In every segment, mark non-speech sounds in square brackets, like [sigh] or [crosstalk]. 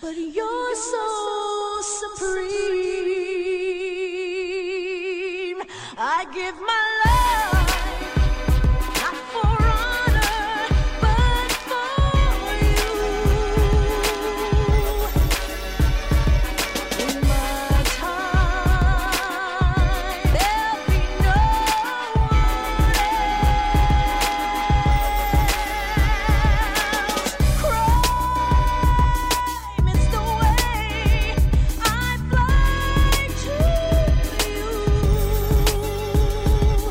But you're so supreme. I give my life not for honor, but for you. In my time, there'll be no one else. Crime is the way I fly to you.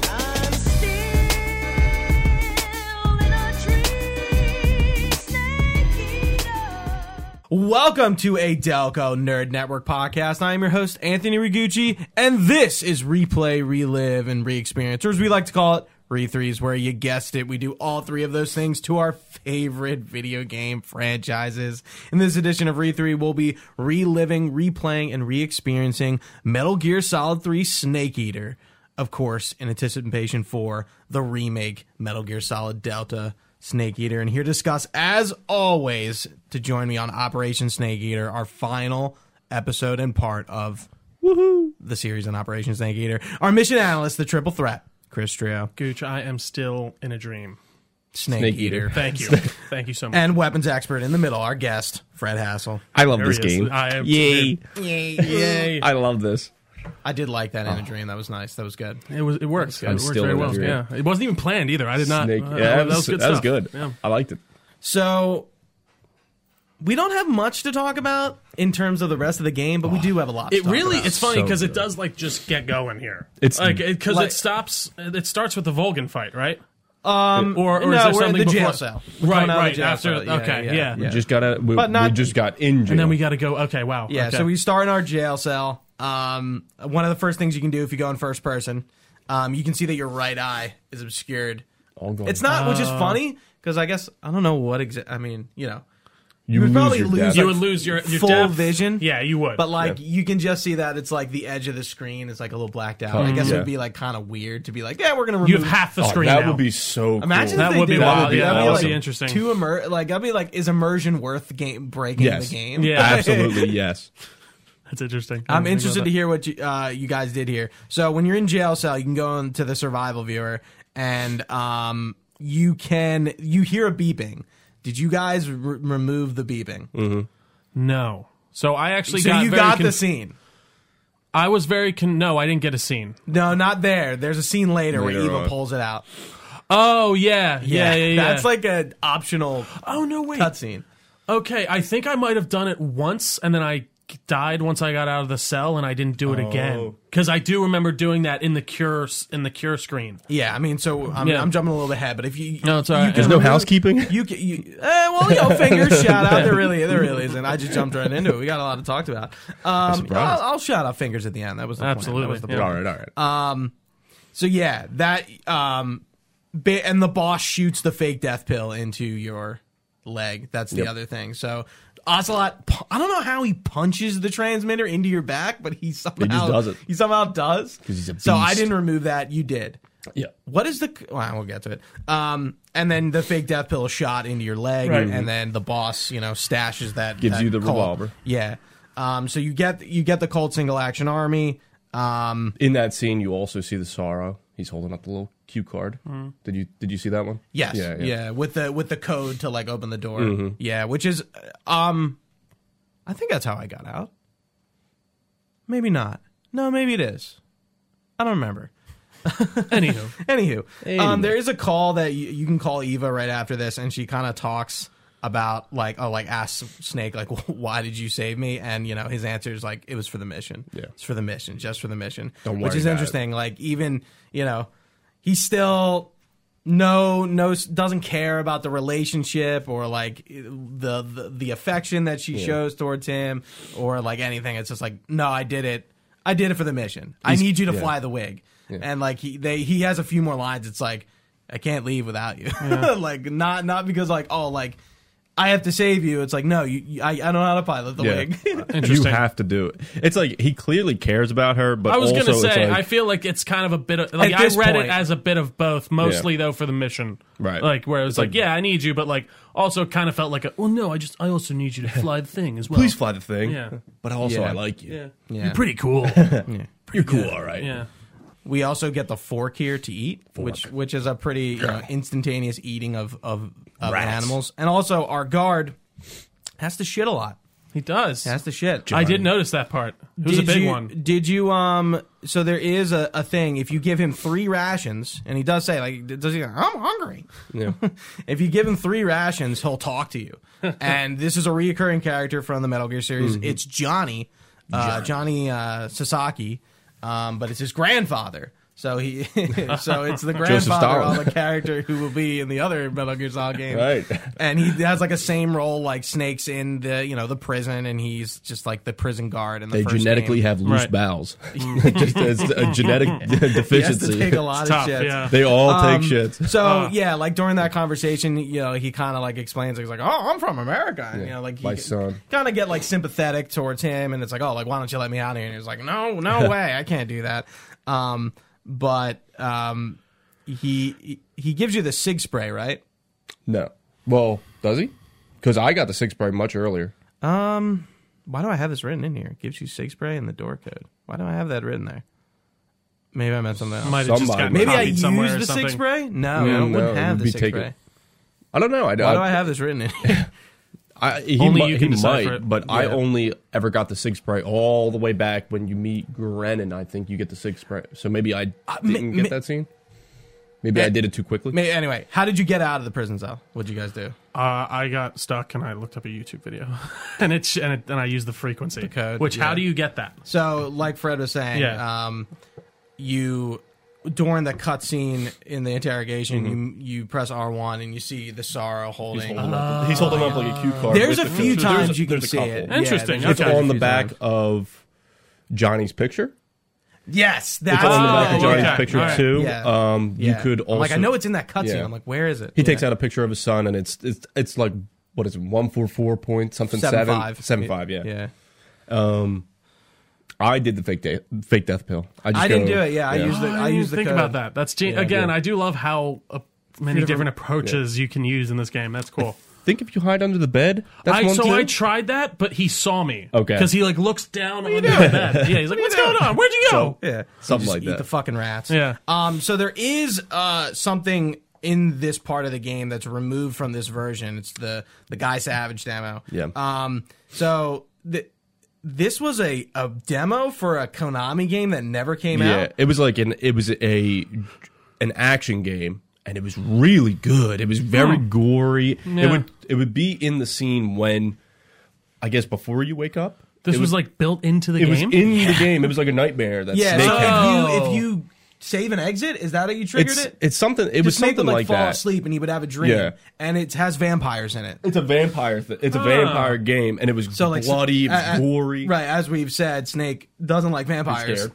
I'm still in a dream, snaking up. Welcome to a Delco Nerd Network podcast. I am your host, Anthony Rigucci, and this is Replay, Relive, and Re-Experience, or as we like to call it, Re3s, where you guessed it, we do all three of those things to our favorite video game franchises. In this edition of Re3, we'll be reliving, replaying, and re-experiencing Metal Gear Solid 3 Snake Eater, of course, in anticipation for the remake Metal Gear Solid Delta Snake Eater, and here to discuss, as always, to join me on Operation Snake Eater, our final episode and part of woohoo the series on Operation Snake Eater. Our mission analyst, the Triple Threat, Chris Trio, Gooch, I am still in a dream. Snake, Snake Eater, Eater. Thank [laughs] you. Thank you so much. and weapons expert in the middle, our guest, Fred Hassel. I love There this he is. game. I am Yay! Yay! I love this. I did like that in a dream. That was nice. That was good. It was it works. I'm it worked still very in a well. dream. Yeah. It wasn't even planned either. I did not Snake. uh, that yeah, that was was, good that was stuff. good. Yeah. I liked it. So we don't have much to talk about in terms of the rest of the game, but we do have a lot. To It talk really about. it's funny So because it good. does like just get going here. It's- like because like- it stops. It starts with the Vulcan fight, right? Um, Or, or no, is there we're in something the jail before- cell. We're Right, coming out of the right. jail After cell. Yeah, okay, yeah, yeah, yeah. Just gotta. We, But not- we just got injured. And then we got to go. Okay, wow. Yeah, okay. so we start in our jail cell. Um, one of the first things you can do if you go in first person, um, you can see that your right eye is obscured. All gone. It's not, which is Uh, funny because I guess I don't know what exact. I mean, you know, You we lose probably your lose depth. you like, would lose your, your full depth. vision. Yeah, you would. but like you can just see that it's like the edge of the screen is like a little blacked out. I Mhm. guess it Yeah. would be like kind of weird to be like, yeah, we're gonna remove you have half the Oh, screen. that now. would be so. Imagine cool. if That they would be did wild. Yeah, that would like be interesting. Too immer- like that'd be like is immersion worth game breaking Yes. the game? Yeah. [laughs] Absolutely yes. That's interesting. I I'm didn't think interested about to hear what you, uh, you guys did here. So when you're in jail cell, you can go into the survival viewer and um, you can you hear a beeping. Did you guys re- remove the beeping? that. No. So I actually So Mm. got you very got con- the scene. I was very con- no, I didn't get a scene. No, not there. There's a scene later, where Later Eva on. pulls it out. Oh yeah, yeah, yeah. yeah, That's like an optional oh no wait. cutscene. Okay, I think I might have done it once, and then I died once I got out of the cell, and I didn't do it again because I do remember doing that in the cure in the cure screen. Yeah, I mean, so I'm, Yeah. I'm jumping a little bit ahead, but if you No, it's all right. you can There's No remove- [laughs] housekeeping. You, ca- you eh, well, you know, fingers shout out. There really, there really isn't. I just jumped right into it. We got a lot to talk about. Um, I'll, I'll shout out fingers at the end. That was the plan. That Absolutely, was the yeah. [laughs] All right. All right. Uh, So yeah, that um, ba- and the boss shoots the fake death pill into your leg. That's the Yep. other thing. So Ocelot, pu- I don't know how he punches the transmitter into your back, but he somehow does it. He somehow does 'Cause he's a So I beast. didn't remove that. You did. yeah. What is the? Well, we'll get to it. Um, and then the fake death pill is shot into your leg, Right. and then the boss, you know, stashes that. Gives that you the Colt. revolver. Yeah. Um, so you get you get the cold single action army. Um, In that scene, you also see the sorrow. He's holding up the little cue card. Hmm. Did you Did you see that one? yes. Yeah, With the with the code to like open the door. Mm-hmm. Yeah. Which is, uh, um, I think that's how I got out. Maybe not. No, maybe it is. I don't remember. Anywho, [laughs] Anywho, Um, there is a call that you, you can call Eva right after this, and she kind of talks about like oh like asks Snake like [laughs] why did you save me? And you know his answer is like it was for the mission. Yeah. it's for the mission, just for the mission. Don't which worry is about interesting. Like even you know he still no no doesn't care about the relationship or like the the, the affection that she shows towards him or like anything it's just like no i did it i did it for the mission i He's- need you to yeah. fly the wig and like he they he has a few more lines it's like i can't leave without you [laughs] like not not because like oh like i have to save you it's like no you, you I, I don't know how to pilot the wig [laughs] [laughs] you Interesting. have to do it. It's like he clearly cares about her, but I was also gonna say it's like, I feel like it's kind of a bit of like At I this read point- it as a bit of both, mostly though for the mission, Right. Like where it was It's like, like- yeah, I need you, but like Also, kind of felt like a well, no, I just I also need you to fly the thing as well. Please fly the thing. Yeah. But also, Yeah. I like you. Yeah. Yeah. You're pretty cool. You're cool, all right. yeah. We also get the fork here to eat, which which is a pretty you know, instantaneous eating of of, of Rats. animals, and also our guard has to shit a lot. He does. Has to shit. I did notice that part. It was a big you, one. Did you um? So there is a, a thing. If you give him three rations, and he does say like, does he? I'm hungry. Yeah. [laughs] If you give him three rations, he'll talk to you. [laughs] and this is a reoccurring character from the Metal Gear series. Mm-hmm. It's Johnny, uh, Johnny uh, Sasaki, um, but it's his grandfather. So he, [laughs] so it's [laughs] the grandfather Stalin. of a character who will be in the other Metal Gear [laughs] Solid game, Right. And he has like a same role, like Snake's in the you know the prison, and he's just like the prison guard. And the They first genetically game. have loose [laughs] Right. bowels. Just as a genetic He has to deficiency. [laughs] take a lot It's of tough, shits. yeah. Uh. They all take Um, shits. So yeah, like during that conversation, you know, he kind of like explains, he's like, "Oh, I'm from America," and, you know, like My he son. kind of get like sympathetic towards him, and it's like, "Oh, like why don't you let me out here?" And he's like, "No, [laughs] no way, I can't do that." Um, but um, he he gives you the sig spray, right? No. Well, does he? Because I got the six spray much earlier. Why do I have this written in here? It gives you sig spray and the door code. Why do I have that written there? Maybe I meant something else. Might have just Somebody gotten might- Maybe I copied used somewhere or the sig something. spray. No, Mm, No, I wouldn't no, it have would the be sig taken- spray. I don't know. Why I, do I have this written in here? I, he Only mi- you can he decipher might, it. but I Yeah. only ever got the sig spray all the way back when you meet Grennan. I think you get the sig spray, so maybe I Uh, ma- didn't get ma- that scene. Maybe I did it too quickly. May- Anyway, how did you get out of the prison cell? What'd you guys do? Uh, I got stuck and I looked up a YouTube video, [laughs] and it, sh- and it and I used the frequency. code, which yeah. how do you get that? So, like Fred was saying, Yeah. um, you during the cutscene in the interrogation, you you press R one and you see the sorrow holding. up, Mm-hmm. he's holding up like a cue card. There's with a the- few there's times there's you can there's see a it. couple. Yeah, Interesting, there's It's a okay. few on the times. back of Johnny's picture. Yes, that's It's on the back Oh, of Johnny's okay. picture All right. too. Yeah. Um, Yeah. You could I'm also like I know it's in that cutscene. Yeah. I'm like, where is it? He takes out a picture of his son, and it's it's it's like what is it one four four point something seven seven five. Yeah. yeah. I did the fake de- fake death pill. I, just I didn't go- do it. Yeah, I used the Oh, I, didn't used the think code. about that. That's gen- again, yeah. I do love how uh, many different approaches you can use in this game. That's cool. Think if you hide under the bed, that's I, one so too? I tried that, but he saw me. Okay. because he like looks down on the bed. Yeah, he's like, "What's going on? Where'd you go?" Yeah, You Something just like eat that. The fucking rats. Yeah. Um. So there is uh something in this part of the game that's removed from this version. It's the the Guy Savage demo. Yeah. Um. So th- this was a a demo for a Konami game that never came yeah, out. it was like an it was a an action game, and it was really good. It was very Hmm. gory. It Yeah. would it would be in the scene when I guess before you wake up. This It was, like built into the it was game. in the game. It was like a nightmare that Yeah. Snake so had. if Oh. you if you save and exit, is that how you triggered It's it? it's something. It was Just make something him, like, fall that. asleep and he would have a dream. Yeah. And it has vampires in it. It's a vampire. Th- it's a vampire game, and it was Ah. So like bloody, it was uh, uh, gory. Right, as we've said, Snake doesn't like vampires. scared.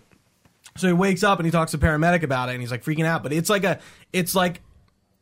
So he wakes up and he talks to paramedic about it, and he's like freaking out. But it's like a, it's like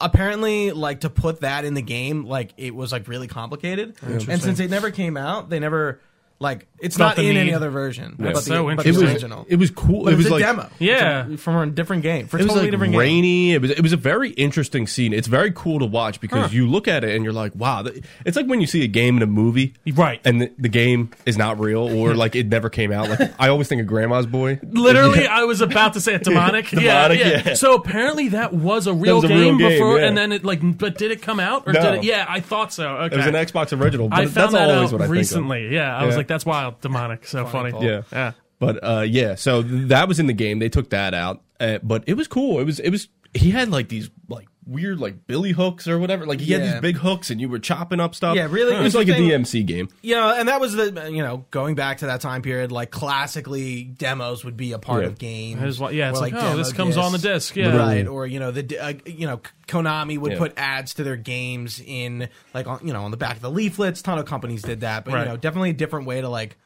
apparently like to put that in the game, like it was like really complicated. And since it never came out, they never like it's Felt not the in any need. other version. Yeah. But So the, but It the interesting. was. original. It was cool. But it was a like demo. Yeah. It's a- from a different game for It was totally like different game. rainy. It was it was a very interesting scene. It's very cool to watch because Huh. you look at it and you're like, wow. th- It's like when you see a game in a movie, Right. And the, the game is not [laughs] real or like it never came out. Like I always think of Grandma's Boy. Literally, I was about to [laughs] say it demonic. Demonic, yeah, yeah. yeah. So apparently, that was a real was a game real game, before, yeah. and then it like, but did it come out or No. did it? Yeah, I thought so. Okay, It was an Xbox original. But I found that's that always out what I recently. Think Yeah, I was Yeah. like, that's wild, demonic, so funny. of. Yeah, yeah. But uh, yeah, so th- that was in the game. They took that out, uh, but it was cool. It was it was. He had like these like weird like billy hooks or whatever. Like he had Yeah. these big hooks, and you were chopping up stuff. Yeah, really It was like a interesting- DMC game. you know, and that was the you know going back to that time period. Like classically, demos would be a part Yeah. of games. It was like- yeah, it's Or, like, oh, demo this comes on the disc, yeah. right. Or you know, the di- uh, you know Konami would Yeah. put ads to their games in like on, you know on the back of the leaflets. Ton of companies did that, but Right. you know, definitely a different way to like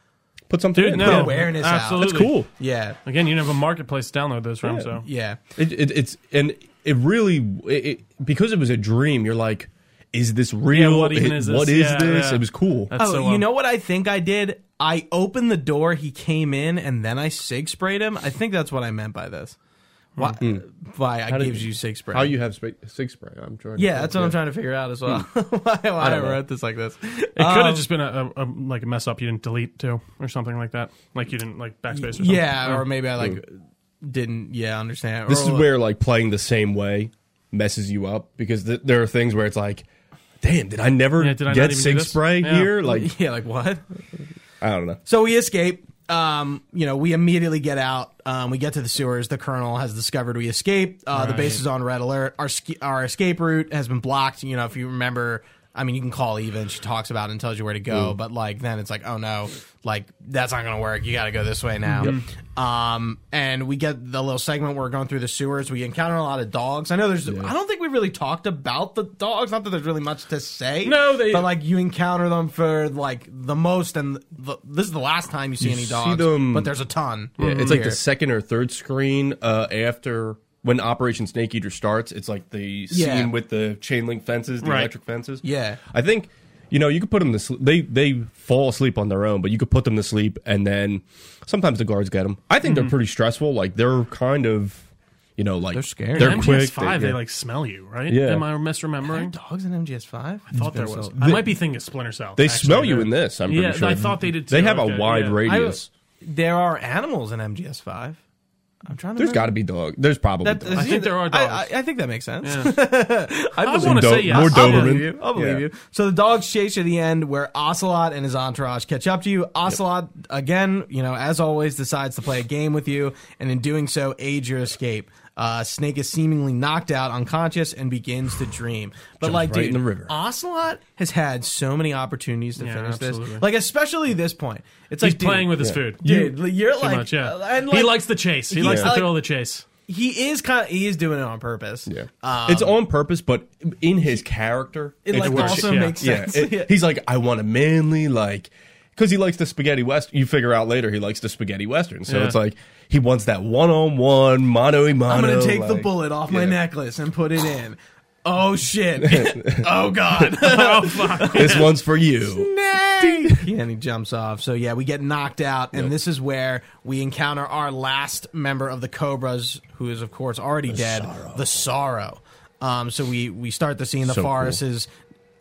Put something Dude, in. no. Put it- awareness Absolutely. out. That's cool. Yeah, Again, you didn't have a marketplace to download those from, so yeah. It, it, it's and it really it, it- because it was a dream. You're like, is this real? what even It- is this? What is Yeah, this? yeah. It was cool. That's oh, so, you um, know what I think I did? I opened the door. He came in, and then I sig sprayed him. I think that's what I meant by this. Why? Why I did- gives you six spray? Hmm. How you have spa- six spray? I'm trying. yeah, that's what I'm trying to figure out as well. [laughs] why why I, don't know. wrote this like this? It could Um, have just been a, a, a like a mess up you didn't delete too or something like that. Like you didn't like backspace or something. yeah, or maybe I like didn't yeah understand. This or is like- where like playing the same way messes you up because th- there are things where it's like, damn, did I never Yeah, did I not even get do six this? spray Yeah. here? [laughs] Like, yeah, like what? I [laughs] don't know. So we escape. Um, you know, we immediately get out. Um, we get to the sewers. The colonel has discovered we escaped. Uh, The base is on red alert. Our sk- our escape route has been blocked. You know, if you remember, I mean, you can call Eva and she talks about it and tells you where to go. Mm. But like then it's like, oh no, like that's not gonna work. You got to go this way now. Um, and we get the little segment where we're going through the sewers. We encounter a lot of dogs. I know there's. I don't think we really talked about the dogs. Not that there's really much to say. No, they- But like you encounter them for like the most, and the, this is the last time you see any see dogs. them- But there's a ton. Mm-hmm. Yeah, it's like here. the second or third screen uh, after when Operation Snake Eater starts. It's like the scene Yeah. with the chain link fences, the Right. electric fences. Yeah. I think you know you could put them to sleep. They they fall asleep on their own, but you could put them to sleep, and then sometimes the guards get them. I Mm-hmm. think they're pretty stressful. Like they're kind of. You know, like They're scary. They're MGS quick. five. They yeah. like smell you, right? Yeah. Am I misremembering? dogs in MGS Five. I thought there was. I might be thinking of Splinter Cell. They actually. smell you in this. I'm yeah, pretty sure. I thought they did. Too. They have Okay, a wide yeah. radius. There are animals in MGS Five. I'm trying to. There's remember. got to be dog. There's probably That- dog. I think there are dogs. I, I, I think that makes sense. I want to Do- say yes. more I'll Doberman. believe you. I'll believe Yeah. you. So the dogs chase you to the end where Ocelot and his entourage catch up to you. Ocelot, again, you know, as always, decides to play a game with you, and in doing so, aids your escape. Uh, Snake is seemingly knocked out unconscious and begins to dream. But, like, right dude, in the river. Ocelot has had so many opportunities to Yeah, finish absolutely. this. Like, especially this point. It's He's like, dude, playing with his food. Dude, you're Too like, uh, much, yeah. and he like- likes the chase. He Yeah. likes the Like- thrill of the chase. [laughs] he is kind of, he is doing it on purpose. Yeah. Um, it's on purpose, but in his character, it, like, works. also [laughs] Yeah. makes yeah, sense. [laughs] it- he's like, I want a manly like, because he likes the spaghetti west. You figure out later he likes the spaghetti western. So Yeah. it's like he wants that one on one mono mono. I'm gonna take the like- bullet off my yeah. necklace and put it [laughs] in. Oh shit! oh god! oh [laughs] fuck! This one's for [laughs] you. Yeah, and he jumps off. So yeah, we get knocked out, and this is where we encounter our last member of the Cobras, who is of course already dead, the Sorrow. Um, so we we start the scene. The So cool. forest is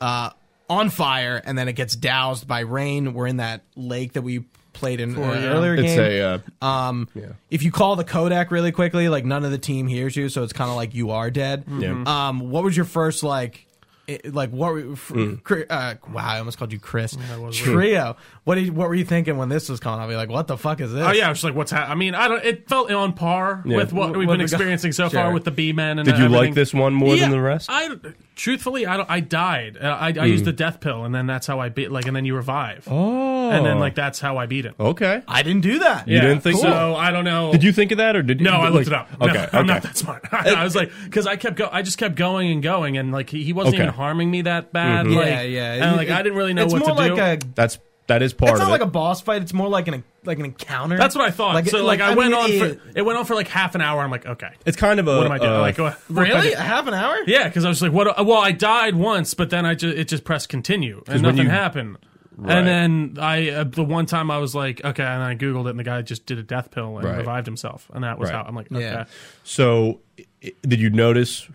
uh, on fire, and then it gets doused by rain. We're in that lake that we played in uh, yeah. earlier. It's game. a uh, Um, If you call the Kodak really quickly, like none of the team hears you, so it's kind of like you are dead. Mm-hmm. Um, what was your first like? It, like what? Were, f- Mm. cri- uh, wow, I almost called you Chris. Trio. What did, What were you thinking when this was calling? I'll be like, what the fuck is this? Oh yeah, I was like, what's happening? I mean, I don't. It felt on par Yeah. with what we've What been we got- experiencing so far Sure. with the B men. And Did you uh, everything. like this one more Yeah, than the rest? Hmm. I truthfully, I don't. I died. Uh, I, I, I used the death pill, and then that's how I beat. Like, and then you revive, oh, and then like that's how I beat it. okay. I didn't do that. You didn't think so? so? I don't know. Did you think of that or did No, I looked it like- up. No, Okay, I'm not okay. that smart. [laughs] I, was like, because I kept go, I just kept going and going, and like he, he wasn't Okay. Mm-hmm. even harming me that bad. Yeah, Like, yeah. And like It- I didn't really know it's what more to like do. A, That's that is part it's not of it. like a boss fight. It's more like an like an encounter. That's what I thought. so like, I, mean, went on. it- for, it went on for like half an hour. I'm like, okay, it's kind of a what am I doing? uh, like, what- what am I really doing? half an hour. Yeah, because I was like, what? Well, I died once, but then I just it just pressed continue and when nothing you- happened. Right. And then I uh, the one time I was like, okay, and I googled it, and the guy just did a death pill and Right. revived himself, and that was Right. how I'm like, okay, Oh, Yeah. So, i- did you notice,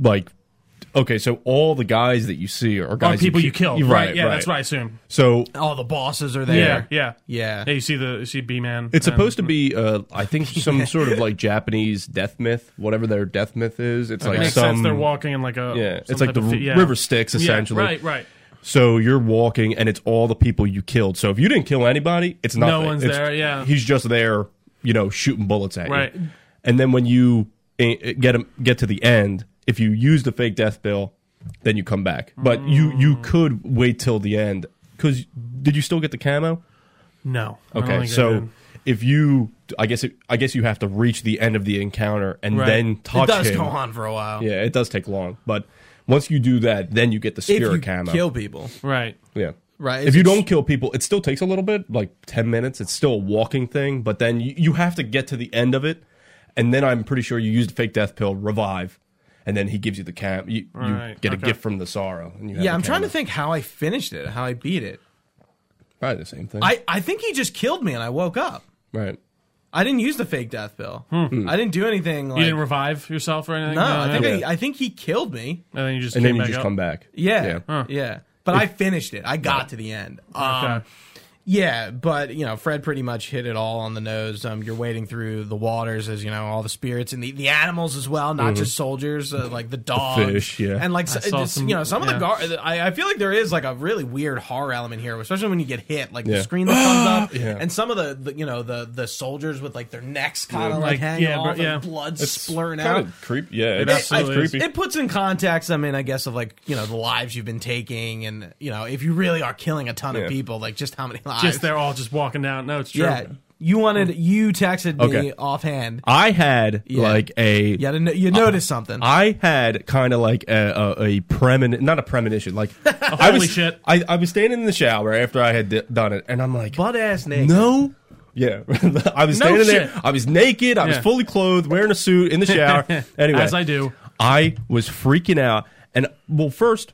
like, okay, so all the guys that you see are on guys people ki- you killed, right? Yeah, that's what I assume. So All the bosses are Yeah, there. yeah, Yeah. you see the you see B man. it's supposed to be, uh, I [laughs] think, some sort of like Japanese death myth, whatever their death myth is. It's like makes some, sense. They're walking in like a yeah, some it's like type the of fi- r- yeah. river Styx Yeah, essentially. right, right. So you're walking, and it's all the people you killed. So if you didn't kill anybody, it's nothing. one's It's- there, yeah. he's just there, you know, shooting bullets at Right. you. And then when you eh, eh, get him, get to the end, if you use the fake death bill, then you come back. But you you Mm. could wait till the end because did you still get the camo? No, I don't think Okay, I did. so if you, I guess it, I guess you have to reach the end of the encounter and Right. then touch It does him. go on for a while. Yeah, it does take long, but once you do that, then you get the If spirit you camo. kill people, right. Yeah. Right, If it's you just- don't kill people, it still takes a little bit, like 10 minutes. It's still a walking thing, but then you, you have to get to the end of it. And then I'm pretty sure you use the fake death pill, revive, and then he gives you the cam. You, you Right, get a okay. gift from the sorrow. And you have yeah, the I'm trying to camera. think how I finished it, how I beat it. Probably the same thing. I, I think he just killed me and I woke up. right. I didn't use the fake death pill. I didn't do anything. Like, You didn't revive yourself or anything? no, I think Yeah. I, I think he killed me. and then you just and came then you back just up. come back. Yeah, Yeah. yeah. But I finished it. I got to the end. Um, Okay. Yeah, but you know, Fred pretty much hit it all on the nose. Um, you're wading through the waters as you know all the spirits and the, the animals as well, not just soldiers, uh, like the dogs, Mm-hmm. fish, yeah. and like s- saw this- some- you know some of yeah. the guard. I, I feel like there is like a really weird horror element here, especially when you get hit, like Yeah. the screen that comes up, [gasps] Yeah. and some of the, the you know the the soldiers with like their necks kind of like, Like, hanging yeah, off, but- and yeah. blood splurting Kind out. of creep. Yeah, it, absolutely it's is. creepy. It puts in context, I mean, I guess of like, you know, the lives you've been taking and you know, if you really are killing a ton Yeah. of people, like just how many lives. Just they're all just walking down. No, it's true. [laughs] Yeah. You wanted you texted me Hmm. Okay. offhand. I had like a You, had a, you noticed something. I had kind of like a, a, a premon, not a premonition, like I holy was, shit. I, I was standing in the shower after I had d- done it, and I'm like, Butt ass naked. no. [laughs] Yeah, I was No standing there. shit. I was naked. I was Yeah. fully clothed, wearing a [laughs] suit in the shower. anyway, As I do. I was freaking out. And well, first,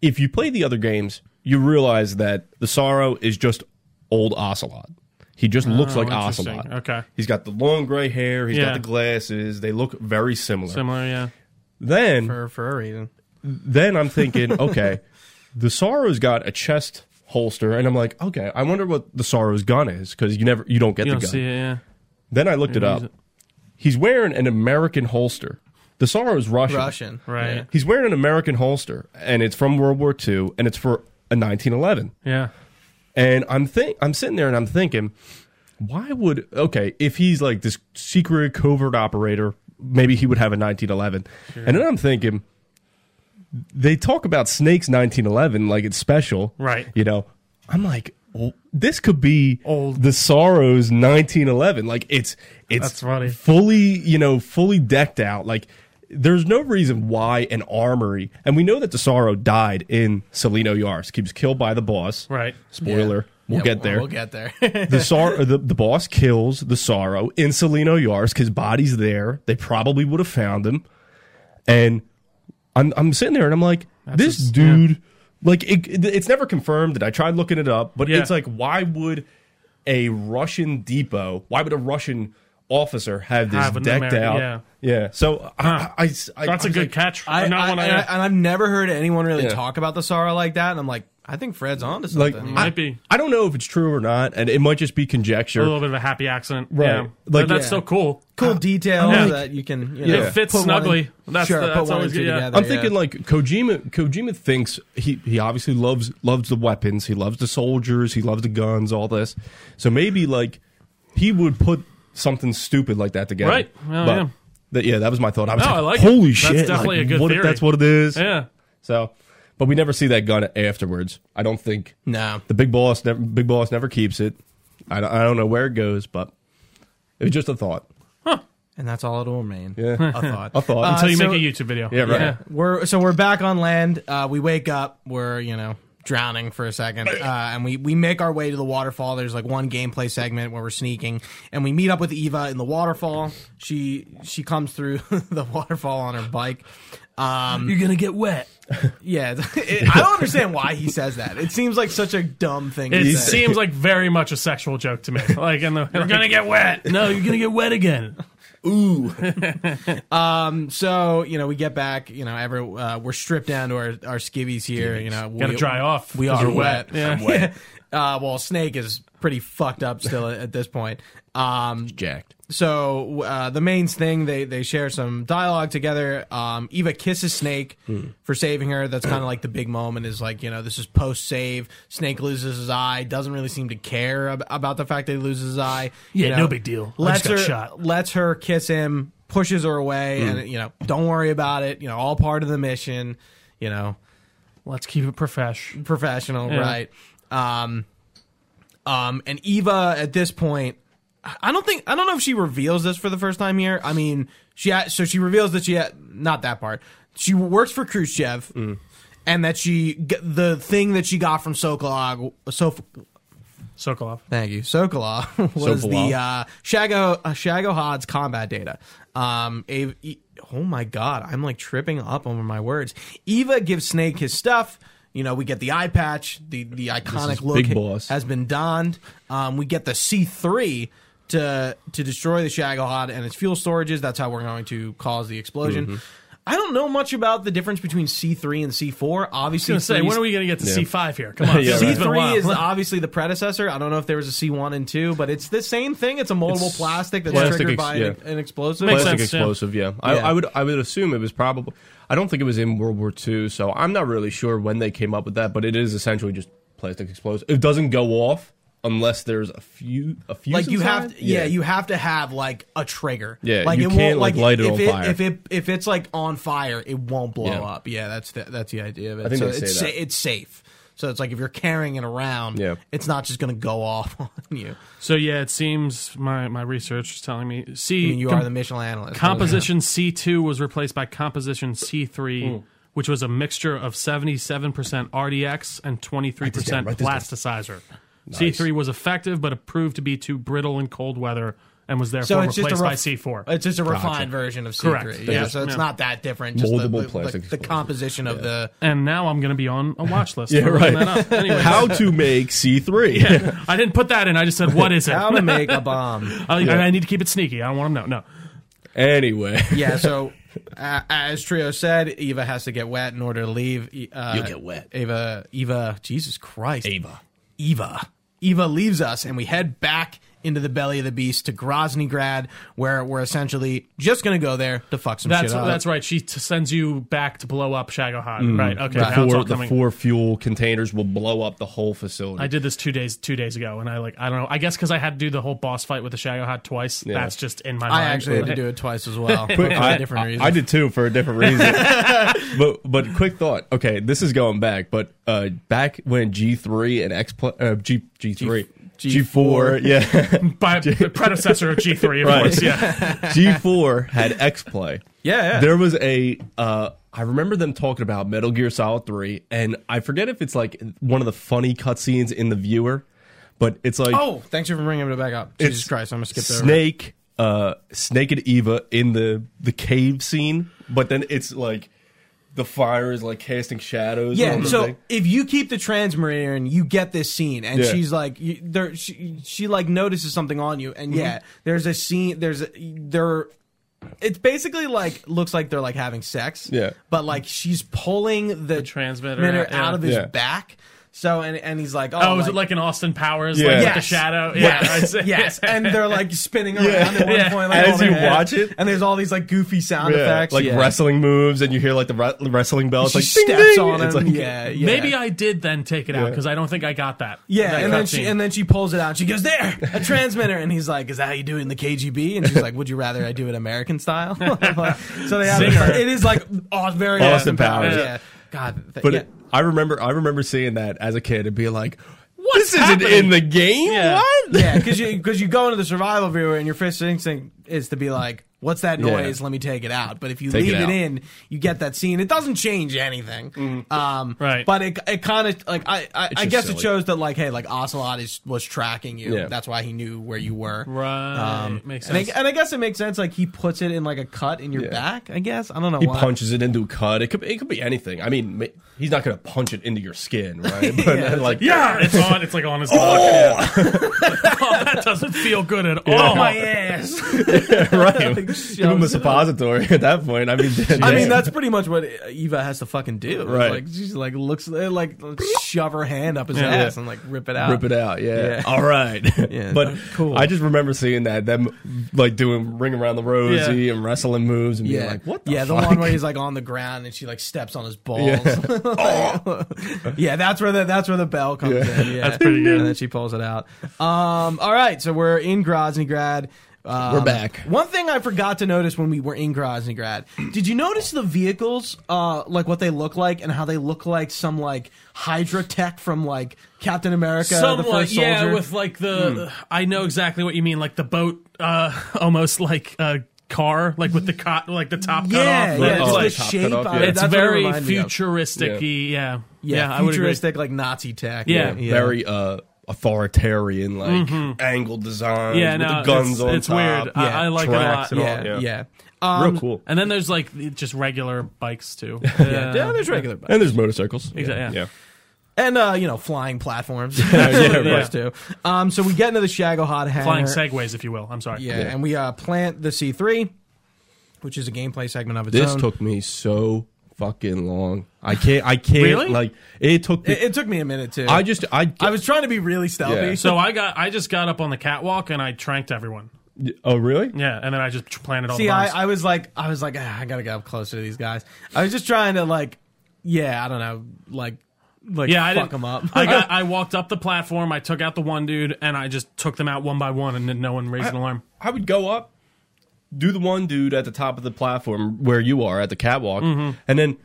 if you play the other games, you realize that the sorrow is just old Ocelot. He just looks like Oh, interesting. Ocelot. Okay. He's got the long gray hair. He's Yeah. got the glasses. They look very similar. Similar, yeah. Then For, for a reason. then [laughs] I'm thinking, okay, the Sorrow's got a chest holster, and I'm like, okay, I wonder what the Sorrow's gun is because you never, you don't get You the don't gun. see it, yeah. Then I looked it don't up. use it. He's wearing an American holster. The Sorrow's Russian. Russian. Right. Yeah. He's wearing an American holster, and it's from World War II, and it's for a 1911. And I'm think I'm sitting there and I'm thinking, why would okay if he's like this secret covert operator, maybe he would have a 1911. And then I'm thinking, they talk about Snake's 1911 like it's special, Right. You know, I'm like. Well, this could be Old. the sorrows 1911 like it's it's That's funny. fully you know fully decked out like there's no reason why an armory and we know that the sorrow died in Salino Yarsk he was killed by the boss Right. Spoiler. We'll Yeah, get there. We'll get there. [laughs] the, sor- the the boss kills the sorrow in Salino Yarsk. His body's there. They probably would have found him. And I'm I'm sitting there and I'm like, this just- dude, like it, it- it's never confirmed. And I tried looking it up, but Yeah. it's like, why would a Russian depot? Why would a Russian officer have this Have an decked Ameri- out? yeah. So I- I, I, I- That's I a was good like, catch. I, Not I- one I- and, I, and I've never heard anyone really Yeah. talk about the sorrow like that. And I'm like, I think Fred's on to Like something. I, Might be. I don't know if it's true or not, and it might just be conjecture. a little bit of a happy accident. Right. Yeah. Like, but that's yeah. so cool. cool detail like- that you can. You Yeah. know, It fits put one and- snugly. That's sure, the- put that's one and always two good, yeah. together. I'm yeah. thinking like Kojima. Kojima thinks he he obviously loves loves the weapons. He loves the soldiers. He loves the guns. All this. So maybe like he would put something stupid like that together. Right. Well, yeah. That, yeah, that was my thought. I was No, like, I like it. holy That's shit! like, definitely a good what if theory. that's what it is? Yeah. So, but we never see that gun afterwards. I don't think no. the big boss never big boss never keeps it. I don't, I don't know where it goes, but it was just a [laughs] thought. And that's all it'll remain. Yeah. A thought. [laughs] A thought. Uh, Until you so- make a YouTube video. Yeah, right. We're so we're back on land. Uh, we wake up. We're you know drowning for a second, uh, and we we make our way to the waterfall. There's like one gameplay segment where we're sneaking, and we meet up with Eva in the waterfall. She she comes through [laughs] the waterfall on her bike. Um, You're gonna get wet. yeah, [laughs] it, I don't understand why he says that. It seems like such a dumb thing. to It say. seems like very much a sexual [laughs] joke to me. Like, in the, you're gonna get wet. No, you're gonna get wet again. Um, so you know we get back you know every uh, we're stripped down to our, our skivvies here you know we, Gotta dry off, we 'cause are you're wet, wet. Yeah. [laughs] I'm uh, well snake is pretty fucked up still at, at this point um Jacked. so uh, the main thing they they share some dialogue together um eva kisses snake for saving her that's kind of like the big moment is like you know this is post save snake loses his eye doesn't really seem to care ab- about the fact that he loses his eye you Yeah, know, no big deal. I lets just got her shot. Hmm. lets her kiss him, pushes her away, and you know, don't worry about it. You know, all part of the mission. You know, Let's keep it profesh. professional, Yeah. right? Um, um, and Eva at this point, I I don't think I don't know if she reveals this for the first time here. I mean, she ha- so she reveals that she ha- not that part. She works for Khrushchev, and that she g- the thing that she got from Sokolov, Sof- Sokolov. Thank you. Sokolov [laughs] was Sokolov. the uh, Shago uh, Shago Hod's combat data. Um, Ava, e- oh my god, I'm like tripping up over my words. Eva gives Snake his stuff. You know, we get the eye patch. The the iconic look Big Boss. has been donned. Um, we get the C three to to destroy the Shagahad and its fuel storages. That's how we're going to cause the explosion. Mm-hmm. I don't know much about the difference between C three and C four. Obviously, gonna say, when are we gonna get to C five here? Come on, [laughs] Yeah, it's right. been a C three while. is obviously the predecessor. I don't know if there was a C one and two, but it's the same thing. It's a moldable It's plastic that's plastic triggered ex- by an, yeah. an explosive. Makes plastic sense, yeah. explosive. Yeah, I, Yeah. I would I would assume it was probably. I don't think it was in World War II, so I'm not really sure when they came up with that. But it is essentially just plastic explosive. It doesn't go off unless there's a few a few. like you have to, yeah. you have to have like a trigger. Yeah, you can't, like, light it if on fire. If it if it's like on fire, it won't blow Yeah. up. Yeah, that's the, that's the idea of it. I think so they it's say that. it's safe. So it's like if you're carrying it around, Yeah. it's not just going to go off [laughs] on you. [laughs] So yeah, it seems my my research is telling me C I mean, you com- are the mission analyst. [laughs] composition C two was replaced by composition C three. Hmm. Which was a mixture of seventy-seven percent RDX and twenty-three percent write this down. plasticizer. C three was effective, but it proved to be too brittle in cold weather, and was therefore So it's just replaced a by ref- C four. It's just a refined version of C Correct. three. They Yeah, just- so it's yeah. not that different. Just the, Moldable the, plastic the, the explosive. composition of the And now I'm going to be on a watch list. [laughs] Yeah, for looking right. That up. Anyway, [laughs] how to make [laughs] C three. I didn't put that in. I just said, "What is it?" how to make [laughs] a bomb. [laughs] I, I need to keep it sneaky. I don't want them to know. No. [laughs] Anyway, Yeah, so uh, as Trio said, Eva has to get wet in order to leave. E- Uh, You'll get wet. Eva, Eva, Jesus Christ. Eva. Eva. Eva leaves us, and we head back into the belly of the beast to Groznygrad, where we're essentially just going to go there to fuck some That's shit uh, up. that's right. She t- sends you back to blow up Shagahad. Right. Okay. Now it's all four, Mm. the coming. four fuel containers will blow up the whole facility. I did this two days two days ago, and I like I don't know. I guess because I had to do the whole boss fight with the Shagahad twice. That's just in my I mind. actually had to do it twice as [laughs] well. but for I, a different I- reason. I did too for a [laughs] different reason. but but quick thought. Okay, this is going back, but uh, back when G three and X pl- uh, G G three G- G four [laughs] yeah by the predecessor of G three, of Right. [laughs] course. Yeah. G four had X play. Yeah, yeah. There was a. Uh, I remember them talking about Metal Gear Solid three, and I forget if it's like one of the funny cutscenes in the viewer, but it's like Oh, [laughs] thanks for bringing it back up. It's Jesus Christ, I'm going to skip over. Snake, uh, Snake and Eva in the the cave scene, but then it's like the fire is like casting shadows. Yeah. on the So thing. if you keep the transmeridian, you get this scene, and Yeah. she's like, you, there, she, she like notices something on you, Mm-hmm. and yeah, there's a scene. There's a, there. It's basically like looks like they're like having sex. Yeah. But like she's pulling the, transmitter transmitter out, yeah. out of his Yeah. back. So and and he's like, oh, Oh, is it like an Austin Powers? Like, Yeah. with the Yes. shadow. Yeah. I see. Yes, and they're like [laughs] spinning around at one Yeah. point. Like, As holding you their watch hands. it. and there's all these like goofy sound Yeah, effects, like yeah. wrestling moves, and you hear like the re- wrestling bell. It's She like ding, steps ding. on him. It's like, yeah, yeah. [laughs] Maybe I did then take it out because I don't think I got that. Yeah, That and then she cutscene. and then she pulls it out. She goes, "There, a transmitter." And he's like, "Is that how you do it in the KGB?" And she's like, "Would you rather I do it American style?" [laughs] so they have Zinger. it is like oh, very Austin Austin Powers. Powers. Yeah, God, th- But yeah. it, I remember, I remember seeing that as a kid and being like, What's "This happening? isn't in the game. Yeah. [laughs] What?" [laughs] yeah, because you because you go into the survival viewer and your first instinct is to be like, "What's that Yeah. noise? Let me take it out." But if you Take it leave it, out. in, you get that scene. It doesn't change anything, um, Right. But it it kind of like I I, I Mm-hmm. just guess it silly. shows that like hey like Ocelot is was tracking you. Yeah. That's why he knew where you were. Um, Right. Makes and I, sense. and I guess it makes sense. Like he puts it in like a cut in your Yeah. back. I guess I don't know. He why. punches it into a cut. It could, it could be anything. I mean, ma- he's not going to punch it into your skin, right? [laughs] But then, like, Yeah, it's on. It's like on his. Oh, [laughs] oh that doesn't feel good at all. Oh, my [laughs] ass. [laughs] right. shoves Give him it a up. suppository at that point. I mean, I [laughs] damn. mean, that's pretty much what Eva has to fucking do. Right. Like she's like looks eh, like shove her hand up his ass and like rip it out. rip it out. Yeah. Uh, Yeah. All right. Yeah. but Cool. I just remember seeing that them like doing ring around the rosy Yeah. and wrestling moves and Yeah. being like, what? The yeah, fuck? the one where he's like on the ground and she like steps on his balls. [laughs] Yeah, that's where the that's where the bell comes Oh. Yeah. in. Yeah. That's pretty good. And then she pulls it out. Um, all right, so we're in Groznygrad. Um, We're back. One thing I forgot to notice when we were in Groznygrad, did you notice the vehicles, uh, like what they look like and how they look like some like Hydra tech from like Captain America, the Somewhat, first soldier? Hmm. yeah, with like the I know exactly what you mean, like the boat, uh, [laughs] almost like a car, like with the cot, like the top cut yeah, yeah, off. It's, just Oh, the like, like top cut shape. off, of yeah. it. it's That's what it very reminded me of. futuristic. Yeah, Yeah, yeah, I would agree. futuristic like Nazi tech. Yeah. Very uh, authoritarian, like angled design. Yeah, with no, the guns it's, on it's top. weird. I- Yeah. I, like it a lot. Tracks and all. yeah, yeah. Yeah. Um, Real cool. And then there's like just regular bikes too. [laughs] Yeah, there's regular. And there's motorcycles. Exactly, yeah. And uh, you know, flying platforms. yeah, Of course, right. too. Um, so we get into the Shago Hot Hangar. Flying segways, if you will. I'm sorry. Yeah, Yeah. and we uh, plant the C3, which is a gameplay segment of its This own. took me so fucking long. I can't. I can't. Really? Like it took. Me, it, it took me a minute too. I just. I. I was trying to be really stealthy. Yeah. So I got I just got up on the catwalk and I tranked everyone. oh really? Yeah, and then I just planted all See, the bombs. I, I was like, I was like, ah, I gotta get up closer to these guys. I was just trying to like, yeah, I don't know, like, like, yeah, I fuck didn't- them up. I got I walked up the platform. I took out the one dude and I just took them out one by one, and then no one raised an alarm. I would go up, do the one dude at the top of the platform where you are at the catwalk, Mm-hmm. and then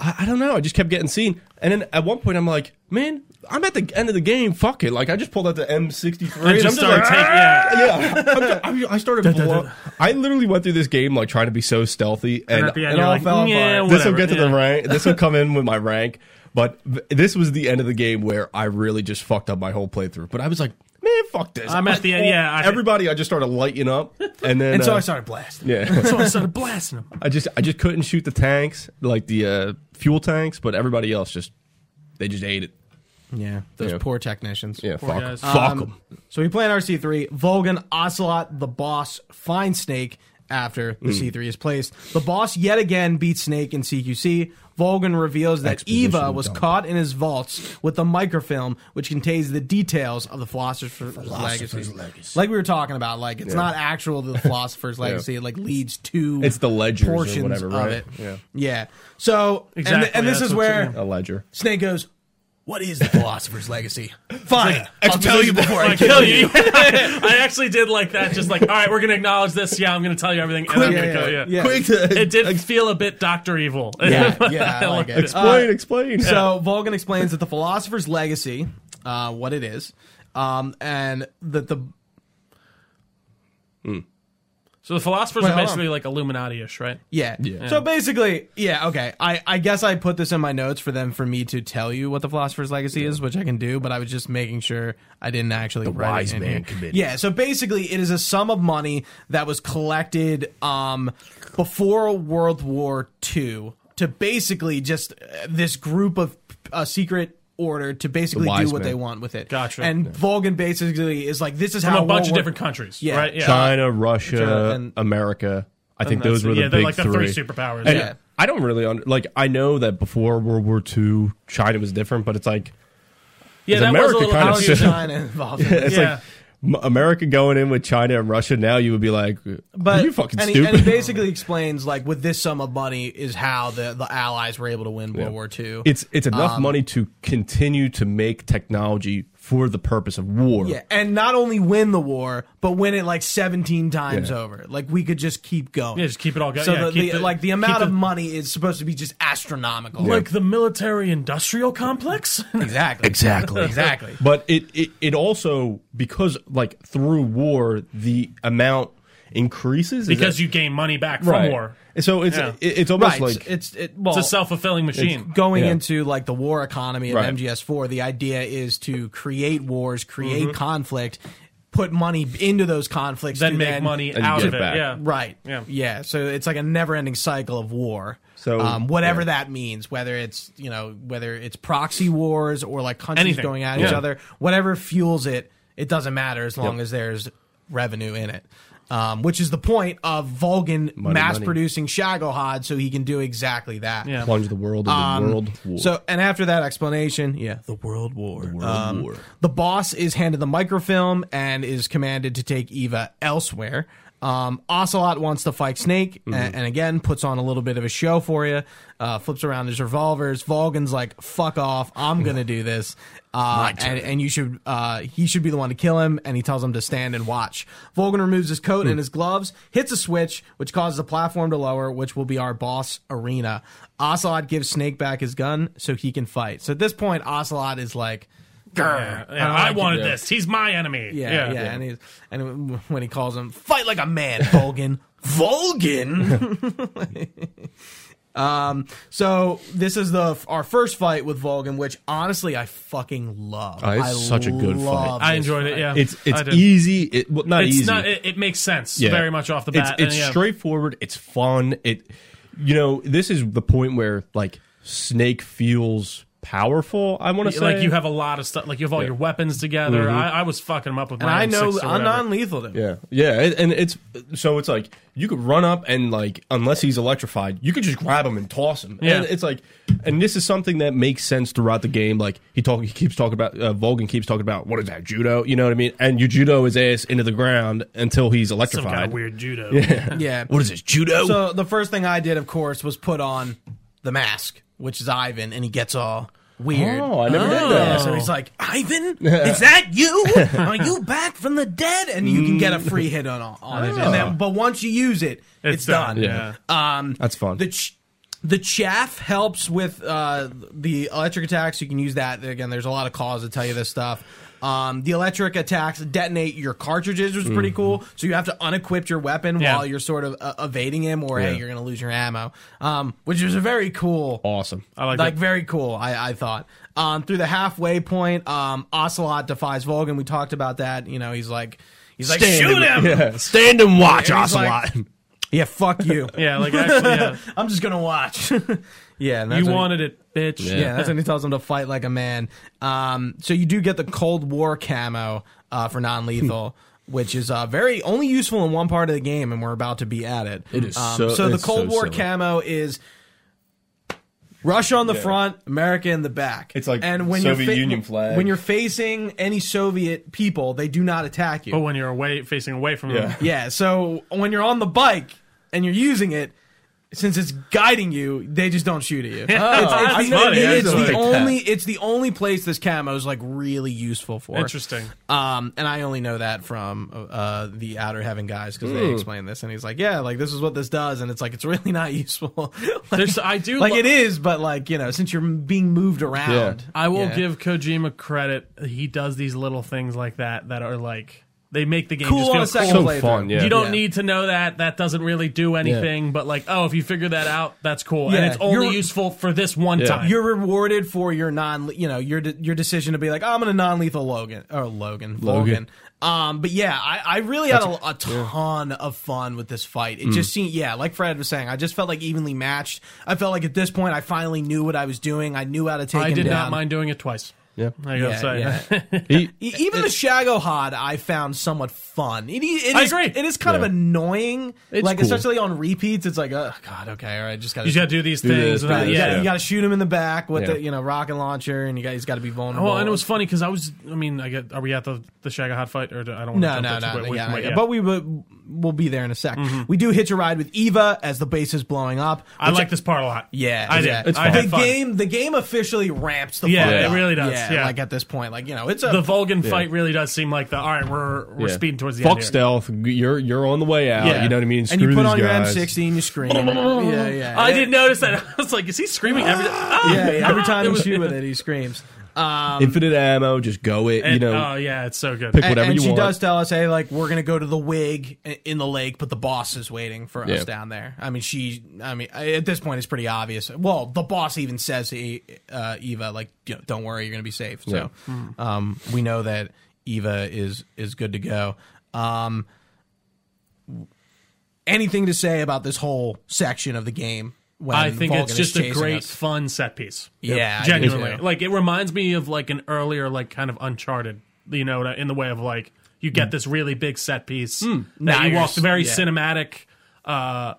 I, I don't know. I just kept getting seen, and then at one point I'm like, man, I'm at the end of the game. Fuck it. Like I just pulled out the M63 I and just I'm started like, taking. [laughs] Yeah. yeah, I'm ju- I'm ju- I [laughs] started. blow- I literally went through this game like trying to be so stealthy, and, And at the end, and you're all like, fell yeah, apart. This will whatever, get to the yeah. rank. This will come in [laughs] with my rank. But th- this was the end of the game where I really just fucked up my whole playthrough. But I was like, man, fuck this. I'm at the end, yeah, I- everybody, I just started lighting up, and [laughs] then and so uh, I started blasting. Yeah, [laughs] So I started blasting them. I just I just couldn't shoot the tanks like the uh, fuel tanks, but everybody else just they just ate it. Yeah, those Yeah. poor technicians. Yeah, fuck, 'em. guys. fuck Um, 'em. So we play an RC3, Vulgan, Ocelot, the boss, find Snake after Hmm. the C3 is placed. The boss yet again beats Snake in CQC. Vulgan reveals that Exposition Eva was dump. caught in his vaults with the microfilm, which contains the details of the Philosopher's, legacy. Like we were talking about, like it's Yeah. not actual [laughs] the Philosopher's Legacy. It like leads to It's the ledgers or portions whatever, of right? it. Yeah. yeah. So and- Exactly, and, this that's is what where you- a ledger. Snake goes, "What is the philosopher's legacy?" Fine, I'll tell you before I I kill [laughs] kill you. [laughs] I actually did like that. Just like, all right, we're gonna acknowledge this. Yeah, I'm gonna tell you everything. And I'm Yeah, gonna yeah, kill you. yeah. Quick uh, to- It did feel a bit Doctor Evil. Yeah, yeah, I like liked it. Uh, explain, explain. So Vulcan explains that the philosopher's legacy, uh, what it is, um, and that the [laughs] So the philosophers Wait, are hold on. Uh, basically like Illuminati-ish, right? yeah. So basically, yeah, okay. I, I guess I put this in my notes for them for me to tell you what the philosopher's legacy is, which I can do, but I was just making sure I didn't actually the write wise it in man here. committee. Yeah, so basically it is a sum of money that was collected um, before World War II to basically just uh, this group of uh, secret order to basically do wise what man. they want with it. Gotcha. And Vulcan basically is like this is From how a bunch World of War- different countries, Yeah. right? Yeah. China, Russia, China, and- America. I think that's those the- were the yeah, they're big like the three superpowers, And yeah. I don't really under, like. I know that before World War II, China was different, but it's like Yeah, Is that was a America little kind How of is confusing. China Oh, involved? in this? [laughs] it's Yeah. like M- America going in with China and Russia. Now you would be like, But but you fucking and he, stupid. And he basically explains like with this sum of money is how the, the Allies were able to win World War II. [laughs] it's it's enough Um, money to continue to make technology for the purpose of war. yeah, and not only win the war, but win it like seventeen times Yeah. over. Like we could just keep going. Yeah, just keep it all going. So Yeah, the, keep the- the- like the keep amount the- of money is supposed to be just astronomical. Like the military-industrial complex. exactly, Exactly. exactly. But it, it it also because like through war the amount increases [laughs] is because that- you gain money back from right. war. So it's Yeah. it, it's almost Right. like it's it, well, It's a self-fulfilling machine. going Yeah. into like the war economy of Right. MGS4, the idea is to create wars, create conflict, put money into those conflicts, to Mm-hmm. Then make money And you out get of it it. back. Yeah. Right. Yeah. Yeah. So it's like a never-ending cycle of war. So, um, whatever yeah. that means, whether it's you know whether it's proxy wars or like countries Anything. going at each Yeah. other, whatever fuels it, it doesn't matter as long as there's revenue in it. Um, which is the point of Vulcan money. mass producing Shagohod so he can do exactly that. Um, Yeah. Um, plunge the world into world war. So, and after that explanation, yeah, the World War. Um, The World War. The boss is handed the microfilm and is commanded to take Eva elsewhere. Um, Ocelot wants to fight Snake, a- and, again puts on a little bit of a show for you. Uh, flips around his revolvers. Vulcan's like, "Fuck off! I'm gonna do this." Uh, and, and you should, uh, he should be the one to kill him. And he tells him to stand and watch. Vulcan removes his coat and his gloves, hits a switch, which causes the platform to lower, which will be our boss arena. Ocelot gives Snake back his gun so he can fight. So at this point, Ocelot is like, Yeah, "Grr, yeah, don't I, like wanted you." this. He's my enemy. Yeah, yeah. yeah, And, he's, and when he calls him, fight like a man, [laughs] Vulcan. Vulcan. [laughs] um. So this is the our first fight with Vulcan, which honestly I fucking love. Oh, it's I such a good fight. love I this enjoyed it. fight. Yeah, it's I it's did. easy. It well, not It's easy. not. It, it makes sense Yeah. very much off the bat. It's, it's and, yeah. straightforward. It's fun. It, you know, this is the point where like Snake feels powerful. I want to say Like you have a lot of stuff. Like you have all your weapons together. Mm-hmm. I, I was fucking them up with. And my I know M6 or I'm whatever. non lethal to Yeah, yeah, it- and it's so it's like you could run up and like unless he's electrified, you could just grab him and toss him. Yeah. and it's like, and this is something that makes sense throughout the game. Like he talk, he keeps talking about uh, Vulcan keeps talking about what is that judo? You know what I mean? And you judo his ass into the ground until he's some kind electrified. of weird judo. Yeah. What is this judo? So the first thing I did, of course, was put on the mask, which is Ivan, and he gets all weird. oh, I never did Yeah, that. so he's like, Ivan, is that [laughs] you? Are you back from the dead? And you can get a free hit on, on it. And then, but once you use it, it's, done. Oh. Yeah. Um, That's fun. The ch- the chaff helps with uh, the electric attacks. You can use that. Again, there's a lot of calls that tell you this stuff. Um, the electric attacks detonate your cartridges, which is pretty cool. So you have to unequip your weapon Mm-hmm. Yeah. while you're sort of uh, evading him, or Yeah. hey, you're going to lose your ammo, um, which is a very cool awesome. Oh, I like, like that. very cool. I, I thought um, through the halfway point, um, Ocelot defies Vulcan. We talked about that. You know, he's like, he's like, shoot him. Yeah. Yeah, stand and watch, And he's like- Ocelot. [laughs] fuck you. [laughs] Yeah, like actually, [laughs] yeah. I'm just gonna watch. [laughs] yeah, and that's you when- wanted it, bitch. Yeah. Yeah, that's when he tells him to fight like a man. Um, so you do get the Cold War camo uh, for [laughs] non-lethal. Which is uh, very only useful in one part of the game, and we're about to be at it. Um, It is so- the it's Cold so War silly. camo is Russia on the front, America in the back. It's like and when Soviet you're Union flag. When you're facing any Soviet people, they do not attack you. Oh, But when you're away, facing away from Yeah. them, Yeah, so when you're on the bike and you're using it, since it's guiding you, they just don't shoot at [laughs] you. it's, it's Oh, that's the, funny, it's the actually. only it's the only place this camo is like really useful for. interesting. Um, and I only know that from uh, the Outer Heaven guys because Hmm. they explain this, and he's like, "Yeah, like this is what this does," and it's like it's really [laughs] not useful. like, There's, I do like lo- it is, but like you know, since you're being moved around, Yeah. I will Yeah. give Kojima credit. He does these little things like that that are like they make the game cool on a just feel second So playthrough. fun, yeah. You don't Yeah. need to know that. That doesn't really do anything. But like, oh, if you figure that out, that's cool, and Yeah. it's only You're- useful for this one Yeah. time. you're rewarded for your non you know your de- your decision to be like "Oh, I'm gonna non lethal Logan or Logan Logan. Logan. Um, but yeah, I, I really had a, a ton of fun with this fight. Mm. It just seemed yeah, like Fred was saying, I just felt like evenly matched. I felt like at this point I finally knew what I was doing. I knew how to take. I him did down. not mind doing it twice. [laughs] Yeah. I gotta Yeah, say. [laughs] yeah. He- E- Even the Shagohod I found somewhat fun. It, i- it I is, agree. It is kind Yeah. of annoying, like cool. especially on repeats. It's like, oh god, okay, all right, just gotta You gotta do these this, things. do without- this, yeah. yeah, yeah. you got to shoot him in the back with Yeah. the you know rocket launcher, and you guys got to be vulnerable. Well, and it was funny because Oh, I was. I mean, I get. Are we at the the Shagga Hot fight? Or do- I don't. no, want no, to no, Wait, no, wait, yeah, wait, yeah. yeah. Mm-hmm. But we will we'll be there in a sec. We do hitch a ride with Eva as the base is blowing up. I which- like this part a lot. Yeah, I yeah. did. It's I fun. had the fun. game. The game officially ramps the. Yeah, fuck it up. really does, yeah. like at this point, like you know, it's a The Vulcan fight really does seem like the. All right, we're we're yeah. speeding towards the Fuck end. here. stealth. You're you're on the way out. Yeah. You know what I mean. and you Screw put these on your guys. M60 and you scream. [laughs] yeah, yeah. I didn't notice that. [laughs] I was like, is he screaming [gasps] every [gasps] ah! Yeah, yeah. [laughs] Every time you shoot with it, he screams. Infinite ammo. Just go it. you And- know. oh yeah, it's so good. pick And- whatever and you she want. does tell us, hey, like we're gonna go to the wig i- in the lake, but the boss is waiting for Yeah. us down there. I mean, she, I mean, I- at this point, it's pretty obvious. Well, the boss even says to E- uh, Eva, like, you know, don't worry, you're gonna be safe. So, Hmm. um, we know that Eva is is good to go. Um, anything to say about this whole section of the game? When I think Vulcan it's is just a chasing great us? fun set piece. Yeah, I do genuinely. too. Like it reminds me of like an earlier like kind of Uncharted. You know, in the way of like you get this really big set piece that you Hmm. Nice. walk very Yeah. cinematic. Uh,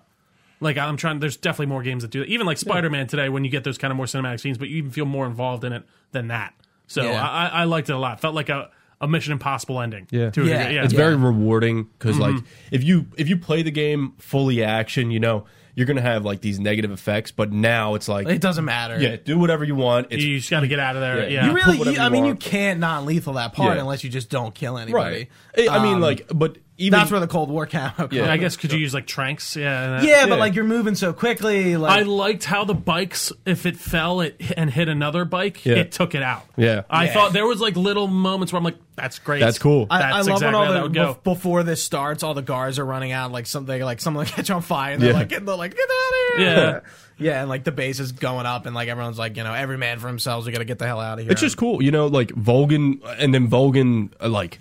like I'm trying. There's definitely more games that do that. Even like Spider Man today, when you get those kind of more cinematic scenes, but you even feel more involved in it than that. So Yeah. I, I- I liked it a lot. Felt like a, a Mission Impossible ending. Yeah. to a Yeah. Mm-hmm. degree. yeah. it's very rewarding because like if you if you play the game fully action, you know you're gonna have like these negative effects. But now it's like It doesn't matter. yeah, do whatever you want. It's you just got to get out of there. Yeah. Yeah, You really, Put whatever you- I you mean, want. you can't non-lethal that part Yeah. unless you just don't kill anybody. right. I- I mean, Um, like, but even That's where the Cold War camo comes. Yeah. I guess could you use like tranks? Yeah, and that- Yeah, Yeah. but like you're moving so quickly. I Like liked how the bikes, if it fell it, and hit another bike, Yeah. it took it out. Yeah. I Yeah. thought there was like little moments where I'm like, "That's great. That's cool. I, That's I love exactly when all how the that would go. bef- before this starts, all the guards are running out. Like something, like someone [laughs] will catch on fire, and they're Yeah. like, and they're like, get out of here. Yeah. yeah, and like the base is going up, and like everyone's like, you know, every man for themselves. We got to get the hell out of here. It's just cool, you know, like Vulcan, and then Vulcan uh, like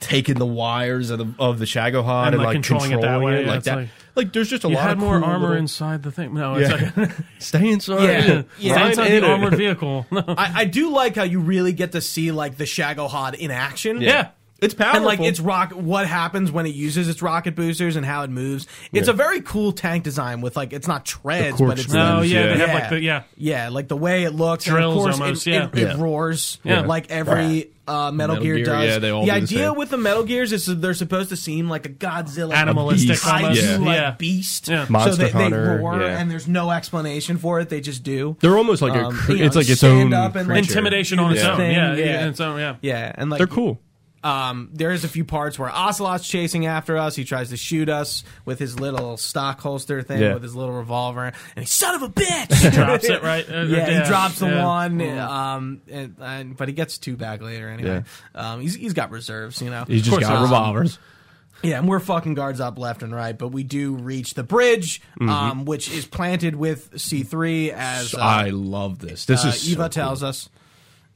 taking the wires of the of the Shagahod and, like, like controlling controlling, it that way, it yeah, like it's that. like- Like there's just a You lot had of more cool armor little- inside the thing. [laughs] No, it's Yeah. like Stay [laughs] inside. Yeah. [laughs] Yeah. it's Ryan inside the Eddard. armored vehicle. [laughs] No. I, I do like how you really get to see like the Shagohod in action. Yeah. It's powerful. And like its rocket, what happens when it uses its rocket boosters and how it moves. It's a very cool tank design with like it's not treads, but it's corkscrew. No, Lens, Oh, yeah, they yeah. have like the yeah. yeah, like the way it looks. Drills and of course, almost, it, yeah. it, it Yeah. roars Yeah. like every uh, Metal, Metal Gear, Gear, does. yeah, they all the do the idea same. with the Metal Gears is that they're supposed to seem like a Godzilla, Animalistic beast. almost, kaiju, like yeah. beast. Yeah. Monster so they, Hunter, they roar, yeah. and there's no explanation for it. They just do. They're almost like a. Um, cre- you know, it's like its stand own up and, like, creature. Intimidation on its Yeah. own. Thing, yeah, yeah. yeah, its own, yeah. yeah, and like They're cool. Um, there's a few parts where Ocelot's chasing after us. He tries to shoot us with his little stock holster thing, Yeah. with his little revolver, and he son of a bitch Drops [laughs] it, right? Uh, yeah, yeah, he drops the yeah. one, um, and, and, but he gets two back later anyway. Um, he's he's got reserves, you know. He's just got Um, revolvers. yeah, and we're fucking guards up left and right, but we do reach the bridge, Mm-hmm. um, which is planted with C three as uh, I love this. This uh, is so Eva cool. tells us.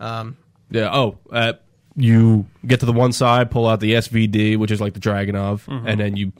Yeah. Oh, uh, you get to the one side, pull out the SVD, which is like the Dragonov, Mm-hmm. and then you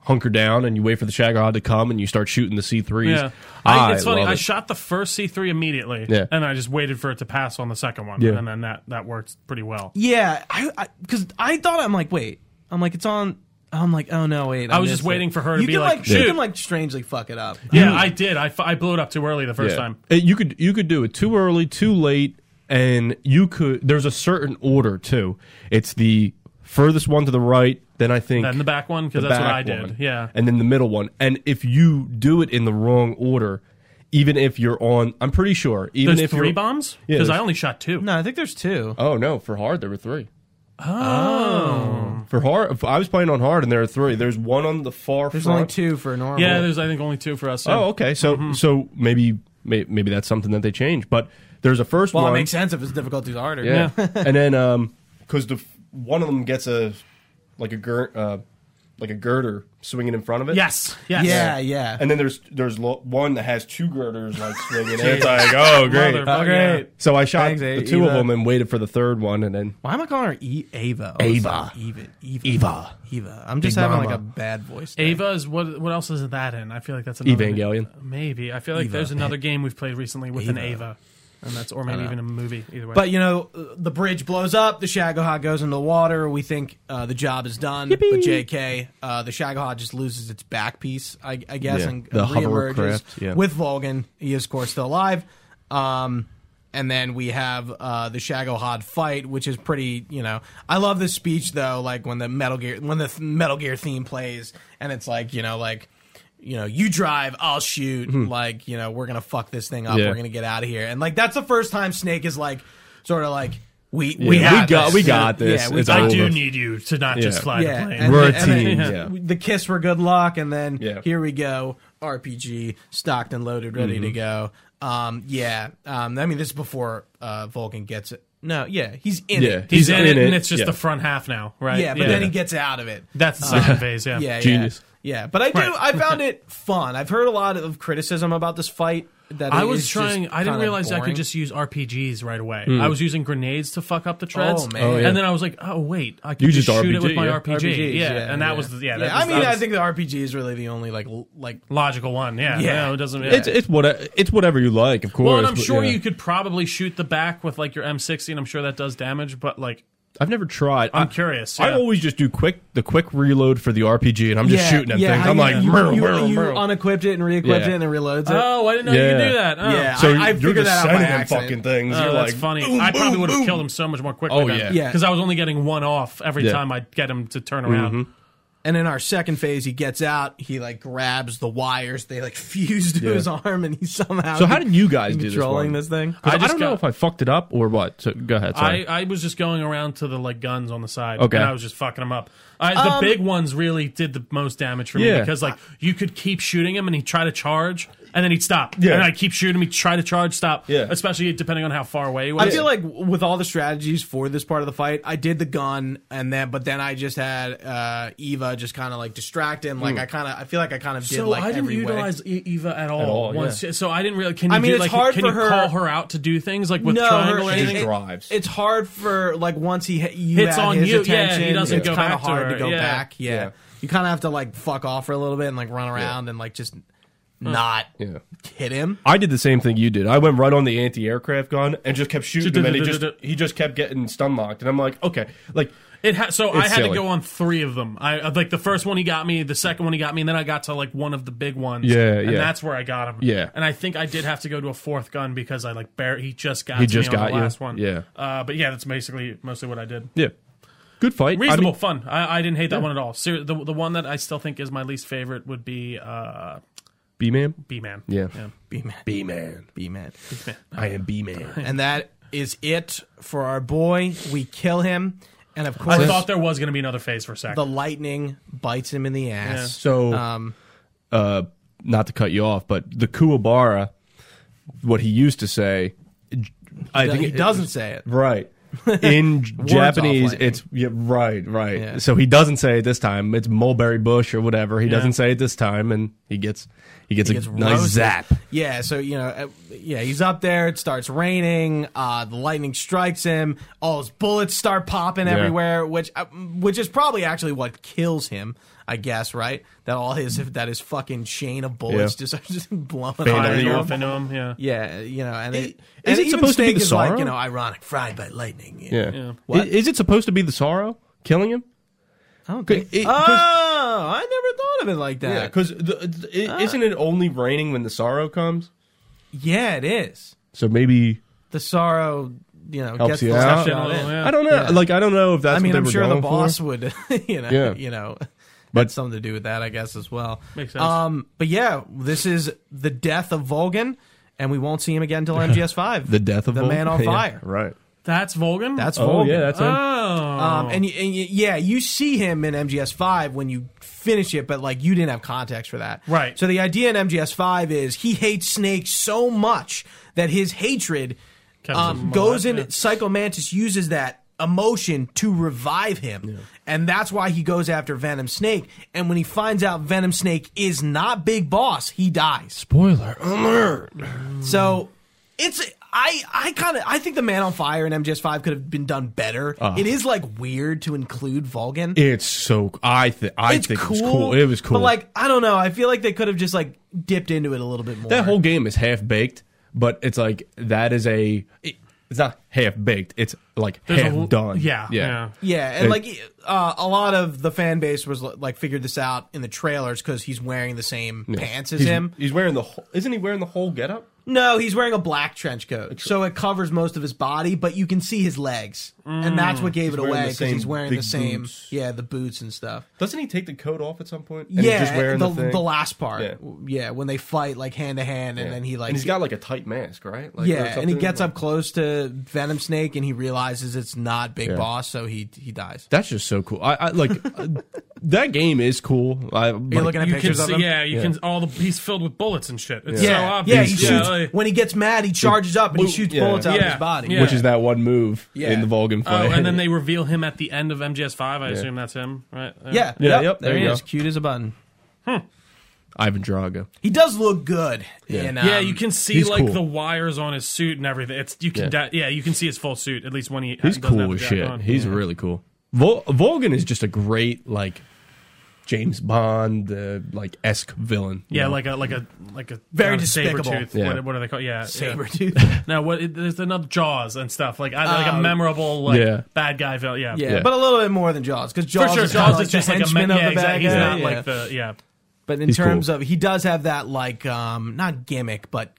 hunker down and you wait for the Shagahod to come and you start shooting the C3s. Yeah. I, I, it's funny. love I it. shot the first C3 immediately, Yeah. and I just waited for it to pass on the second one, Yeah. and then that that worked pretty well. Yeah, I because I, thought I'm like, wait, I'm like it's on. I'm like, oh no, wait. I, I was missed just waiting it. for her to you be can like, you "Shoot." can like strangely fuck it up. Yeah, I did. I, fu- I blew it up too early the first Yeah. time. Uh, You could you could do it too early, too late, and you could. There's a certain order too. It's the furthest one to the right. Then I think Then the back one, because the that's what back I did. one, Yeah. and then the middle one. And if you do it in the wrong order, even if you're on, I'm pretty sure. Even There's if three you're, bombs? Yeah, Because I there's- only shot two. No, I think there's two. Oh no, for hard there were three. Oh, for hard, I was playing on hard, and there are three. There's one on the far. There's front. only two Mm-hmm. for normal. Yeah, there's I think only two for us. Oh, okay. So so maybe may, maybe that's something that they change. But there's a first well, it one. makes sense if it's difficulty's harder. Yeah. [laughs] and then um, because the f- one of them gets a like a gir- uh, like a girder swinging in front of it. Yes. Yes. Yeah, yeah. And then there's there's lo- one that has two girders like [laughs] swinging. and it's like oh great. Motherfucker, Oh, great. yeah. so I shot Thanks, the Ava. two of them and waited for the third one, and then Why am I calling her e- Ava? Oh, it's not Eva. Eva. Eva. Eva. I'm just Big having mama. like a bad voice. day. Ava is what? What else is that in? I feel like that's another Evangelion. Maybe I feel like there's another game we've played recently with an Ava. Ava, and that's or maybe even a movie. Either way, But you know, uh, the bridge blows up. The Shagaha goes into the water. We think uh, the job is done. But Jk, uh, the Shagaha just loses its back piece, I, I guess, Yeah, and the reemerges hovercraft, yeah. with Vulgan. He is, of course, still alive. Um, and then we have uh, the Shagohod fight, which is pretty. You know, I love this speech though. Like when the Metal Gear, when the th- Metal Gear theme plays, and it's like you know, like you know, you drive, I'll shoot. Like you know, we're gonna fuck this thing up. Mm-hmm. Yeah. We're gonna get out of here. And like that's the first time Snake is like, sort of like, we Yeah, we, we have got- this. we got this. Yeah, we It's got I over. do need you to not just Yeah. fly yeah, the plane. and We're then- a and then team, w- The kiss for good luck, and then Yeah. here we go. RPG stocked and loaded, ready Mm-hmm. to go. Um, yeah. Um, I mean, this is before uh, Vulcan gets it. No, yeah, he's in Yeah, it. He's, He's in, in it, it, and it's just yeah. the front half now, right? yeah, but then he gets out of it. that's the second phase. Yeah, yeah, Genius. Yeah, yeah. but I do. Right. I found it fun. I've heard a lot of criticism about this fight. That I it was is trying. just I didn't kinda realize I boring. could just use RPGs right away. Hmm. I was using grenades to fuck up the treads. Oh, man. Oh, yeah. And then I was like, oh wait, I can You just, just shoot it with RPG, my yeah. RPG. RPGs, yeah. and that was the, yeah. That was, I mean, that I was think the RPG is really the only like l- like logical one. Yeah, Yeah. No, it doesn't. Yeah. It's it's what it's whatever you like, of course. well, and I'm but, sure yeah. you could probably shoot the back with like your M60, and I'm sure that does damage. But like, I've never tried. I'm I- curious. I yeah. always just do quick the quick reload for the RPG, and I'm just shooting at things. how I'm you- like, you, "Murr, you, murr, you murr." unequipped it and re-equipped Yeah. it and then reloads it. Oh, I didn't know you Yeah. could do that. Oh. Yeah. so I- I you're figured just that out by sending them accident. fucking things. Oh, you're that's like, funny. "Boom, I probably boom, would have boom." killed him so much more quickly. Oh, yeah. Yeah. because I was only getting one off every Yeah. Mm-hmm. time I'd get him to turn around. And in our second phase, he gets out. He like grabs the wires. They like [laughs] fuse to Yeah. his arm, and he somehow. So [laughs] how did you guys do this controlling one? this thing? 'Cause I I, just don't know got- if I fucked it up or what. So go ahead. I, Sorry. I was just going around to the like guns on the side, Okay. and I was just fucking them up. I, the big ones really did the most damage for me Yeah. because like you could keep shooting him, and he try to charge, and then he'd stop. Yeah. And I keep shooting him. He'd try to charge, stop. Yeah. Especially depending on how far away he was. I feel like with all the strategies for this part of the fight, I did the gun and then, but then I just had uh, Eva just kind of like distract him. Hmm. Like I kind of, I feel like I kind of did so like I didn't every way. utilize E- Eva at all. all, once. So I didn't really. Can you I mean, do, it's like, hard can for you her- call her out to do things like with No, her- triangle or she just anything? dropped drives. It's hard for like once he hit you Hits had on his you, yeah, he attention, doesn't it's go kinda back to hard her, to go yeah. back. Yeah. Yeah. you kind of have to like fuck off for a little bit and like run around and like just not Yeah. hit him. I did the same thing you did. I went right on the anti-aircraft gun and just kept shooting him, and he just he just kept getting stun locked. And I'm like, okay, like It ha- so I It's had to silly. go on three of them. I uh, like the first one he got me, the second one he got me, and then I got to like one of the big ones. Yeah, and yeah. that's where I got him. Yeah. and I think I did have to go to a fourth gun because I like bare he just got He to just me on got the you? last one. Yeah. uh, but yeah, that's basically mostly what I did. yeah, good fight. I mean- Reasonable, fun. I, I didn't hate that one at all. Ser- the the one that I still think is my least favorite would be uh, B man. B Man. Yeah. B man, B man. B man, I am B man. and that is it for our boy. We kill him, and of course I thought there was going to be another phase for a second. the lightning bites him in the ass. So, Um, uh, not to cut you off, but the Kuwabara, what he used to say, I think he it- doesn't say it. [laughs] Right. In Japanese, offline. it's yeah, right, right. Yeah. So he doesn't say it this time. It's mulberry bush or whatever. He doesn't say it this time, and he gets he gets a gets nice roasted. zap. Yeah, so you know, uh, yeah, he's up there. It starts raining. Uh, the lightning strikes him. All his bullets start popping Yeah. everywhere, which uh, which is probably actually what kills him. I guess right that all his that his fucking chain of bullets Yeah. just [laughs] are just blowing Failing on you. him. off into him. Yeah. Yeah, you know, and it, and Is it even supposed to be Steak the is like sorrow? you know ironic, fried by lightning. you know. Yeah. I- What? Is, it supposed to be the sorrow killing him? I don't Could- think. it- oh, I never thought of it like Yeah, that. because isn't it only raining when the sorrow comes? yeah, it is. So maybe The sorrow, you know, Helps gets you the out. last Yeah, shot in. yeah. I don't know. Like I don't know if that's. I mean, what they I'm were sure the going for. boss would, [laughs] you know, Yeah. you know, But- something to do with that, I guess, as well. Makes sense. Um, but yeah, this is the death of Volgan, and we won't see him again [laughs] until MGS5. the death of the Vol- man on [laughs] Yeah, fire. right. That's Volgan. That's Oh Volgan. yeah, that's him. oh. um, and, you- and you- yeah, you see him in MGS5 when you finish it, but like you didn't have context for that. Right. So the idea in MGS5 is he hates snakes so much that his hatred Kind of um, a goes lot, in. yeah. Psychomantis uses that emotion to revive him. And that's why he goes after Venom Snake. And when he finds out Venom Snake is not Big Boss, he dies. Spoiler alert. Mm. So it's I I kind of I think the Man on Fire and MGS5 could have been done better. Uh. it is like weird to include Vulcan. It's so. I think. I it's think cool. it's cool. It was cool. But like I don't know. I feel like they could have just like dipped into it a little bit more. That whole game is half baked, but it's like that is a. it- It's not half baked. It's like There's a half whole- done. Yeah, yeah, yeah, and Like- like uh, a lot of the fan base was like figured this out in the trailers because he's wearing the same pants as He's, him. he's wearing the. whole- Isn't he wearing the whole getup? No, he's wearing a black trench coat, so it covers most of his body, but you can see his legs, and that's what gave it Mm. wearing away the because same he's wearing big the same boots. yeah the boots and stuff. Doesn't he take the coat off at some point? And he's yeah, just wearing the, the, thing? last part. Yeah. Yeah. when they fight like hand to hand, and Yeah. then he like and he's got like a tight mask, right? Like, or yeah, and he something, gets like- up close to Venom Snake, and he realizes it's not Big Yeah. Boss, so he he dies. That's just so cool. I, I [laughs] like that game is cool. I, Are You're looking at you can pictures of see, him. yeah, you Yeah. can. All the he's filled with bullets and shit. It's so yeah, yeah, obvious. he shoots like- when he gets mad. He charges up and he shoots Yeah. bullets out of Yeah. his body. Yeah. which is that one move Yeah. in the Vulcan Oh, fight. and then they reveal him at the end of MGS Five. I assume that's him, right? There. yeah, Yeah, yep, There, there he you is, go. cute as a button. Ivan Drago. He does look good. Yeah. in, yeah. um, You can see he's like cool. the wires on his suit and everything. It's you can, Yeah. yeah, yeah you can see his full suit at least when he He's doesn't have cool the as jacket shit. on. He's really cool. Vol- Vulcan is just a great like James Bond, uh, like esque villain. you yeah, know? like a like a like a Very not a despicable. Sabretooth. Yeah. What, what are they called? Yeah, saber Yeah. [laughs] tooth. Now what? it- There's another Jaws and stuff like I, like Oh. a memorable like Yeah. bad guy villain. Yeah, Yeah, Yeah. but a little bit more than Jaws because For Jaws sure, is, kinda Jaws like is just the like a henchman man. of Yeah, the bad exactly. He's guy. not Yeah. like the yeah. But in He's terms cool. of he does have that like um not gimmick but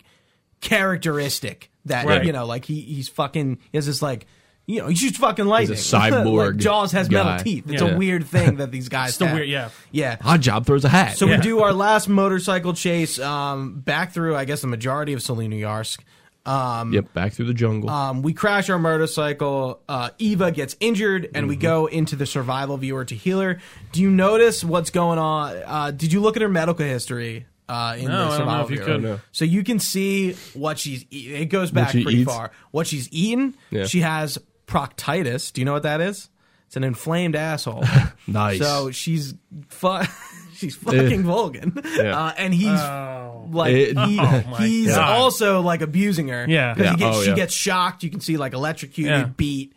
characteristic that Right. you know like he he's fucking he has this like you know he shoots fucking lightning. [laughs] like cyborg Jaws has guy. metal teeth. It's Yeah. a weird thing that these guys. the have. weird- yeah. yeah. Odd job throws a hat. So yeah. we do our last motorcycle chase um back through I guess the majority of Salina Yarsk. Um, yep, back through the jungle. Uh, um, we crash our motorcycle. Uh, Eva gets injured, and Mm-hmm. we go into the survival viewer to heal her. Do you notice what's going on? Uh, did you look at her medical history uh, in No, I this don't know if you Somalia. could. No. So you can see what she's eating. It goes back she pretty eats? far. What she's eaten. Yeah. She has proctitis. Do you know what that is? It's an inflamed [laughs] asshole. Nice. Eh. So she's fu- [laughs] she's fucking Vulcan, Yeah. uh, and he's like It- he, Oh my he's God. also like abusing her. Yeah. 'Cause he Yeah. gets- Oh, she yeah. gets shocked. You can see like electrocuted, Yeah. beat.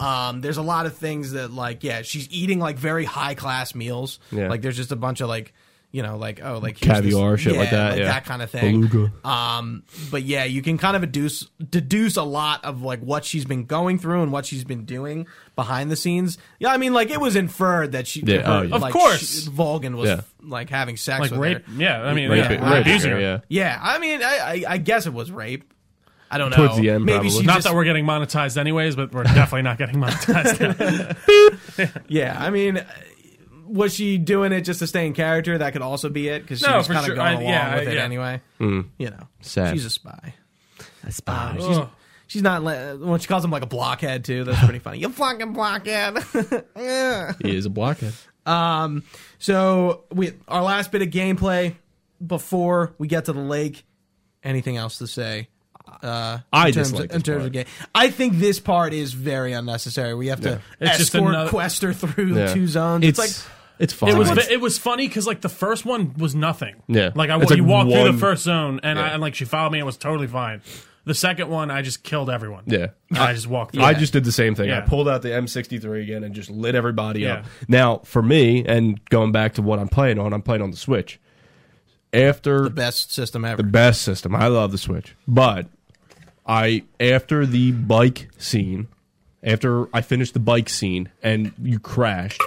Um, there's a lot of things that like yeah, she's eating like very high class meals. Yeah. Like there's just a bunch of like you know like oh like here's Caviar, this- shit like that, yeah. that kind of thing. Beluga. Um, but yeah, you can kind of deduce deduce a lot of like what she's been going through and what she's been doing behind the scenes. Yeah, I mean, like it was inferred that she, Yeah, oh, yeah. Of like, course. she- Vulcan was Yeah. like having sex, like with rape. her. Yeah, I mean, Rape- yeah, rape abusing her, her. yeah. Yeah, I mean, I, I, I guess it was rape. I don't know. Towards the end, maybe probably. she You Not just- that we're getting monetized anyways, but we're definitely not getting [laughs] monetized. Yeah, I mean, uh, was she doing it just to stay in character? That could also be it because she No, was for kind of sure. going I- along yeah, with it yeah. anyway. You know, Mm. Sad. She's a spy. That's fine. She's, Ugh. she's not le- when she calls him like a blockhead too. That's pretty funny. You fucking blockhead. [laughs] Um, He is a blockhead. So we our last bit of gameplay before we get to the lake. Anything else to say? Uh, I in terms dislike of, in this terms of part. game. I think this part is very unnecessary. We have to It's just escort another- Quester through Yeah. two zones. It's, like it's fine. it was it was funny because like the first one was nothing. Yeah. like I It's like you walked through the one- first zone and I Yeah. and like she followed me and was totally fine. The second one, I just killed everyone. yeah. And I, just walked. through. I just did the same thing. Yeah. I pulled out the M63 again and just lit everybody up. Yeah. Now, for me, and going back to what I'm playing on, I'm playing on the Switch. After the best system ever. the best system, I love the Switch, but I after the bike scene, after I finished the bike scene and you crashed,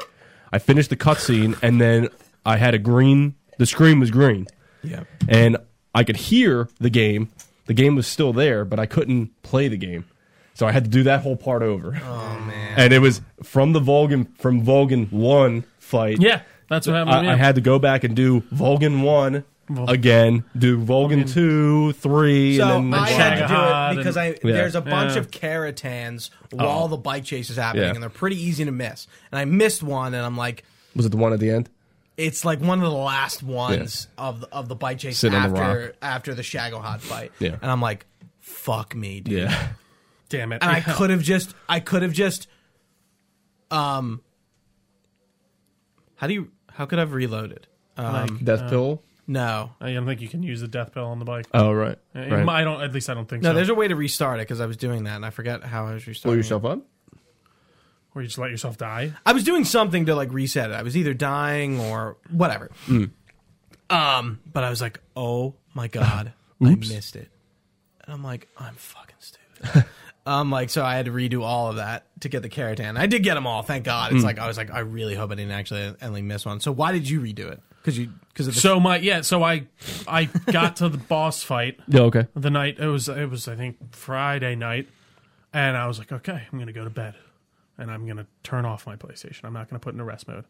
I finished the cutscene and then I had a green. The screen was green. yeah. and I could hear the game. The game was still there, but I couldn't play the game, so I had to do that whole part over. Oh man! And it was from the Vulcan from Vulcan one fight. yeah, that's what happened. I, yeah. I had to go back and do Vulcan one Vul- again, do Vulcan, two, three, So and then I had to Shagahad do it and- because I Yeah. Oh. there's a bunch Yeah. of caratans while the bike chase is happening, Yeah. and they're pretty easy to miss. And I missed one, and I'm like, was it the one at the end? it's like one of the last ones of the, of the bike chase Sitting on the after after the Shago Hot fight. Yeah. And I'm like, fuck me, dude. Yeah, Damn it! And I Yeah. could have just I could have just um How do you how could I have reloaded? [laughs] Death Uh, Pill. No. [laughs] I don't think you can use the death pill on the bike. Oh right, right. I don't. At least I don't think No, so. there's a way to restart it because I was doing that and I forget how I was restarting. Blow it. yourself up. Where you just let yourself die. I was doing something to like reset it. I was either dying or whatever. Um, but I was like, oh my god, I missed it, and I'm like, I'm fucking stupid. I'm like, so I had to redo all of that to get the Caritan. I did get them all, thank God. It's like I was like, I really hope I didn't actually only miss one. So why did you redo it? Because you because of the So my yeah. So I I got to the [laughs] boss fight. Yeah, okay. the night it was it was I think Friday night, and I was like, okay, I'm gonna go to bed, and I'm gonna turn off my PlayStation. I'm not gonna put it in rest mode.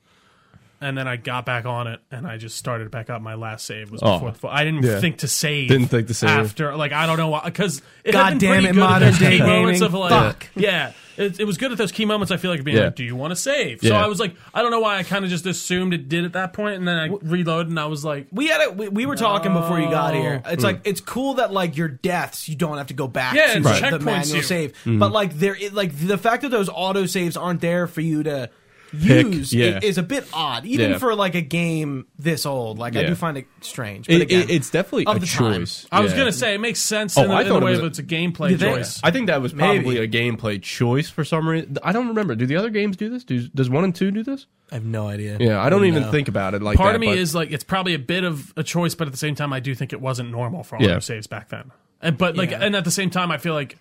And then I got back on it, and I just started back up. My last save was Oh. before. The, I didn't Yeah. think to save. Didn't think to save. after. Like I don't know why. Because God damn it, modern day moments gaming. of like, Fuck. yeah, it, it was good at those key moments. I feel like being Yeah. like, do you want to save? So Yeah. I was like, I don't know why. I kind of just assumed it did at that point, and then I reloaded, and I was like, we had it. We, we were talking before you got here. It's like it's cool that like your deaths, you don't have to go back Yeah, to it's the checkpoints manual you. save. Mm-hmm. But like there, it, like the fact that those auto saves aren't there for you to Pick, use i- yeah. is a bit odd, even Yeah. for like a game this old. Like I Yeah. do find it strange. But It, again, it- it's definitely of a the time. choice. I was Yeah. gonna say it makes sense Oh, in, the, I in the thought it way was that a- it's a gameplay You think? choice. I think that was Maybe. probably a gameplay choice for some reason. I don't remember. Do the other games do this? Do, does one and two do this? I have no idea. Yeah, I don't even know. think about it. Like part that, of me but- is like it's probably a bit of a choice, but at the same time, I do think it wasn't normal for all Yeah. yeah. saves back then. And but like, Yeah. and at the same time, I feel like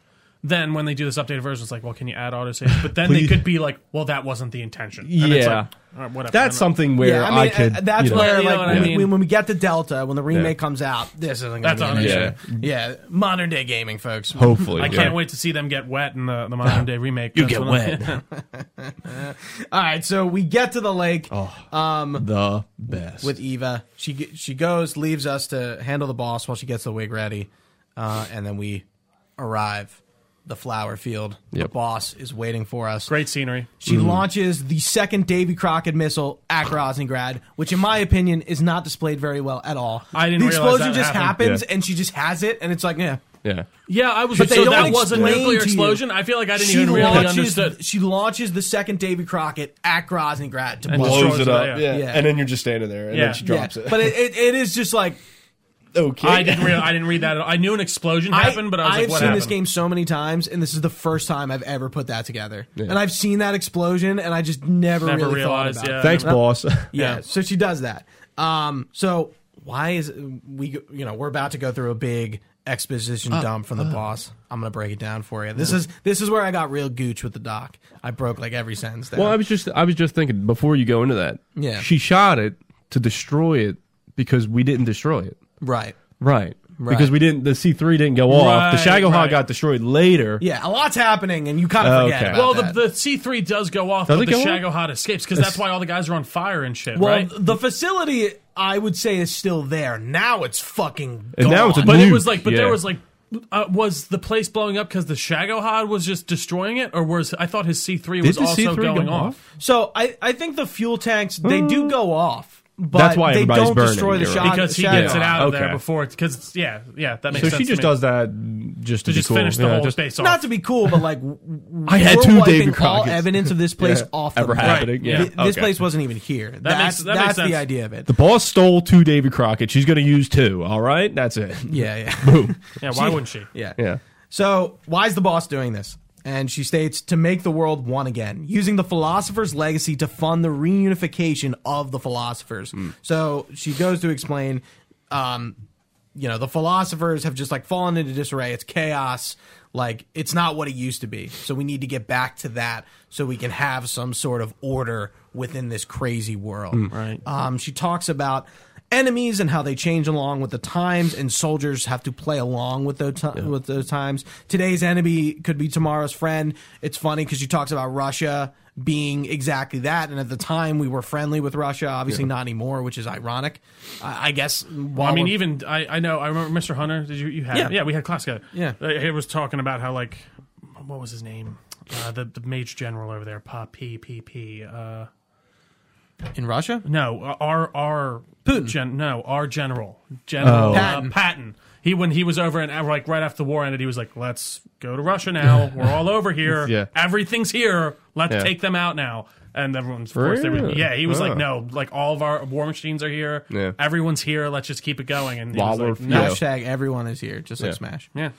then when they do this updated version, it's like, well, can you add [laughs] autosaves? But then they Please. could be like, well, that wasn't the intention. And it's like, Yeah. all right, whatever. that's I'm not- something where yeah, I I, mean, could. uh, that's you know, where You know like what I when, mean? we, when we get to Delta, when the remake comes out, this isn't going That's to be on an it. issue. Yeah. yeah, modern day gaming, folks. hopefully. I yeah. can't wait to see them get wet in the, the modern day remake. You That's get what I'm- wet. All right, so we get to the Oh, lake. Oh. the best. Um, with Eva. She g- she goes, leaves us to handle the boss while she gets the wig ready, uh, and then we arrive the flower field. The Yep. Mm-hmm. boss is waiting for us. [laughs] Great scenery. She launches the second Davy Crockett missile at Grosengrad, which, in my opinion, is not displayed very well at all. I didn't The realize explosion that just happened. happens, Yeah. and she just has it, and it's like, yeah. Yeah. Yeah, I was. But they so don't that was a explain nuclear to you. explosion. I feel like I didn't She even really launches. understand. She launches the second Davy Crockett at Grosengrad to And blow. destroys Blows it it up, up. yeah. Yeah. Yeah. And then you're just standing there and Yeah. then she drops it. But it, it, it is just like [laughs] okay. I didn't. Real, I didn't read that. At all. I knew an explosion happened, but I was have like, "What seen happened?" this game so many times, and this is the first time I've ever put that together. Yeah. And I've seen that explosion, and I just never, Never really realized, Thought about yeah. it. Thanks, boss. yeah. Yeah. So she does that. Um, so why is we you know we're about to go through a big exposition dump from the boss? I'm gonna break it down for you. This is this is where I got real gooch with the doc. I broke like every sentence. Down. Well, I was just I was just thinking before you go into that. Yeah. She shot it to destroy it because we didn't destroy it. right. Right. Right. Because we didn't the C three didn't go off. The Right, Shagoha right. got destroyed later. Yeah, a lot's happening, and you kind of forget. Okay. About Well, that. the, the C three does go off, Does but it the go off? Shago Hot escapes because that's why all the guys are on fire and shit, Well, right? the facility I would say is still there. Now it's fucking. And now gone. it's a But it Nuke, was like, but there yeah. was like, uh, was the place blowing up because the Shago Hod was just destroying it, or was I thought his C three was the also C3 going go off? So I, I think the fuel tanks they do go off, but That's why they everybody's don't burning, destroy the you're shot right. Because he Uh, shadow. gets it out of there Okay. before it's because yeah, yeah, that makes So sense. she to just me. does that just to, to be just cool. finish the Yeah, whole just- space off. Not to be cool, but like [laughs] I had we're two wiping David all Crockett's. evidence of this place Yeah, off ever the map. happening. Right, Yeah. Th- This Okay. place wasn't even here. that's makes- that that's makes the sense. idea of it. The boss stole two Davy Crockett. She's going to use two. All right, [laughs] that's it. yeah, [laughs] yeah, yeah, why wouldn't she? yeah, Yeah. So why is the boss doing this? And she states to make the world one again, using the philosopher's legacy to fund the reunification of the philosophers. So she goes to explain, um, you know, the philosophers have just like fallen into disarray. It's chaos. Like it's not what it used to be. So we need to get back to that so we can have some sort of order within this crazy world. Right. Um, she talks about enemies and how they change along with the times, and soldiers have to play along with those ti- with those times. Today's enemy could be tomorrow's friend. It's funny because she talks about Russia being exactly that, and at the time we were friendly with Russia. Obviously, not anymore, which is ironic. I, I guess. While I mean, we're- even I, I know I remember Mr. Hunter. Did you you had Yeah. yeah, we had class together. Yeah. Uh, he was talking about how like what was his name? Uh, the the mage general over there, Pa P P P. Uh, in Russia, no, uh, our our Putin. Oh. Gen, no, our general general Patton. Uh, Patton. He when he was over and uh, like right after the war ended, he was like, "Let's go to Russia now. We're [laughs] all over here. Yeah. Everything's here. Let's Yeah. take them out now." And everyone's of course they were, Really? yeah. He was Oh. like, "No, like all of our war machines are here. Yeah. Everyone's here. Let's just keep it going." And he While was like, we're- "No." Yeah. hashtag everyone is here, just like Yeah. Smash. Yeah.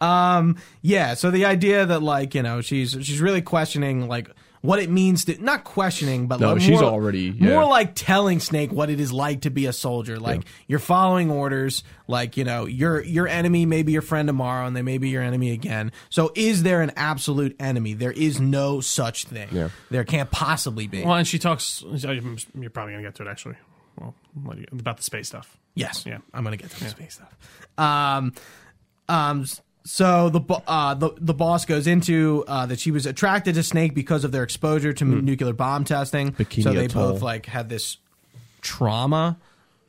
Yeah, so the idea that like you know she's she's really questioning like what it means to not questioning, but No, like, she's more, already- yeah. more like telling Snake what it is like to be a soldier. Like you're following orders. Like you know your your enemy may be your friend tomorrow, and they may be your enemy again. So is there an absolute enemy? There is no such thing. Yeah. There can't possibly be. Well, and she talks. You're probably gonna get to it actually. Well, what do you- about the space stuff. Yes. Yeah. I'm gonna get to the space stuff. Um, um. s- So the bo- uh, the the boss goes into uh, that she was attracted to Snake because of their exposure to m nuclear bomb testing. Bikini so they Atoll. both like had this trauma.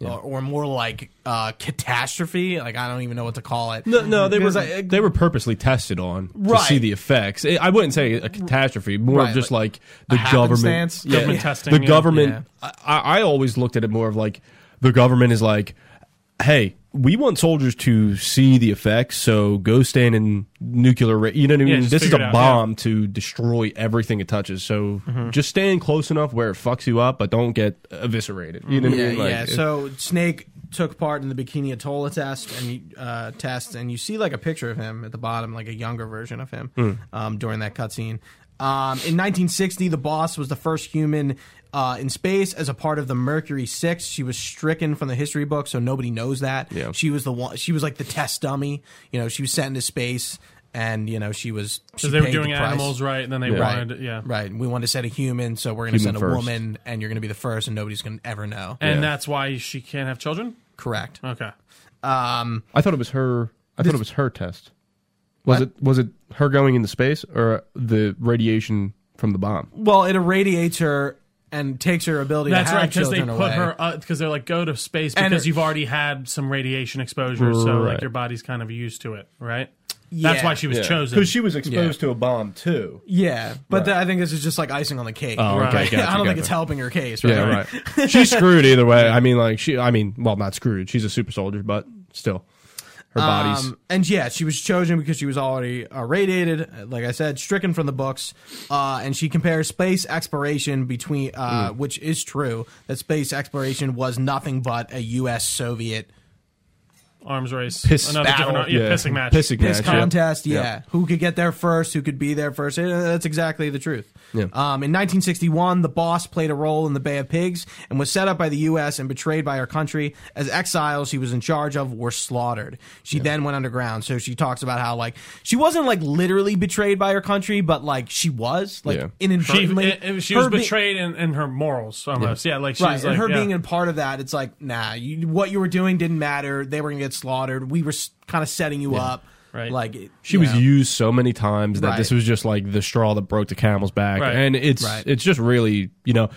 Or, or more like uh, catastrophe, like I don't even know what to call it. No, no, they were Because I- they were purposely tested on Right. to see the effects. I I wouldn't say a catastrophe, more Right, of just like like the government, happenstance? yeah, Government testing, The yeah. government. I, I always looked at it more of like the government is like, hey, we want soldiers to see the effects, so go stand in nuclear. Ra- you know what I mean? Yeah, Mm-hmm. just this is figure a it out, bomb to destroy everything it touches. So just stand close enough where it fucks you up, but don't get eviscerated. You know what yeah, I mean? Like, yeah. it- So Snake took part in the Bikini Atoll test and you- uh, test, and you see like a picture of him at the bottom, like a younger version of him Hmm. um, during that cutscene. Um, in 1960, the boss was the first human uh, in space as a part of the Mercury Six. She was stricken from the history book, so nobody knows that. Yeah. She was the one. She was like the test dummy. You know, she was sent into space, and you know she was. she Because they were paid the doing price. animals right, and then they Right. wanted, yeah, Right, we want to send a human, so we're going to Human send a first. woman, and you're going to be the first, and nobody's going to ever know. and Yeah. that's why she can't have children. Correct. Um, Okay, I thought it was her. I thought it was her test. Was What? it was it her going into space or the radiation from the bomb? Well, it irradiates her and takes her ability that's to have right. Because they children put away. her because they're like go to space And because it- you've already had some radiation exposure, so Right. like your body's kind of used to it, right? That's Yeah. why she was chosen. because she was exposed to a bomb too. Yeah, but th- I think this is just like icing on the cake. Oh, okay, Right? [laughs] gotcha, I don't think gotcha. it's helping her case. Right? Yeah, [laughs] right. she's screwed either way. I mean, like she. I mean, well, not screwed. She's a super soldier, but still, her body's. Um, and yeah, she was chosen because she was already uh, radiated, uh, like I said, stricken from the books. Uh, and she compares space exploration between, uh, Mm. which is true, that space exploration was nothing but a U.S. Soviet Arms race. Piss Another different battle. ar- yeah, pissing match. Pissing piss match. yeah. contest. Yeah. who could get there first? Who could be there first? Uh, That's exactly the truth. Yeah. Um, in 1961, the boss played a role in the Bay of Pigs and was set up by the U.S. and betrayed by her country as exiles she was in charge of were slaughtered. She then went underground. So she talks about how like she wasn't like literally betrayed by her country, but like she was like Yeah. She, inadvertently. it- it- she Her was be- betrayed in, in her morals almost. Yeah, like she Right, was and like her yeah. being a part of that, it's like, nah, you, what you were doing didn't matter. They were gonna get slaughtered. We were kind of setting you up, Right. Like it- she you was know. used so many times that this Right. was just like the straw that broke the camel's back, Right. and it's Right. it's just really you know,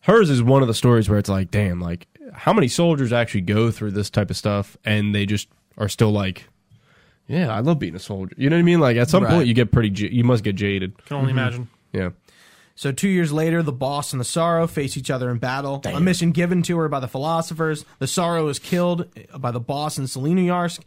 hers is one of the stories where it's like, damn, like how many soldiers actually go through this type of stuff and they just are still like, yeah, I love being a soldier. You know what I mean? Like at some Right. point you get pretty, j- you must get jaded. Can only Mm-hmm. imagine. Yeah, So two years later, the boss and the sorrow face each other in battle. A mission given to her by the philosophers. The sorrow is killed by the boss in Selenoyarsk.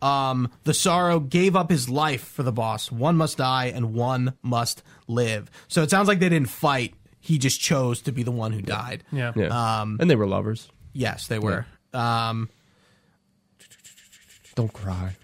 Um, the sorrow gave up his life for the boss. One must die and one must live. So it sounds like they didn't fight. He just chose to be the one who died. Yeah. yeah, um, and they were lovers. Yes, they were. Um, Don't cry.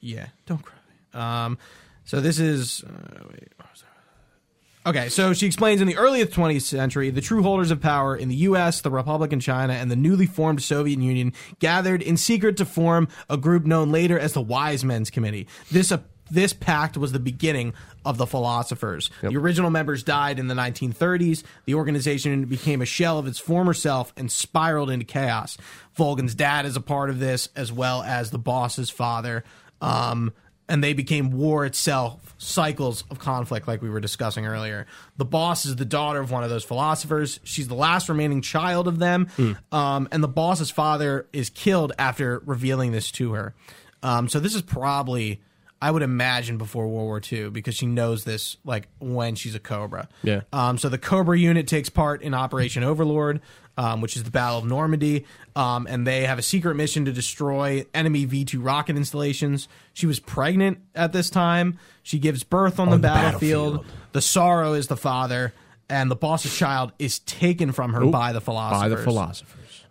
Yeah, don't cry. Um, so this is. Uh, wait, where was I? okay, so she explains in the early 20th century, the true holders of power in the U.S., the Republic in China, and the newly formed Soviet Union gathered in secret to form a group known later as the Wise Men's Committee. This uh, this pact was the beginning of the philosophers. The original members died in the 1930s. The organization became a shell of its former self and spiraled into chaos. Volgan's dad is a part of this, as well as the boss's father um, and they became war itself, cycles of conflict, like we were discussing earlier. The boss is the daughter of one of those philosophers. She's the last remaining child of them, um, and the boss's father is killed after revealing this to her. Um, so this is probably, I would imagine, before World War II because she knows this like when she's a Cobra. Yeah. Um, so the Cobra unit takes part in Operation Overlord, um, which is the Battle of Normandy, um, and they have a secret mission to destroy enemy V two rocket installations. She was pregnant at this time. She gives birth on, the, battlefield. The sorrow is the father, and the boss's child is taken from her by the By philosophers. the philosophers.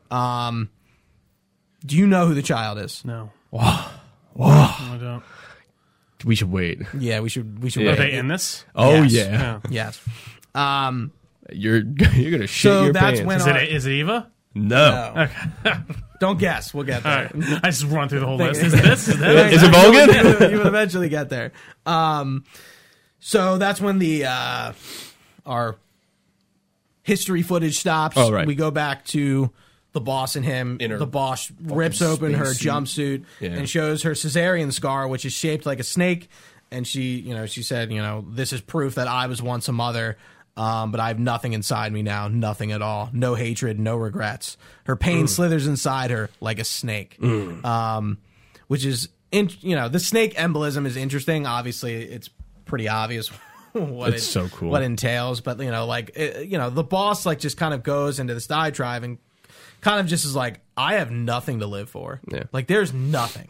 Do you know who the child is? No. I don't. We should wait. Yeah, we should. We should. Yeah. Are wait. they in this? Oh Yes. yeah, Yeah. Yes. you're [laughs] you're gonna shit So your that's pants. when Is it, is it Eva? no. Don't guess. We'll get All there. right. [laughs] I just run through the whole list. Is it this? Is that? Is it Vulcan? you, you would eventually get there. Um, so that's when the uh, our history footage stops. Oh, right. We go back to the boss and him. In her the boss rips open her spacesuit. jumpsuit Yeah. and shows her cesarean scar, which is shaped like a snake. And she, you know, she said, you know, this is proof that I was once a mother. Um, but I have nothing inside me now, nothing at all. No hatred, no regrets. Her Hmm. pain slithers inside her like a snake which is in, you know the snake embolism is interesting. Obviously, it's pretty obvious [laughs] what It's it, so cool. what entails. But you know, like it, you know, the boss like just kind of goes into this diatribe and kind of just is like, I have nothing to live for. Yeah. Like there's nothing.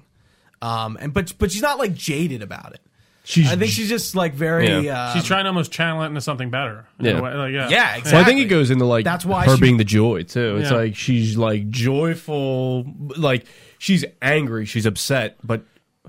Um, and but but she's not like jaded about it. She's I think she's just like very. Yeah. Uh, She's trying to almost channel it into something better. in a Yeah. way, like, yeah. yeah, exactly. Well, I think it goes into like That's why her she- being the joy too. It's Yeah. like she's like joyful, like she's angry, she's upset, but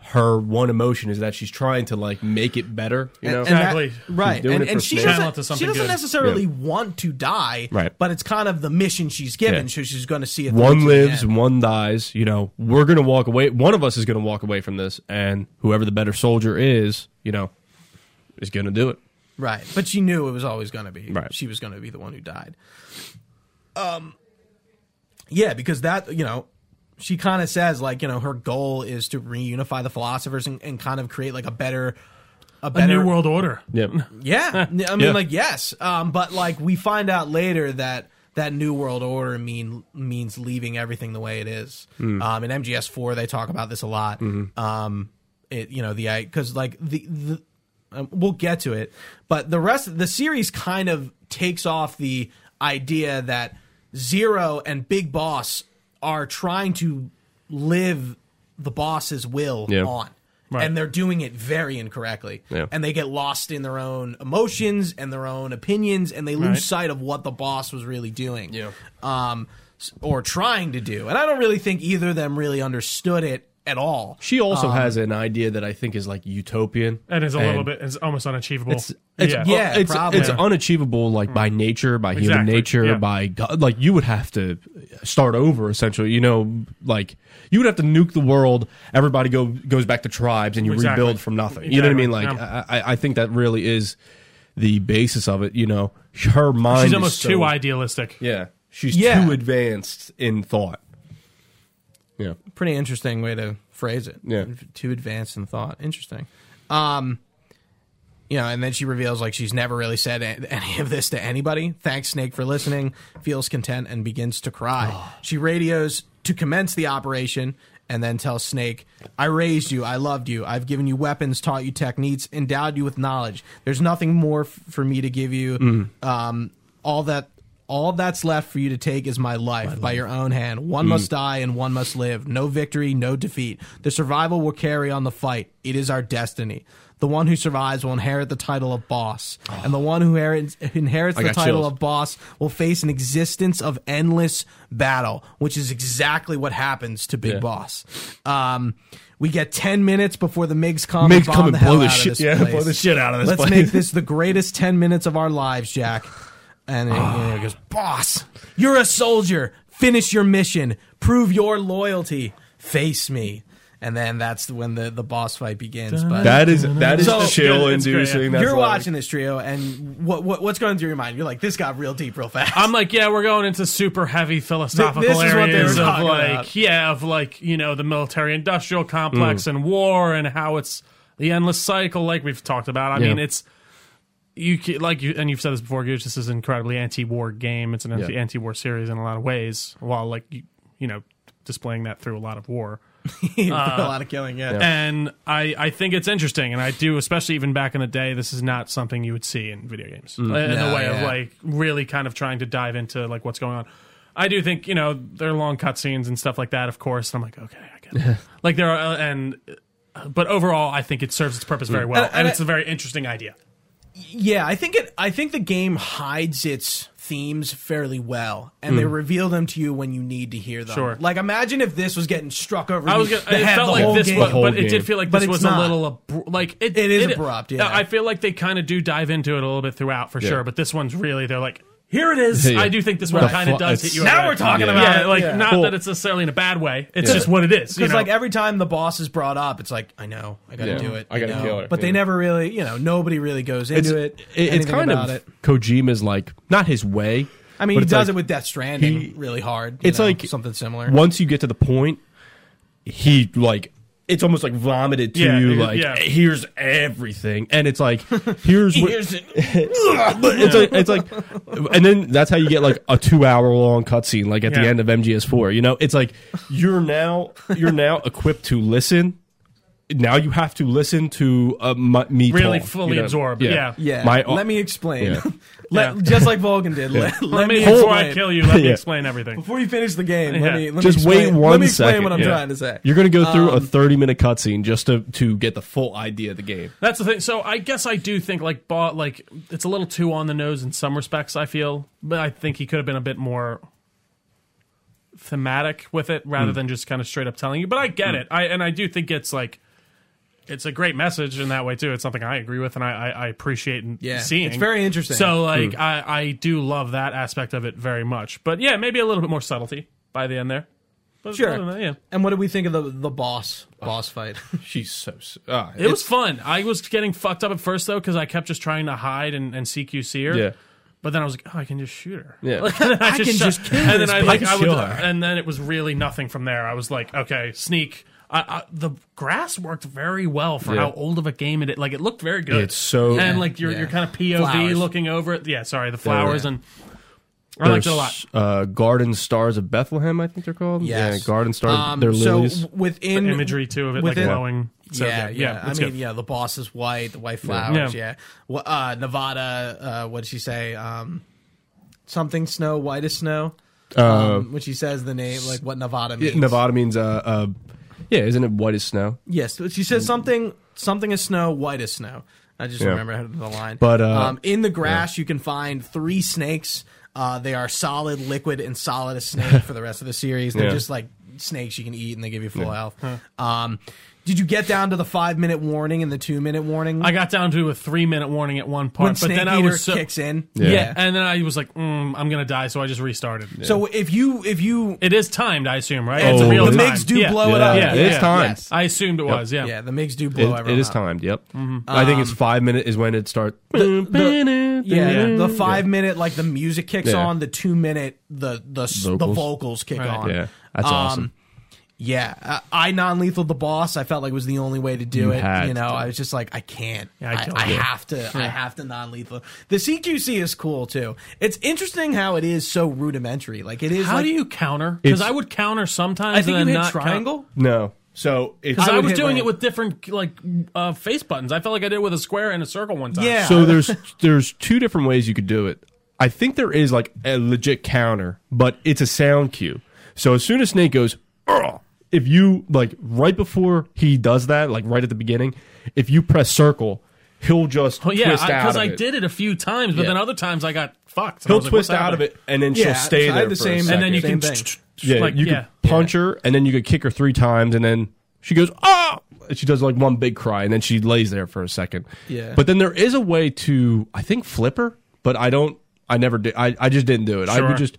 her one emotion is that she's trying to like make it better. You know, And- and that- Exactly. right. She's doing and it and for she, snakes. Channel it to doesn't, she something doesn't good. necessarily Yeah. want to die, Right. but it's kind of the mission she's given, Yeah. so she's going to see it. through to one the lives, end. one dies. You know, we're gonna walk away. One of us is gonna walk away from this, and whoever the better soldier is, you know, is gonna do it. Right. But she knew it was always going to be. Right. She was going to be the one who died. Um, yeah, because that, you know, she kind of says, like, you know, her goal is to reunify the philosophers and, and kind of create, like, a better. A A better new world order. Yep. Yeah. I mean, Yeah. like, yes. Um, but, like, we find out later that. That new world order mean Hmm. Mm-hmm. means leaving everything the way it is. Um, in MGS four, they talk about this a lot. Um, it you know the because like the, the um, we'll get to it but the rest the series kind of takes off the idea that zero and big boss are trying to live the boss's will Yeah. on Right. and they're doing it very incorrectly Yeah. and they get lost in their own emotions and their own opinions and they lose Right. sight of what the boss was really doing um, s- or trying to do. And I don't really think either of them really understood it at all. She also has an idea that I think is like utopian. And it's a little bit, it's almost unachievable. It's, it's, yeah. yeah. it's, probably. it's unachievable like by nature, by human Exactly, nature, yeah. by God. Like you would have to start over essentially. You know, like you would have to nuke the world. Everybody go goes back to tribes, and you Exactly. rebuild from nothing. You know what I mean? Like Exactly, I, I, I think that really is the basis of it. You know, her mind. She's is almost so- too idealistic. Yeah, she's Yeah. too advanced in thought. Yeah, Pretty interesting way to phrase it. Yeah. Too advanced in thought. Interesting. Um, you know, and then she reveals like she's never really said a- any of this to anybody. Thanks, Snake, for listening. Feels content and begins to cry. She radios to commence the operation and then tells Snake, I raised you. I loved you. I've given you weapons, taught you techniques, endowed you with knowledge. There's nothing more f- for me to give you. Um, all that all that's left for you to take is my life by your own hand. One Mm. must die and one must live. No victory, no defeat. The survival will carry on the fight. It is our destiny. The one who survives will inherit the title of boss, and the one who inherits, inherits I the got title chills. of boss will face an existence of endless battle, which is exactly what happens to Big Yeah. Boss. Um, we get ten minutes before the MiGs come. Migs and bomb come and the hell blow the out of shit- this yeah, blow place. the shit out of this Let's place. make this the greatest ten minutes of our lives, Jack. And it, Ah. you know, it goes, boss, you're a soldier. Finish your mission. Prove your loyalty. Face me. And then that's when the, the boss fight begins. But that is that is So- chill It's great, yeah. inducing. That's you're like- watching this trio, and what, what what's going through your mind? You're like, this got real deep, real fast. [laughs] I'm like, yeah, we're going into super heavy philosophical Th- this is what they were areas of talking like, about. yeah, of like you know the military-industrial complex Mm. and war and how it's the endless cycle, like we've talked about. I Yeah. mean, it's you ca- like you and you've said this before, Gooch. This is an incredibly anti-war game. It's an anti- Yeah. anti-war series in a lot of ways, while like you, you know displaying that through a lot of war. a uh, lot of killing, yeah. And I, I think it's interesting, and I do, especially even back in the day. This is not something you would see in video games Uh, in No, the way yeah. of like really kind of trying to dive into like what's going on. I do think you know there are long cutscenes and stuff like that, of course. And I'm like, okay, I get it. like there are, uh, and uh, but overall, I think it serves its purpose very well, And- and, and it's a very interesting idea. Yeah, I think it. I think the game hides its themes fairly well, and they reveal them to you when you need to hear them. Hmm. Sure. Like, imagine if this was getting struck over. I was the gonna, it head felt the like whole this game. was, whole but game. it did feel like But this it's was not. a little abru- like it, It is abrupt, yeah. I feel like they kind of do dive into it a little bit throughout for sure, but this one's really they're like. Here it is. Yeah. I do think this one The kind fu- of does it's- hit you. Now over we're the- talking yeah. about yeah, it. like Yeah. not Cool. that it's necessarily in a bad way. It's just what it is. You Because know? like every time the boss is brought up, it's like I know I gotta Yeah. do it. I gotta you know? kill her, But they yeah. never really, you know, nobody really goes it's, into it. it, it's anything kind about of it. Kojima's like not his way. I mean, he but it's does like- it with Death Stranding he- really hard. you It's know, like something similar. Once you get to the point, he like it's almost like vomited to Yeah, you. yeah, Like yeah. here's everything, and [laughs] it's like here's what. [laughs] Here's- but it's like it's like, and then that's how you get like a two hour long cutscene, like at the Yeah. end of MGS4. You know, it's like you're now you're now equipped to listen. Now you have to listen to uh, my, me Really talk, fully you know? absorb, yeah. yeah, My, let me explain. Yeah. [laughs] Let- Yeah. Just like Vulcan did. Let, let let me explain. before I kill you, [laughs] let me Yeah. explain everything. Before you finish the game, let Yeah. me let just me explain, wait one Let me explain second. what I'm Yeah. trying to say. Um, You're going to go through a 30 minute cutscene just to to get the full idea of the game. That's the thing. So I guess I do think like bought like it's a little too on the nose in some respects. I feel, but I think he could have been a bit more thematic with it Hmm. rather than just kind of straight up telling you. But I get it. I and I do think it's like it's a great message in that way too. It's something I agree with and I I, I appreciate and Yeah, seeing. it's very interesting. Hmm. So like I I do love that aspect of it very much. But yeah, maybe a little bit more subtlety by the end there. But Sure. other than that, yeah. And what did we think of the the boss boss fight? She's so. Uh, It was fun. I was getting fucked up at first though because I kept just trying to hide and, and CQC her. Yeah. But then I was like, oh, I can just shoot her. [laughs] Yeah. Like, and [laughs] I, I can shot- just kill and this then I, like, bitch. I would, Kill her. and then it was really nothing from there. I was like, okay, sneak. I, I, the grass worked very well for Yeah. how old of a game it. Like it looked very good. It's so- and like you're Yeah. you're kind of POV Flowers. looking over it. Yeah, sorry, the flowers Yeah. and I liked it a lot. There's, Uh, Garden Stars of Bethlehem, I think they're called. Yes. Yeah, Garden Stars. Um, they're so lilies. w- within The imagery too of it within- like glowing. So, yeah, yeah. I it's mean, good. yeah, the boss is white, the white flowers, Yeah. yeah. Wha- Uh, Nevada, uh, what did she say? Um, something snow, white as snow. um, when she says the name, like what Nevada means. Uh, Yeah, Nevada means uh, uh, yeah, isn't it white as snow? Yes, but she says something something as snow, white as snow. I just Mm. Yeah. remember how the line. But, uh, um, in the grass, you can find three snakes. Uh, they are solid, liquid, and solid as snake for the rest of the series. They're Yeah. just like snakes you can eat, and they give you full health. Um, did you get down to the five minute warning and the two minute warning? I got down to a three minute warning at one when part, but snake then eater I was so kicks in. Yeah. Yeah, and then I was like, mm, I'm gonna die, so I just restarted. So if you if you It is timed, I assume, right? Yeah, it's a Oh, real the time. MiGs do yeah. blow it up. Yeah, It is yeah. timed. Yes. I assumed it was. Yeah, yeah, the MiGs do blow It, everyone it is up. timed. Yep. Mm-hmm. I think Um, it's five minute is when it starts. Yeah, Yeah, the five minute like the music kicks Yeah. on, the two minute the the s- the Vocals. vocals kick on. Yeah, that's Um, awesome. Yeah, I, I non lethal the boss. I felt like was the only way to do it. had you know, to. I was just like, I can't. Yeah, I I, killed I, it. have to. I have to non lethal. The CQC is cool too. It's interesting how it is so rudimentary. Like it is. How like, do you counter? Because It's- I would counter sometimes. I think you and then hit not triangle. No. So it's Because I I, would was hit doing like- it with different like uh, face buttons. I felt like I did it with a square and a circle one time. Yeah. So there's there's two different ways you could do it. I think there is like a legit counter, but it's a sound cue. So as soon as Snake goes, "Urgh," if you like right before he does that, like right at the beginning, if you press circle, he'll just Well, yeah, twist out because of I, it. did it a few times, but Yeah. then other times I got fucked. And I He'll was like, twist "What's out of happening?" it, and then Yeah, she'll stay so I there had the for same- a and second. and then you Same can thing. Yeah, like, you yeah. could punch her, and then you could kick her three times, and then she goes, ah! She does like one big cry, and then she lays there for a second. Yeah. But then there is a way to, I think, flip her, but I don't, I never did, I, I just didn't do it. I Sure. would just,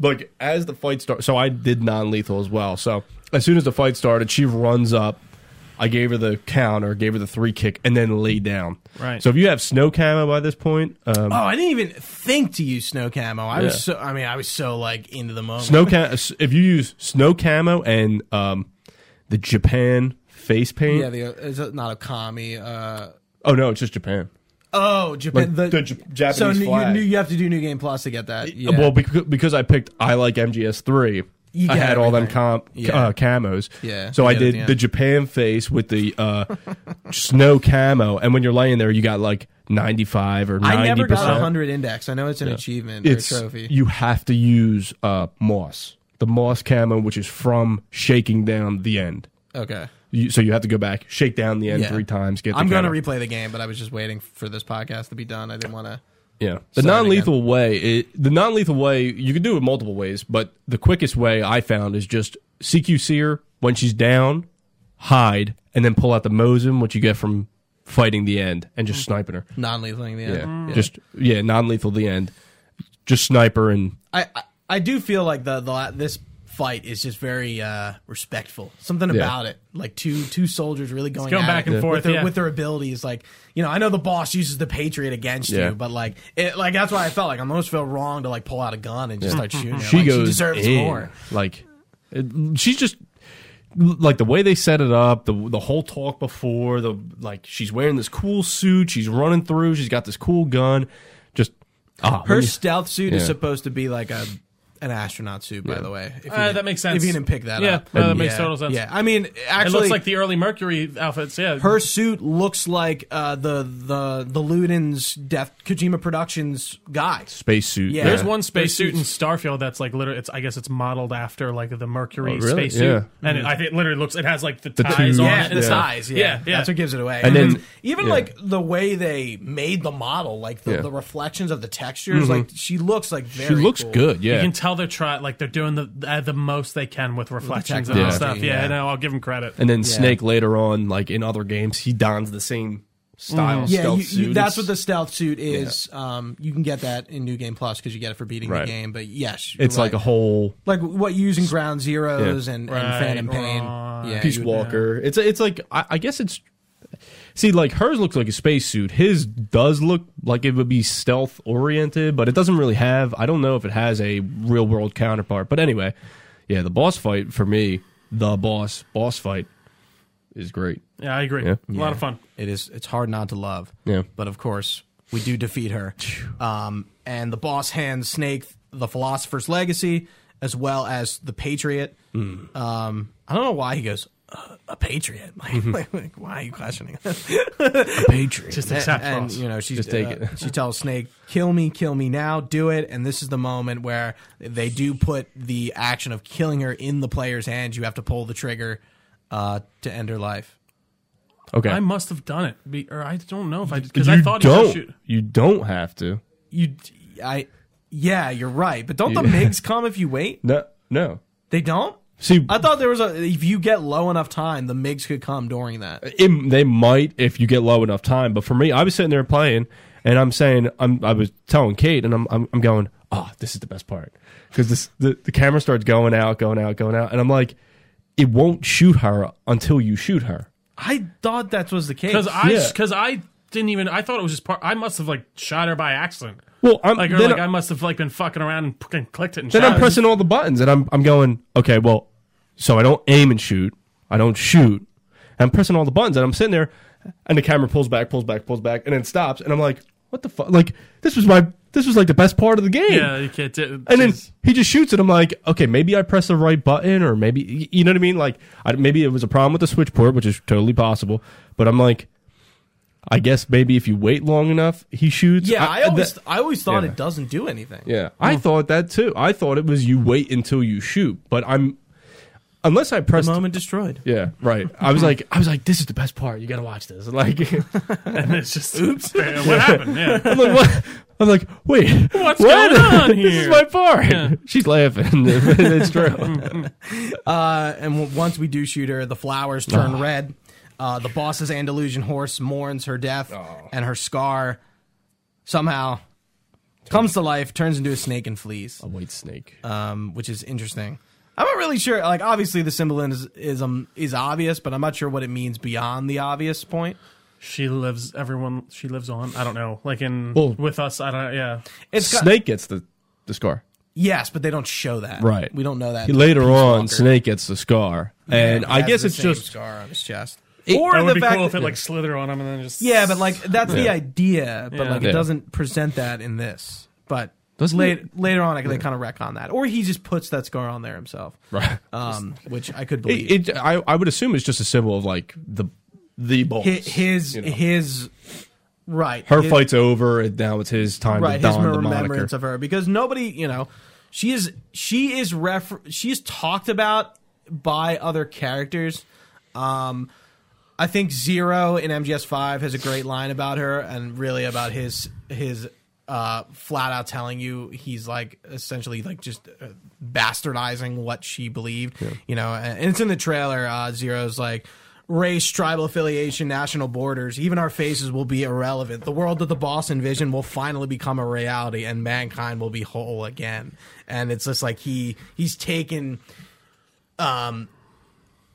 like, as the fight starts, so I did non lethal as well. So as soon as the fight started, she runs up. I gave her the counter, gave her the three kick, and then laid down. Right. So if you have snow camo by this point, um, Oh, I didn't even think to use snow camo. I Yeah. was so. I mean, I was so like into the moment. snow cam- uh, if you use snow camo and um, the Japan face paint, Yeah, the, is it not a kami? Uh, Oh no, it's just Japan. Oh, Japan. Like, the, the J- Japanese so you- flag. You, you have to do New Game Plus to get that. Yeah. Well, because, because I picked I like MGS three. You I get had all them everything. com- Yeah. uh, camos. Yeah, So you I get it, did yeah. the Japan face with the [laughs] uh, snow camo, and when you're laying there, you got like ninety five or I ninety never got a percent. hundred index. I know it's an achievement It's or a trophy. you have to use uh, moss, the moss camo, which is from shaking down the end. okay. You, so you have to go back, shake down the end Yeah. three times. Get. The I'm going to camo. replay the game, but I was just waiting for this podcast to be done. I didn't want to. Yeah. Say The it again. non lethal way, it, the non lethal way, you can do it multiple ways, but the quickest way I found is just CQ Seer when she's down, hide, and then pull out the Mosin, which you get from fighting the end and just sniping her. Non-lethal in the Yeah. end. Yeah. Just, yeah, non lethal the end. Just sniper and. I, I I do feel like the the la- this fight is just very uh, respectful. Something Yeah. about it, like two two soldiers really going, going at back it and with forth, their, yeah. with their abilities. Like you know, I know the boss uses the Patriot against Yeah. you, but like it like that's why I felt like I almost felt wrong to like pull out a gun and just start shooting. her. She like, goes. she deserves in. more. Like, it, she's just. Like the way they set it up, the the whole talk before the like she's wearing this cool suit, she's running through, she's got this cool gun, just ah, Her let me- stealth suit is Yeah. supposed to be like a an astronaut suit, by the way. If you Uh, didn't- that makes If sense. you didn't pick that Yeah, up, no, that Um, makes yeah, total sense. Yeah, I mean, It actually, looks like the early Mercury outfits. Yeah, her suit looks like uh, the the the Luden's Death Kojima Productions guy. spacesuit. Yeah. There's Yeah. one spacesuit in There's Starfield that's like literally. It's I guess it's modeled after like the Mercury Oh, really? spacesuit, Yeah. Mm. and it, I think it literally looks. It has like the, ties two- on Yeah, it and and the stuff. size. Yeah. yeah. that's what gives it away. And then- even, even yeah. like the way they made the model, like the, Yeah. Mm-hmm. the reflections of the textures, like she looks like very. She looks cool. good. Yeah. You can tell they're try like they're doing the uh, the most they can with reflections and technology, stuff. Yeah, yeah. no, I'll give them credit. and then Snake later on, like in other games, he dons the same style. Mm. Yeah, stealth you, you, suit. that's what It's- the stealth suit is. Um, you can get that in New Game Plus because you get it for beating the Right. game. But yes, you're It's like a right. whole like what you use in Ground Zeroes and, Right, and Phantom Pain. right. Yeah, Peace you- Walker. It's it's like I, I guess it's see like hers looks like a spacesuit. His does look like it would be stealth oriented, but it doesn't really have. I don't know if it has a real world counterpart. But anyway, yeah, the boss fight for me, the boss boss fight is great. Yeah, I agree. Yeah. A lot of fun. It is. It's hard not to love. Yeah. But of course, we do defeat her. Um, and the boss hands Snake The Philosopher's Legacy, as well as The Patriot. Hmm. Um, I don't know why he goes, uh, a patriot. [laughs] Like, like, why are you questioning us? Mm-hmm. Patriot. [laughs] Just accept and, Ross. you know, she's, Just take uh, it. she tells Snake, "Kill me, kill me now, do it." And this is the moment where they do put the action of killing her in the player's hands. You have to pull the trigger uh, to end her life. okay. I must have done it, be, or I don't know if I because you I thought don't. he should shoot. You don't have to. You, I, yeah, you're right. But don't the Yeah. MIGs come if you wait? No, no. They don't. See, I thought there was a if you get low enough time, the MIGs could come during that. it, they might if you get low enough time. But for me, I was sitting there playing, and I'm saying, I'm, I was telling Kate, and I'm, I'm, I'm going, oh, this is the best part because this the, the camera starts going out, going out, going out, and I'm like, it won't shoot her until you shoot her. I thought that was the case. Because I Yeah. because I didn't even I thought it was just part. I must have like shot her by accident. Well, I'm Like or then, like I, I, must have like been fucking around and fucking clicked it and then shot I'm her. pressing all the buttons, and I'm, I'm going, okay, well, so I don't aim and shoot, I don't shoot, and I'm pressing all the buttons, and I'm sitting there, and the camera pulls back, pulls back, pulls back, and then stops, and I'm like, what the fuck? Like this was my, this was like the best part of the game. Yeah, you can't. Do, And then she's- he just shoots it. I'm like, okay, maybe I press the right button, or maybe y- you know what I mean. Like, I, maybe it was a problem with the switch port, which is totally possible. But I'm like, I guess maybe if you wait long enough, he shoots. yeah, I, always that- I always thought yeah. it doesn't do anything. yeah, I thought that too. I thought it was you wait until you shoot. But I'm unless I press. The moment destroyed. Yeah, right. I was like, I was like, this is the best part. You gotta watch this. Like, [laughs] and [laughs] it's just oops. what happened? Yeah, I'm like, what? I'm like, wait, What's what? going on [laughs] this is here? my part. She's laughing. [laughs] it's true. Uh, and w- once we do shoot her, the flowers turn Ah. red. Uh, the boss's Andalusian horse mourns her death, Ah. and her scar somehow comes to life, turns into a snake, and flees, a [laughs] white snake. um, which is interesting. I'm not really sure. Like, obviously, the symbolism is, um, is obvious, but I'm not sure what it means beyond the obvious point. she lives. Everyone she lives on. I don't know. Like in Well- with us. I don't. Yeah, It's got- Snake gets the, the scar. yes, but they don't show that. Right. We don't know that. He, later Peace on, Walker Snake gets the scar, and I has guess the it's same just scar on his chest. or that would the be fact cool if that- it like slithered on him and then just Yeah, but like that's the Yeah. idea, but Yeah. like Yeah. it doesn't present that in this. But Doesn't later later on, I they kind of wreck on that, or he just puts that scar on there himself, right. um, which I could believe. It, it, I, I would assume it's just a symbol of like the the boss. Hi- his you know. his right her his- fight's over, and now it's his time right to his don the remembrance moniker. of her because nobody you know she is she is refer- she's talked about by other characters. Um, I think Zero in MGS5 has a great line about her and really about his his uh, flat out telling you he's like essentially like just uh, bastardizing what she believed, you know. And and it's in the trailer. Uh, Zero's like race, tribal affiliation, national borders, even our faces will be irrelevant. The world that the boss envisioned will finally become a reality, and mankind will be whole again. And it's just like he he's taken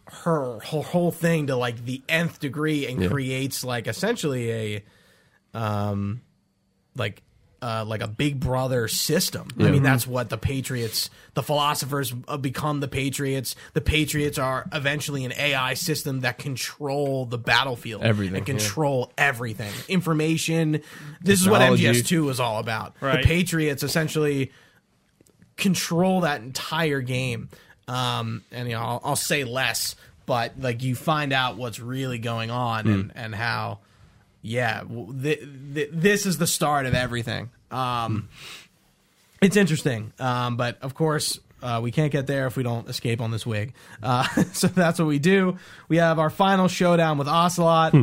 her, her whole thing to like the nth degree and creates like essentially a um like uh like a big brother system i mean that's what the patriots the philosophers uh, become the patriots the patriots are eventually an ai system that control the battlefield Everything, and yeah. control everything information this is what Technology. mgs2 is all about Right. the patriots essentially control that entire game. Um, and you know, I'll, I'll say less, but like you find out what's really going on and, and how, yeah, w- th- th- this is the start of everything. Um, it's interesting, um, but of course. Uh, we can't get there if we don't escape on this wig. Uh, [laughs] so that's what we do. We have our final showdown with Ocelot,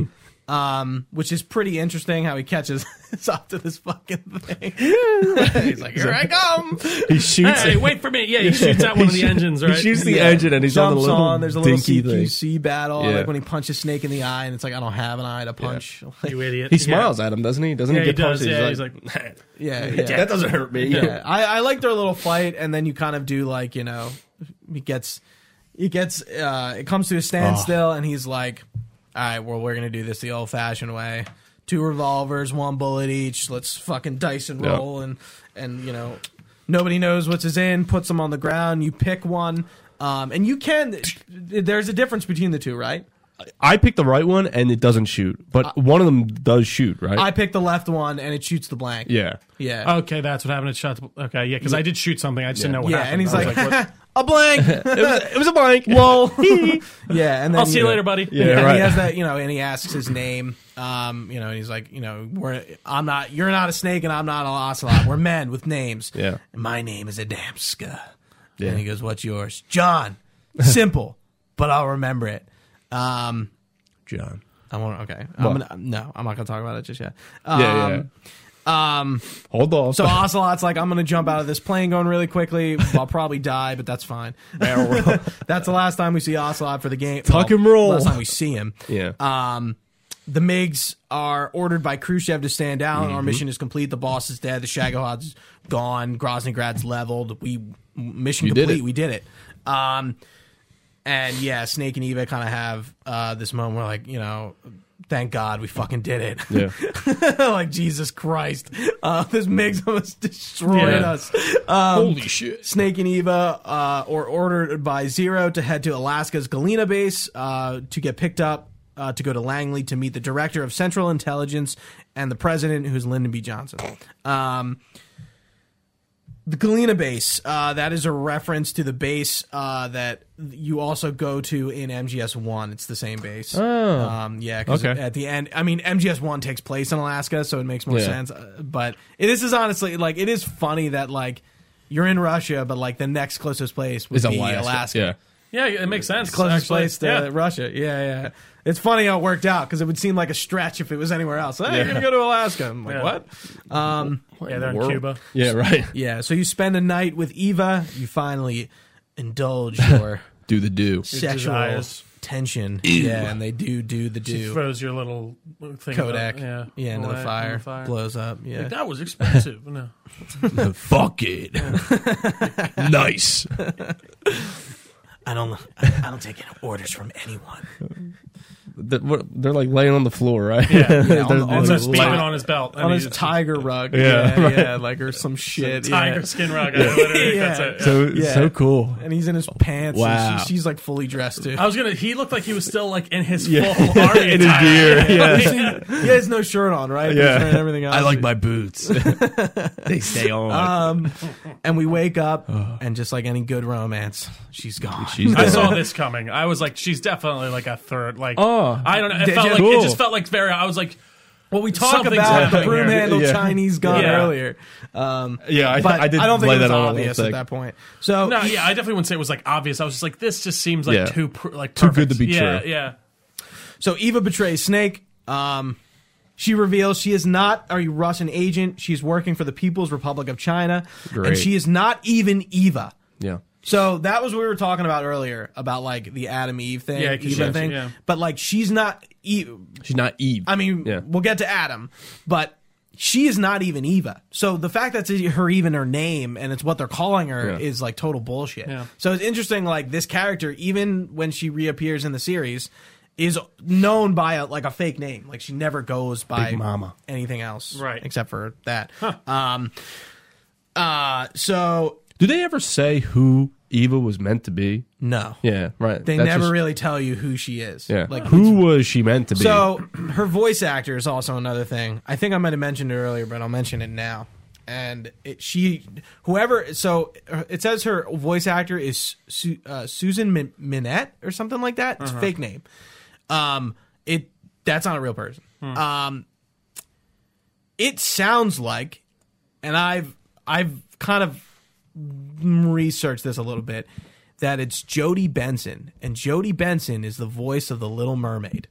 um, which is pretty interesting how he catches [laughs] us up to this fucking thing. [laughs] He's like, here I come. He shoots. Hey, wait for me. Yeah, [laughs] he shoots out one of the engines. Right. [laughs] He shoots the Yeah. engine, and he's on the Jumps little There's a little dinky thing. CQC battle, Yeah. like when he punches Snake in the eye, and it's like I don't have an eye to punch. [laughs] Like, [laughs] You idiot. He Yeah. smiles at him, doesn't he? Doesn't Yeah, he he get does. punched? Yeah, he's like, yeah, yeah. That doesn't hurt me. Yeah. I, I like their little fight, and then you kind of do like you know, he gets, he gets, uh, it comes to a standstill, and he's like, all right, well we're gonna do this the old-fashioned way. Two revolvers, one bullet each. Let's fucking dice and Yeah. roll, and and you know, nobody knows what's his in. Puts them on the ground. You pick one, um, and you can. There's a difference between the two, right? I picked the right one and it doesn't shoot, but one of them does shoot, right? I picked the left one and it shoots the blank. yeah. Yeah. Okay, that's what happened. It shot. the- Okay, yeah, because I did shoot something. I just didn't know Oh, what yeah. happened. And he's I was like, [laughs] a blank. [laughs] It was, it was a blank. [laughs] Whoa. yeah. And then [laughs] I'll see you yeah. later, buddy. Yeah. and right. he has that, you know, and he asks his name, um, you know, and he's like, you know, we're, I'm not, you're not a snake, and I'm not an ocelot. We're men with names. Yeah. And my name is Adamska. Yeah. And he goes, "What's yours, John?" [laughs] Simple, but I'll remember it. Um, John. I won't. Okay. What? I'm gonna, no, I'm not gonna talk about it just yet. Um, Yeah, yeah, Um, Hold on. so Ocelot's like, I'm gonna jump out of this plane going really quickly. I'll probably die, but that's [laughs] fine. that's the last time we see Ocelot for the game. Tuck and roll. Last time we see him. [laughs] yeah. Um, the MiGs are ordered by Khrushchev to stand down. Mm-hmm. Our mission is complete. The boss is dead. The Shagahod's gone. Groznograd's leveled. We mission You did complete. it. We did it. Um, and yeah, Snake and Eva kind of have uh, this moment where like you know. Thank God we fucking did it. yeah. [laughs] like Jesus Christ, uh, this MiGs almost destroyed Yeah. us. Um, Holy shit. Snake and Eva uh, are ordered by Zero to head to Alaska's Galena base uh, to get picked up uh, to go to Langley to meet the director of Central Intelligence and the president, who's Lyndon B. Johnson. Um, the Galena base, uh, that is a reference to the base uh, that you also go to in MGS1. It's the same base. Oh. Um, yeah, 'cause Okay. at the end, I mean, MGS1 takes place in Alaska, so it makes more Yeah. sense. Uh, But it- this is honestly, like, it is funny that, like, you're in Russia, but, like, the next closest place would It's be Alaska. Alaska. Yeah. [laughs] yeah, it makes sense. Closest actually. place to yeah. Russia. Yeah, yeah. It's funny how it worked out because it would seem like a stretch if it was anywhere else. Hey, you're Yeah. going to go to Alaska. I'm like, Yeah. what? Um, Yeah, they're in World. Cuba. Yeah, right. yeah, so you spend a night with Eva. You finally [laughs] indulge your [laughs] Do the do. sexual desires. tension. [clears throat] Yeah, and they do do the She do. throws your little thing. Kodak, Yeah. yeah, into Away, the in fire, blows up. Yeah, Like, that was expensive. no. [laughs] Fuck [laughs] it. nice. I don't, I don't take any orders from anyone. They're, what, they're like laying on the floor, right? Yeah. Yeah, on They're- the- they're on It's the a just floor. speeding lying- on his belt. On and his he's- tiger rug, Yeah, yeah, right. yeah, like or some shit. Tiger yeah. skin rug. I, literally, Yeah. that's it. yeah. [laughs] so Yeah. so cool. and he's in his pants. and Wow. she, she's like fully dressed [laughs] too. I was gonna. He looked like he was still like in his full army In his attire. [laughs] gear. [laughs] Yeah. he has no shirt on, right? But he's Yeah. wearing everything [laughs] else. [laughs] my boots. they stay on. Um, and we wake up, and just like any good romance, she's gone. She's [laughs] I dead. saw this coming. I was like, she's definitely like a third. Like, Oh. I don't know. It Did felt you? like it Cool. just felt like very. I was like, Well, we talked Something's about the happening broom here. handle Yeah. Chinese gun Yeah. earlier, um, yeah, I, but I, I did don't think lay it was that on a little obvious at thick. that point. So no, yeah, I definitely wouldn't say it was like obvious. I was just like, this just seems like Yeah. too pr- like Too good perfect. to be yeah, true. Yeah, So Eva betrays Snake. Um, she reveals she is not a Russian agent. She's working for the People's Republic of China, Great. and she is not even Eva. Yeah. So that was what we were talking about earlier about like the Adam Eve thing, Yeah, 'cause Eva she- thing. yeah. But like she's not. E- She's not Eve. I mean, Yeah. we'll get to Adam, but she is not even Eva. So the fact that it's her even her name and it's what they're calling her Yeah. is like total bullshit. Yeah. So it's interesting. Like this character, even when she reappears in the series, is known by a, like a fake name. Like she never goes by Big Mama. anything else, Right. Except for that. Um. Uh. So Do they ever say who Eva was meant to be? no, Yeah, right. they That's never just- really tell you who she is. Yeah. Like who was she meant to be? So her voice actor is also another thing. I think I might have mentioned it earlier, but I'll mention it now. And it, she, whoever, so uh, it says her voice actor is Su- uh, Susan Min- Minette or something like that. It's a fake name. Um, it that's not a real person. Um, it sounds like, and I've I've kind of researched this a little bit, that it's Jodie Benson, and Jodie Benson is the voice of the Little Mermaid.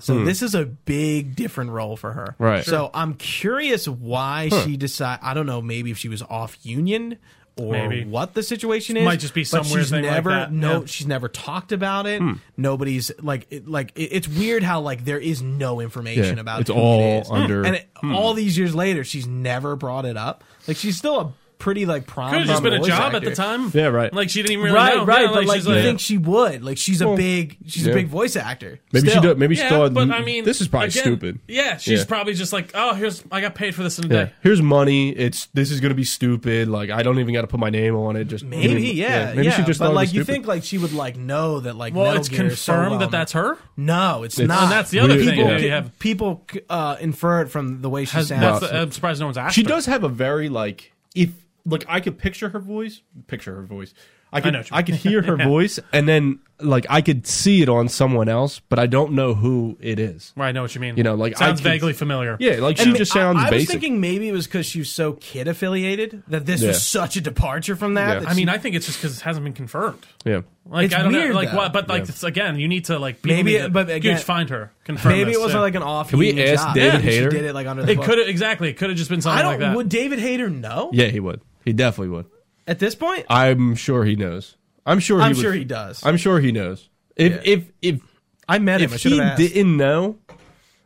So this is a big different role for her. Hmm. Right. So I'm curious why she decided. I don't know. Maybe if she was off union. Or Maybe. what the situation is? Might just be but some weird she's thing like never, that, No, yeah. she's never talked about Hmm. it. Nobody's like, it, like it, it's weird how like there is no information Yeah, about it's who all it is. under- And it, all these years later, she's never brought it up. Like she's still a pretty like prom. Could have just been a voice job at actor. the time. Yeah, right. Like she didn't even really right, know. right. Yeah, but like she's you like, think she would? Like she's a Well, big, she's yeah. a big voice actor. Maybe Still. she did. Maybe she yeah, thought but I mean, this is probably again, stupid. Yeah, she's Yeah. probably just like, oh, here's I got paid for this in a Yeah. day. Here's money. It's this is gonna be stupid. Like I don't even got to put my name on it. Just Maybe, yeah, yeah. Maybe she just but thought like it was you stupid. think like she would like know that like Well, Metal it's Gear confirmed is so well that that's her. no, it's, It's- not. And that's the other Weird. thing. people Yeah. that you can- have people uh, infer it from the way she has, sounds. that's, Well, I'm surprised no one's asked. she her. does have a very like If like I could picture her voice, picture her voice. I could know I, what you mean. could [laughs] hear her voice and then like I could see it on someone else, but I don't know who it is. Right, I know what you mean. You know, like, sounds I could- vaguely familiar. Yeah, like she And just I- sounds I, was basic. thinking maybe it was because she was so kid affiliated that this Yeah. was such a departure from that. Yeah. that I she- mean, I think it's just because it hasn't been confirmed. yeah. Like It's I don't weird, know, like though. what? But like it's, again, you need to like people Maybe need it- to- but huge again- find her. Confirm maybe it this, wasn't yeah. like an off. Can we ask David She Hayter? did it like under the. It book. could have exactly. It could have just been something I don't. like that. Would David Hayter know? Yeah, he would. He definitely would. At this point, I'm sure he knows. I'm sure. I'm he would- sure he does. I'm sure he knows. If Yeah. if if I met him. I if should he have asked. didn't know,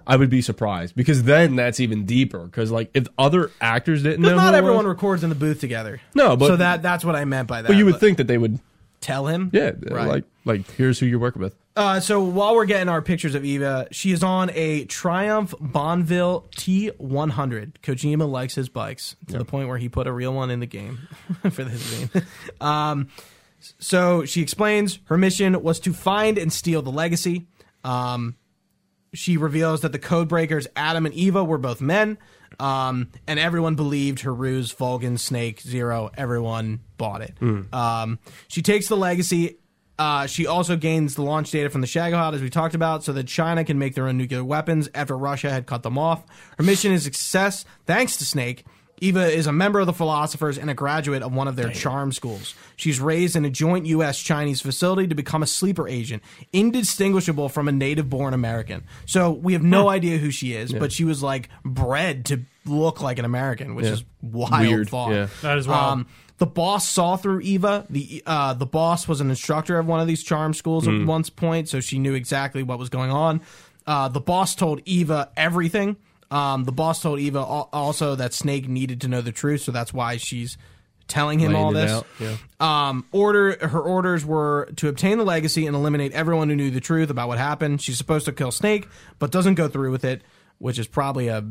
I would be surprised because then that's even deeper. Because like if other actors didn't know, Because not who it everyone was, records in the booth together. No, but- so that that's what I meant by that. but you would think that they would. tell him. Yeah, right. like like here's who you're working with. Uh, so while we're getting our pictures of Eva, she is on a Triumph Bonville T100. Kojima likes his bikes to the point where he put a real one in the game [laughs] for this game. um, so she explains her mission was to find and steal the legacy. Um, she reveals that the codebreakers Adam and Eva were both men, um, and everyone believed her ruse. Vulcan, Snake, Zero, everyone bought it. Um, she takes the legacy. Uh, she also gains the launch data from the Shagahot, as we talked about, so that China can make their own nuclear weapons after Russia had cut them off. Her mission is a success thanks to Snake. Eva is a member of the philosophers and a graduate of one of their charm schools. She's raised in a joint U.S. Chinese facility to become a sleeper agent, indistinguishable from a native born American. So we have no idea who she is, but she was like bred to look like an American, which Yeah. is wild Weird, thought. Um, yeah. That is wild. the boss saw through Eva. The uh, the boss was an instructor of one of these charm schools Hmm. at once point, so she knew exactly what was going on. Uh, the boss told Eva everything. Um, the boss told Eva al- also that Snake needed to know the truth, so that's why she's telling him Laying all it this. out, yeah. Um, order her orders were to obtain the legacy and eliminate everyone who knew the truth about what happened. She's supposed to kill Snake, but doesn't go through with it, which is probably a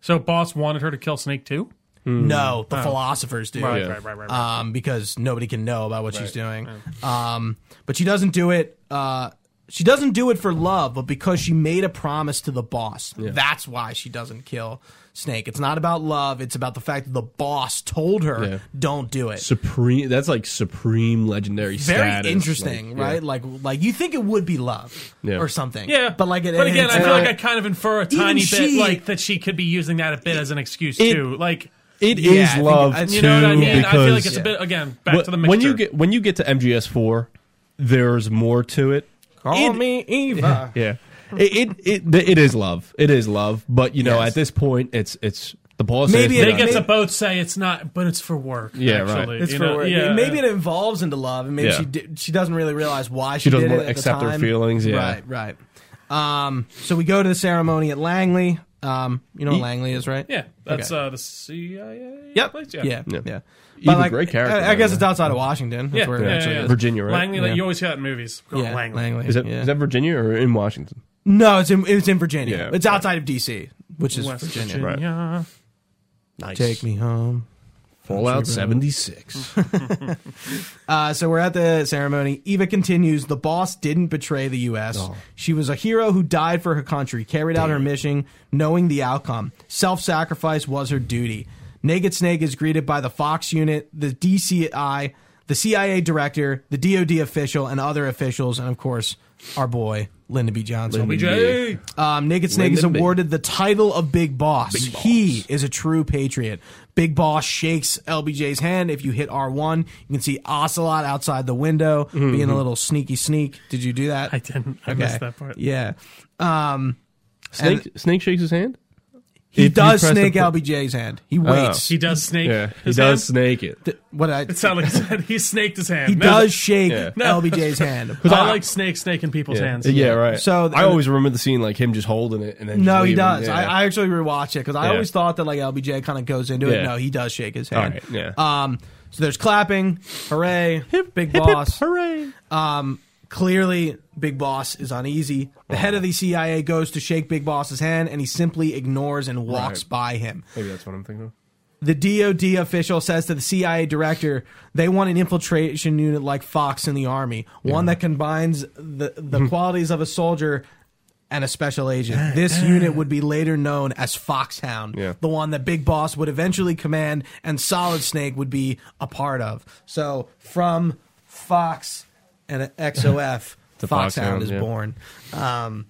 so boss wanted her to kill Snake too. no. The philosophers do, Hmm. Oh. Right, Yeah. right, right, right. right. um, because nobody can know about what she's doing. Um, but she doesn't do it. Uh, she doesn't do it for love, but because she made a promise to the boss. That's why she doesn't kill Snake. It's not about love. It's about the fact that the boss told her, Yeah. "Don't do it." Supreme. That's like supreme legendary. very status. interesting, Like, yeah. right? Like, like you think it would be love Yeah. or something, yeah, But like, it, but again, it's I feel not- like I kind of infer a Even tiny bit she- like that she could be using that a bit as an excuse It- too. Like It is Yeah, I think- love I- you you know what I too, mean? I feel like because- it's a bit again back But to the mixture. when you get when you get to MGS four, there's more to it. call it- me Eva. [laughs] Yeah, it it, it th- it is love. It is love. But you know, Yes. at this point, it's it's the boss. Maybe says they it- no. get to Maybe- both say it's not, but it's for work. Yeah, right. actually, It's you for know? work. Yeah, maybe it evolves into love, and maybe Yeah. she did, she doesn't really realize why she, She doesn't did it wanna at the accept her time. feelings, yeah. right, right. Um, so we go to the ceremony at Langley. Um, you know what Langley is, right? yeah. That's Okay. uh, the CIA. Yep. place? Yeah. Yeah. Yeah. But Eva, great character, I, I guess Langley. it's outside of Washington. That's Yeah, where yeah, it actually yeah, yeah. is. Virginia, right? Langley, like Yeah. you always hear that in movies. Go Yeah, Langley. Langley. Is that yeah. is that Virginia or in Washington? no, it's in it's in Virginia. Yeah. it's outside of DC, which is West Virginia. Virginia. Nice. Take me home. Fallout [laughs] seventy six. Uh, so we're at the ceremony. Eva continues. The boss didn't betray the U.S. Oh. She was a hero who died for her country, carried out her mission, knowing the outcome. Self sacrifice was her duty. Naked Snake is greeted by the Fox unit, the DCI, the CIA director, the DOD official, and other officials, and of course, our boy, Lyndon B. Johnson. Lyndon B. BJ. Um, Naked Snake is Lyndon B. awarded the title of Big Boss. Boss. He is a true patriot. Big Boss shakes LBJ's hand. If you hit R1, you can see Ocelot outside the window Mm-hmm. being a little sneaky sneak. Did you do that? I didn't. I Okay. missed that part. Yeah. Um, Snake Snake shakes his hand. He If you does press the snake bu- LBJ's hand. He waits. He does snake. Yeah, he his does hand? snake it. Th- what I, It sounded like he, said he snaked his hand. he No, does shake [laughs] Yeah. No. LBJ's [laughs] hand. Ah, I like snake snaking people's Ah. Yeah. hands. yeah, right. So- So I always remember the scene like him just holding it and then just No, he leaving. does. Yeah. I, I actually rewatched it because I Yeah. always thought that like LBJ kind of goes into it. Yeah. No, he does shake his hand. All right, Um. So there's clapping, hooray, big boss. hooray! Clearly, Big Boss is uneasy. The head of the CIA goes to shake Big Boss's hand, and he simply ignores and walks Right. by him. Maybe that's what I'm thinking of. The DOD official says to the CIA director, they want an infiltration unit like Fox in the Army, one that combines the, [laughs] the qualities of a soldier and a special agent. [laughs] This unit would be later known as Foxhound, Yeah. the one that Big Boss would eventually command and Solid Snake would be a part of. So from Fox and [laughs] XOF, To Foxhound Foxhound, is yeah. born. Um,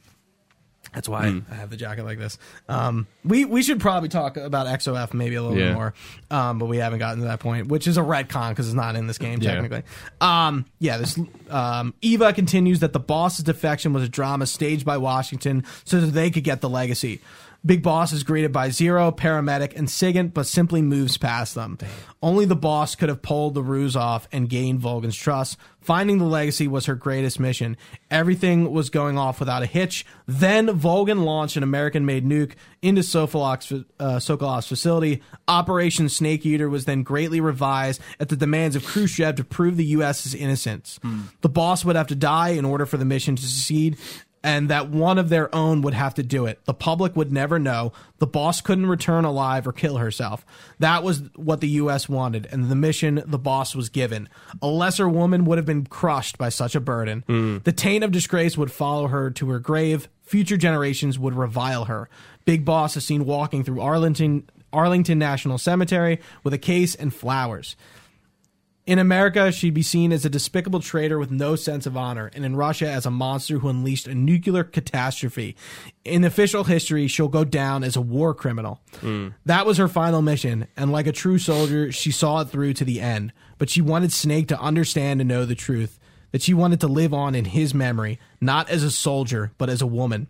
that's why Hmm. I have the jacket like this. Um, we we should probably talk about XOF maybe a little bit Yeah. more, um, but we haven't gotten to that point, which is a retcon because it's not in this game Yeah. technically. Um, yeah, this um, Eva continues that the boss's defection was a drama staged by Washington so that they could get the legacy. Big Boss is greeted by Zero, Paramedic, and Sigint, but simply moves past them. Only the boss could have pulled the ruse off and gained Vulcan's trust. Finding the legacy was her greatest mission. Everything was going off without a hitch. Then Vulcan launched an American made nuke into Sokolov's, uh, Sokolov's facility. Operation Snake Eater was then greatly revised at the demands of Khrushchev to prove the U.S.'s innocence. The boss would have to die in order for the mission to succeed, and that one of their own would have to do it. The public would never know. The boss couldn't return alive or kill herself. That was what the U.S. wanted, and the mission the boss was given. A lesser woman would have been crushed by such a burden. The taint of disgrace would follow her to her grave. Future generations would revile her. Big Boss is seen walking through Arlington. Arlington National Cemetery with a case and flowers. In America, she'd be seen as a despicable traitor with no sense of honor, and in Russia, as a monster who unleashed a nuclear catastrophe. In official history, she'll go down as a war criminal. That was her final mission, and like a true soldier, she saw it through to the end. But she wanted Snake to understand and know the truth that she wanted to live on in his memory, not as a soldier, but as a woman.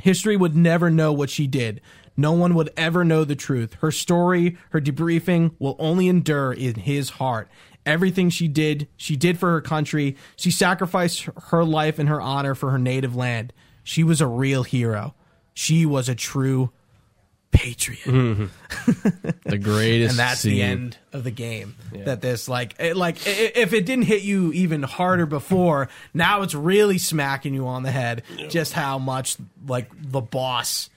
History would never know what she did. No one would ever know the truth. Her story, her debriefing will only endure in his heart. Everything she did, she did for her country. She sacrificed her life and her honor for her native land. She was a real hero. She was a true patriot. The [laughs] greatest, And that's the end of the game. That this like it, like i- i- if it didn't hit you even harder before, now it's really smacking you on the head just how much like the boss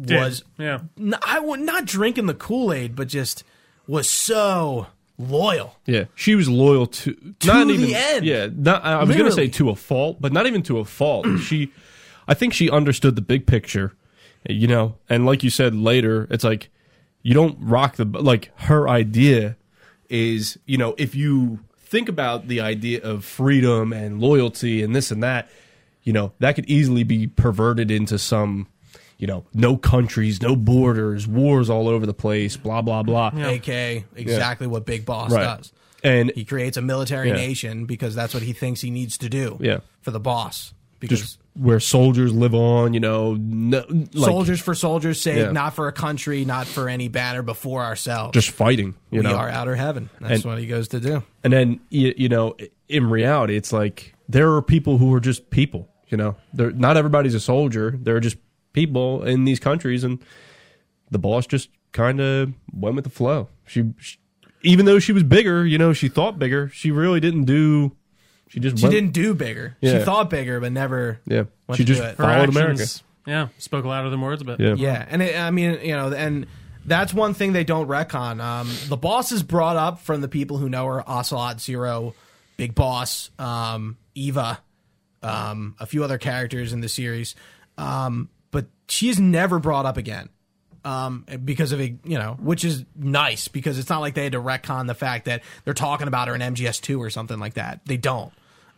Did. was yeah. n- I would not drinking the Kool Aid, but just was so loyal. Yeah, she was loyal to to the end. Yeah, not, I I was going to say Literally. to a fault, but not even to a [clears throat] fault. she, I think she understood the big picture, you know. And like you said later, it's like you don't rock the like her idea is you know if you think about the idea of freedom and loyalty and this and that, you know that could easily be perverted into some. You know, no countries, no borders, wars all over the place, blah blah blah. AK exactly what Big Boss Right. does. And He creates a military Yeah. nation because that's what he thinks he needs to do. Yeah. for the boss. Because just where soldiers live on, you know, no, like, soldiers for soldiers' sake, Yeah. not for a country, not for any banner before ourselves. just fighting, you we know. are outer heaven. That's And- what he goes to do. And then you, you know, in reality, it's like there are people who are just people, you know. They're not everybody's a soldier. There are just people in these countries, and the boss just kind of went with the flow. She, she, even though she was bigger, you know, she thought bigger. She really didn't do. She just She went, didn't do bigger. She Yeah. thought bigger, but never. Yeah, went to she just do it. Her followed America. actions, Yeah. Spoke louder than words, but Yeah. Yeah, and it, I mean, you know, and that's one thing they don't retcon. Um, the boss is brought up from the people who know her: Ocelot, Zero, Big Boss, um, Eva, um, a few other characters in the series. Um, but she is never brought up again. Um, because of it, you know, which is nice because it's not like they had to retcon the fact that they're talking about her in MGS2 or something like that. They don't.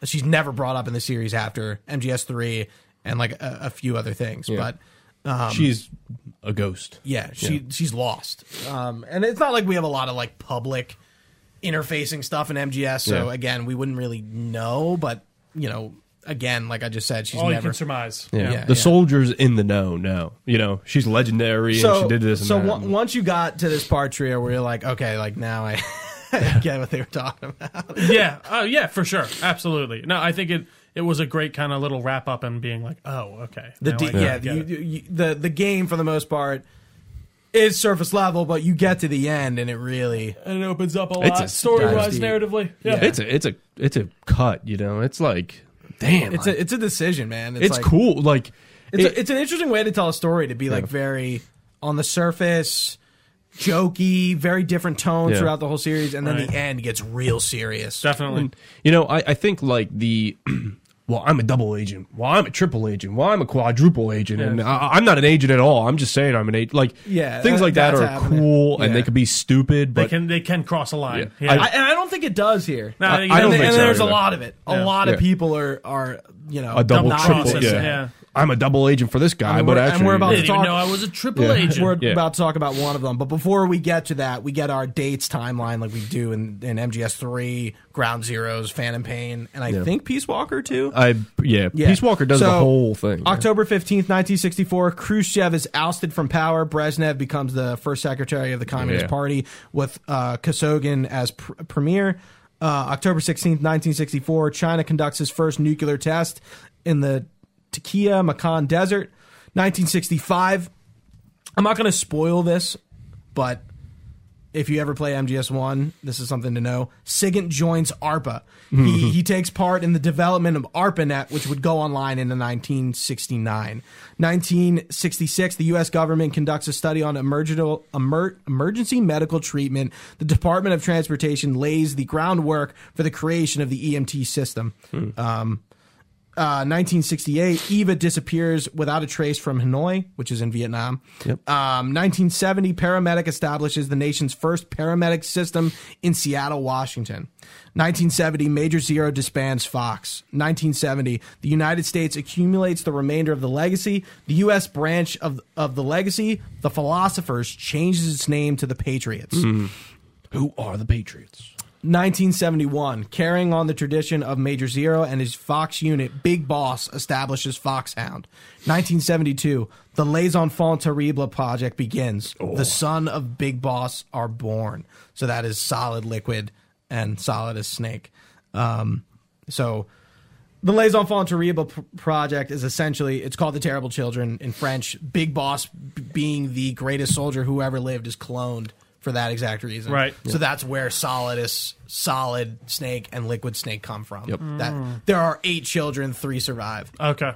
She's never brought up in the series after MGS3 and like a, a few other things. But She's a ghost. yeah, she she's lost. Um, and it's not like we have a lot of like public interfacing stuff in MGS. So Yeah. again, we wouldn't really know, but you know, again, like I just said, she's All you never. can surmise. Yeah. Yeah, the yeah. soldiers in the know know. You know, she's legendary and she did this and so that. on- once you got to this part trio where you're like, okay, like now I [laughs] get what they were talking about. [laughs] yeah, oh yeah, for sure, absolutely. No, I think it it was a great kind of little wrap up and being like, oh, okay, The Now D, I yeah, get you, it. you, you- the the game for the most part is surface level, but you get to the end and it really and it opens up a It's a lot story wise, dynasty. narratively. Yeah, It's a it's a it's a cut, you know. It's like damn. it's It's a it's a decision, man. It's, it's like, cool. Like It's, it- a, it's an interesting way to tell a story to be like very on the surface, jokey, very different tone Yeah. throughout the whole series, and then Right. the end gets real serious. definitely. you know, I, I think like the [clears throat] well, I'm a double agent. Well, I'm a triple agent. Well, I'm a quadruple agent, and Yes. I, I'm not an agent at all. I'm just saying I'm an agent. Like Yeah, things that- like that that's are happening. cool, and Yeah. they could be stupid, They but can they can cross a line. Yeah. Yeah, I, and I don't think it does here. No, I- you I and, know, don't think and so there's a either. lot of it. Yeah. A lot of Yeah. people are are you know a double obnoxious. triple. Yeah. yeah. I'm a double agent for this guy, mean, but we're- and actually, we're about I didn't Talk- even know I was a triple Yeah. agent. We're Yeah. about to talk about one of them, but before we get to that, we get our dates timeline like we do in, in MGS three, Ground Zeroes, Phantom Pain, and I think Peace Walker too. I yeah, Yeah. Peace Walker does the So, whole thing. October 15th, 1964, Khrushchev is ousted from power. Brezhnev becomes the first secretary of the Communist Yeah. Party with uh, Kosygin as pr- premier. Uh, October 16th, 1964, China conducts its first nuclear test in the Takia Makan Desert. 1965, I'm not going to spoil this, but if you ever play MGS1, this is something to know. Sigint joins ARPA. He, he takes part in the development of ARPANET, which would go online in 1969. 1966, the U.S. government conducts a study on emergental, emer, emergency medical treatment. The Department of Transportation lays the groundwork for the creation of the EMT system. Um, uh, 1968, Eva disappears without a trace from Hanoi, which is in Vietnam. Um, 1970, paramedic establishes the nation's first paramedic system in Seattle, Washington. 1970, Major Zero disbands Fox. 1970, the United States accumulates the remainder of the legacy. The U.S. branch of, of the legacy, the Philosophers, changes its name to the Patriots. Who are the Patriots? 1971, carrying on the tradition of Major Zero and his Fox unit, Big Boss establishes Foxhound. 1972, the Les Enfants Terribles project begins. The son of Big Boss are born. So that is solid liquid and solid as snake. Um, so the Les Enfants Terribles pr- project is essentially it's called the Terrible Children in French. Big Boss b- being the greatest soldier who ever lived is cloned for that exact reason. Right. So that's where Solidus, Solid Snake, and Liquid Snake come from. Yep. That there are eight children, three survive. okay.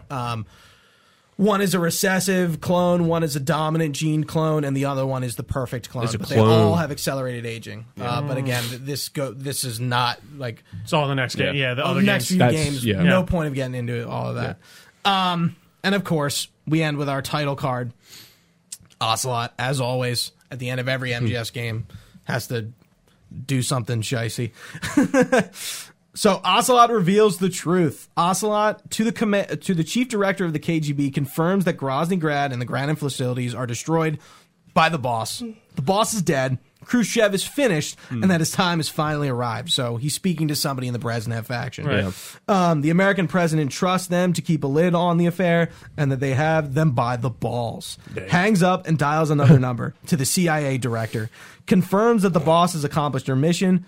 One is a recessive clone, one is a dominant gene clone, and the other one is the perfect clone. It's a But clone. They all have accelerated aging. Uh, but again, th- this go this is not like it's all the next game. yeah. Yeah, the of other next games. few That's- games. yeah. No Yeah. point of getting into it, all of that. Um, and of course, we end with our title card. Ocelot, as always, at the end of every MGS game, has to do something shicey. [laughs] So Ocelot reveals the truth. Ocelot to the comm- to the chief director of the KGB confirms that Grozny Grad and the Granin facilities are destroyed by the boss. The boss is dead. Khrushchev is finished, and that his time has finally arrived. So he's speaking to somebody in the Brezhnev faction. Right. Yeah. Um, the American president trusts them to keep a lid on the affair, and that they have them by the balls. Hangs up and dials another number to the CIA director. Confirms that the boss has accomplished their mission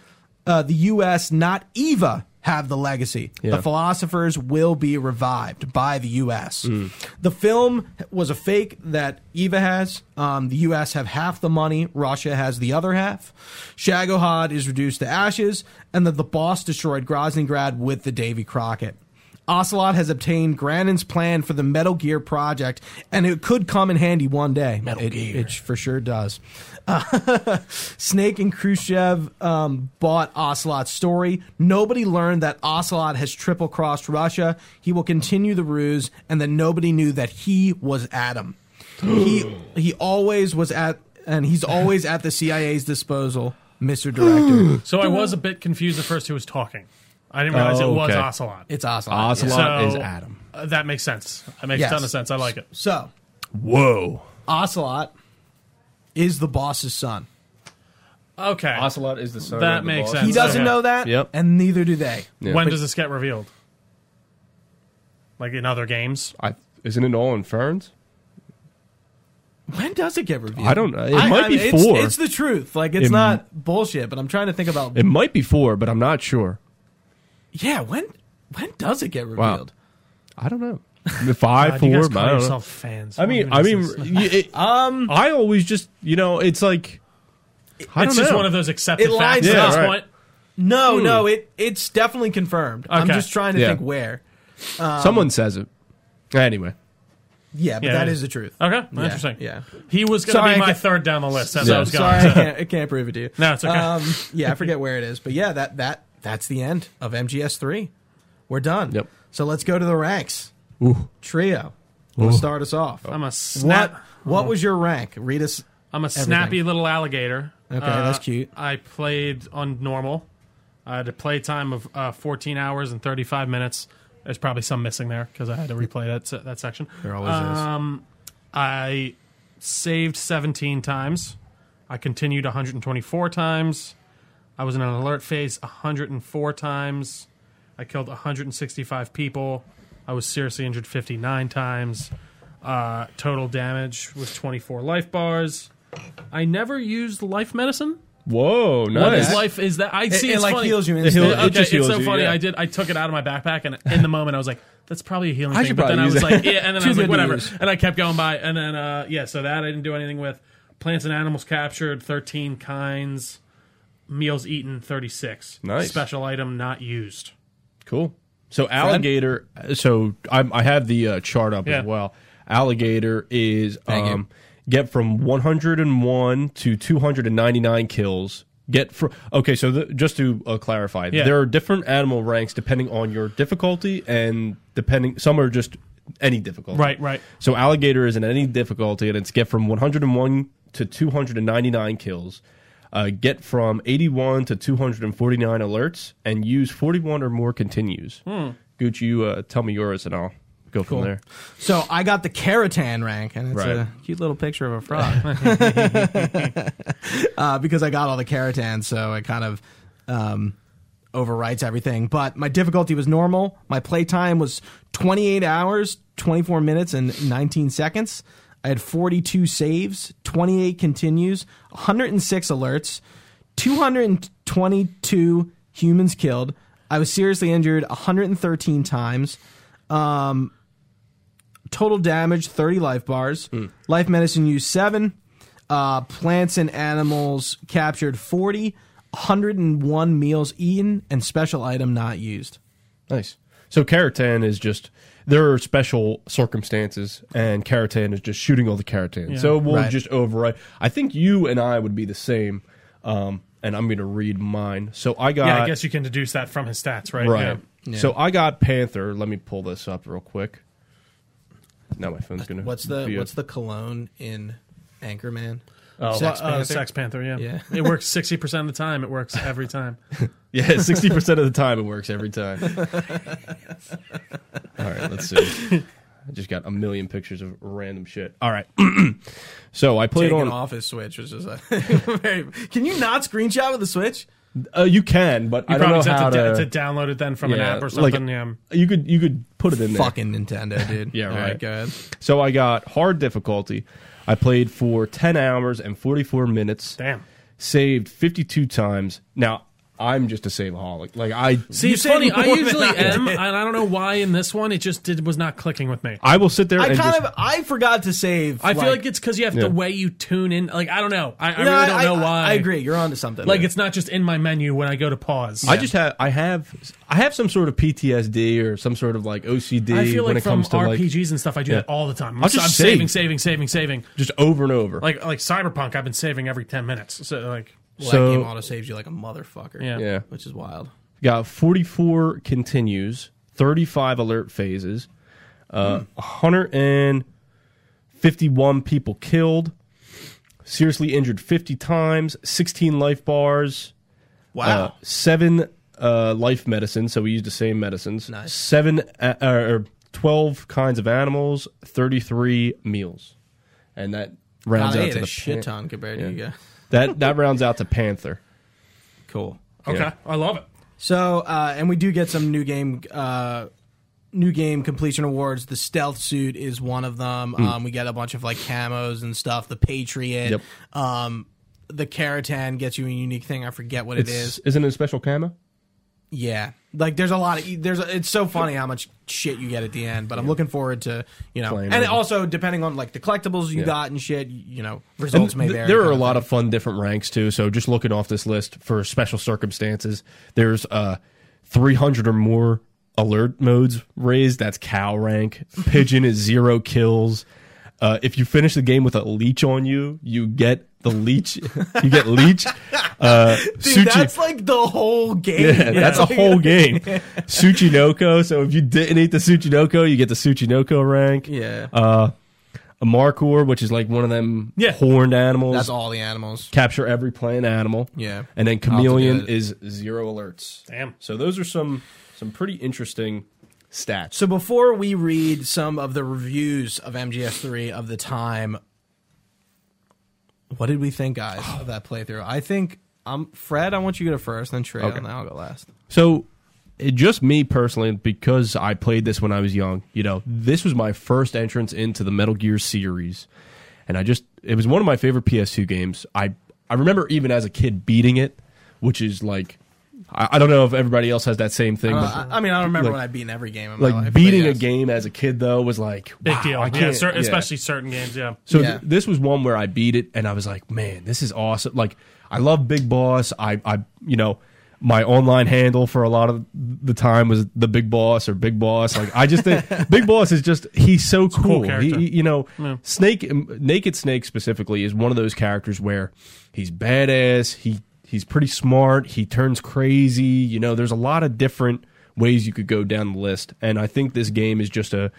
uh, the U.S., not EVA, have the legacy. Yeah. The philosophers will be revived by the U.S. The film was a fake that EVA has. Um, the U.S. have half the money, Russia has the other half. Shagohad is reduced to ashes, and that the boss destroyed Grozingrad with the Davy Crockett. Ocelot has obtained Granin's plan for the Metal Gear project, and it could come in handy one day. Metal Gear. It for sure does. [laughs] Snake and Khrushchev um, bought Ocelot's story. Nobody learned that Ocelot has triple crossed Russia. He will continue the ruse, and that nobody knew that he was Adam. [gasps] he he always was at, and he's always at the CIA's disposal, Mister [gasps] Director. So I was a bit confused at first who was talking. I didn't realize Oh, it was okay. Ocelot. it's Ocelot. Ocelot so is Adam. uh, that makes sense. That makes Yes. a ton of sense. I like it. So Whoa. Ocelot is the boss's son. Okay. Ocelot is the son. That of the makes boss. sense. He doesn't Okay. know that, Yep. and neither do they. Yeah. When But- does this get revealed? like in other games. I, isn't it all in Ferns? When does it get reviewed? I don't know. It I- might I- be it's- four. It's, the truth. Like it's It- not bullshit. But I'm trying to think about. It might be four, but I'm not sure. yeah. When when does it get revealed? Wow. I don't know. [laughs] Five, God, four. Uh, you guys I call don't know. yourself fans. I What mean, even I is mean, this? [laughs] y- it, um, I always just, you know, it's like, I don't it's just know. one of those accepted It lines facts at up. this Yeah, right. point. No, no. It it's definitely confirmed. I'm Okay. just trying to Yeah. think where. Someone says it. Anyway, Yeah, but Yeah, that it is is. the truth. Okay, Yeah, interesting. Yeah. He was going Sorry, to I be my can't- third down the list. That's Yeah. what I was Sorry, I going. [laughs] to. can't, I can't prove it to you. No, it's okay. Um, yeah, I forget where it is, but yeah, that that that's the end of MGS three. We're done. Yep. So let's go to the ranks. Ooh. Oh. Trio. We'll start us off. I'm a What snap. What was your rank? Read us. I'm a snappy little alligator. Uh, Okay, that's cute. I played on normal. I had a play time of uh, 14 hours and 35 minutes. There's probably some missing there because I had to replay that se- that section. There always is. um, I saved 17 times. I continued 124 times. I was in an alert phase 104 times. I killed 165 people. I was seriously injured 59 times. Uh, total damage was 24 life bars. I never used life medicine. whoa, nice. What is life? Is that I It, see? it, it's like funny. heals you heal- instantly. it Okay, just it's heals so you, funny. yeah. I did. I took it out of my backpack, and in the moment, I was like, "That's probably a healing I thing." should But then probably I use was that. like, "Yeah," and then I Too was good like, to "Whatever," use. and I kept going by. And then, uh, yeah, so that I didn't do anything with plants and animals captured, thirteen kinds, meals eaten, thirty-six. Nice. special item not used. Cool. So alligator. uh, So I, I have the uh, chart up Yeah. as well. Alligator is you. um, get from 101 to 299 kills. Get from okay. So the, just to uh, clarify, Yeah. there are different animal ranks depending on your difficulty and depending. Some are just any difficulty. Right, right. So alligator is in any difficulty, and it's get from 101 to 299 kills. Uh, get from 81 to 249 alerts, and use 41 or more continues. Gooch, you uh, tell me yours, and I'll go from there. So I got the Caritan rank, and it's Right. a cute little picture of a frog. [laughs] [laughs] uh, because I got all the Caritan, so it kind of um, overwrites everything. But my difficulty was normal. My playtime was 28 hours, 24 minutes, and 19 seconds. I had 42 saves, 28 continues, 106 alerts, 222 humans killed. I was seriously injured 113 times total damage 30 life bars Hmm. life medicine used 7 uh, plants and animals captured 40 101 meals eaten and special item not used Nice. So Caritan is just there are special circumstances, and Caritan is just shooting all the Caritan. So we'll Right. just override. I think you and I would be the same, um, and I'm going to read mine. So I got. Yeah, I guess you can deduce that from his stats, right? Uh, Right. Yeah. So I got Panther. Let me pull this up real quick. Now my phone's gonna. what's the be up. what's the cologne in anchorman Oh, Uh, Sex Sex, Panther. Panther? Sex Panther. Yeah, Yeah. it works sixty percent of the time. It works every time. [laughs] yeah? Sixty percent of the time it works [laughs] every time. All right, let's see. I just got a million pictures of random shit. All right. [clears throat] so I played Taking on. off his switch which is a [laughs] very, can you not screenshot with a switch Uh, you can, but You I don't probably know just how have to. to, d- to download it then from an Yeah, app or like- something. yeah. you could you could put it in there. fucking nintendo [laughs] dude Yeah, All right. go ahead. So I got hard difficulty. I played for ten hours and forty four minutes. Damn. saved 52 times. Now, I'm just a saveaholic. Like I See, You it's saved funny. more I than usually I am, did. and I don't know why in this one it just did was not clicking with me. I will sit there i and kind just, of i forgot to save I feel like it's because you have Yeah. the way you tune in. Like I don't know. I, I No, really don't know why. I agree you're onto something Like it's not just in my menu when I go to pause. I just have I have I have some sort of PTSD or some sort of like OCD I feel when like it from comes to RPGs like and stuff, I do Yeah. that all the time. I'm, I'll just I'm save. saving, saving, saving, saving. just over and over. Like like Cyberpunk, I've been saving every ten minutes. So like, well, so- that game auto saves you like a motherfucker yeah, yeah. Uh, which is wild Got 44 continues, 35 alert phases, Hmm. uh 151 people killed, seriously injured 50 times, 16 life bars, wow Uh, seven uh, life medicine, so we used the same medicines. Nice. Seven uh, or twelve kinds of animals, thirty-three meals, and that rounds God, I out ate to a the shit pan- ton compared to you guys. [laughs] that that rounds out to Panther. Cool. Okay, Yeah. I love it. So, uh, and we do get some new game uh, new game completion awards. The stealth suit is one of them. Um, we get a bunch of like camos and stuff. The Patriot. Hmm. Yep. Um, the Karatan gets you a unique thing. I forget what It's, it is. Isn't it a special camo? Yeah, like there's a lot of there's. A, it's so funny how much shit you get at the end. But I'm looking forward to you know, Playing and it. also depending on like the collectibles you Yeah. got and shit, you know, And results may th- vary. there kind are a of lot of fun different ranks too. So just looking off this list for special circumstances, there's uh 300 or more alert modes raised. That's [laughs] cow rank. Pigeon is zero kills. Uh, if you finish the game with a leech on you, you get the leech. you get leech. [laughs] Uh, Dude, Suchi- that's like the whole game. [laughs] yeah, that's a [laughs] whole game. Tsuchinoko. So if you detonate the Tsuchinoko, you get the Tsuchinoko rank. Yeah, Uh, a Markor, which is like one of them Yeah. horned animals that's all the animals. capture every plant animal. Yeah. And then have to do chameleon it. is zero alerts. Damn. So those are some some pretty interesting stats. So before we read some of the reviews of MGS3 of the time, what did we think, guys, of that playthrough? I think I'm Fred. I want you to go first, then Trey, and then I'll go last. So it, just me personally, because I played this when I was young, you know, this was my first entrance into the Metal Gear series. And I just it was one of my favorite PS2 games. I I remember even as a kid beating it, which is like I, I don't know if everybody else has that same thing, but Uh, I, I mean, I don't remember Like- when I've beaten every game. In my like life, but beating yes. a game as a kid though was like Big wow, deal. I yeah, can't- cer- yeah. especially certain games. Yeah. So Yeah. th- this was one where I beat it, and I was like, man, this is awesome. Like, I love Big Boss. I, I, you know, my online handle for a lot of the time was the Big Boss or Big Boss. Like, I just think Big Boss is just he's so cool. he, character. he- you know, Snake, Naked Snake specifically is one of those characters where he's badass. He he's pretty smart. He turns crazy. You know, there's a lot of different ways you could go down the list, and I think this game is just a,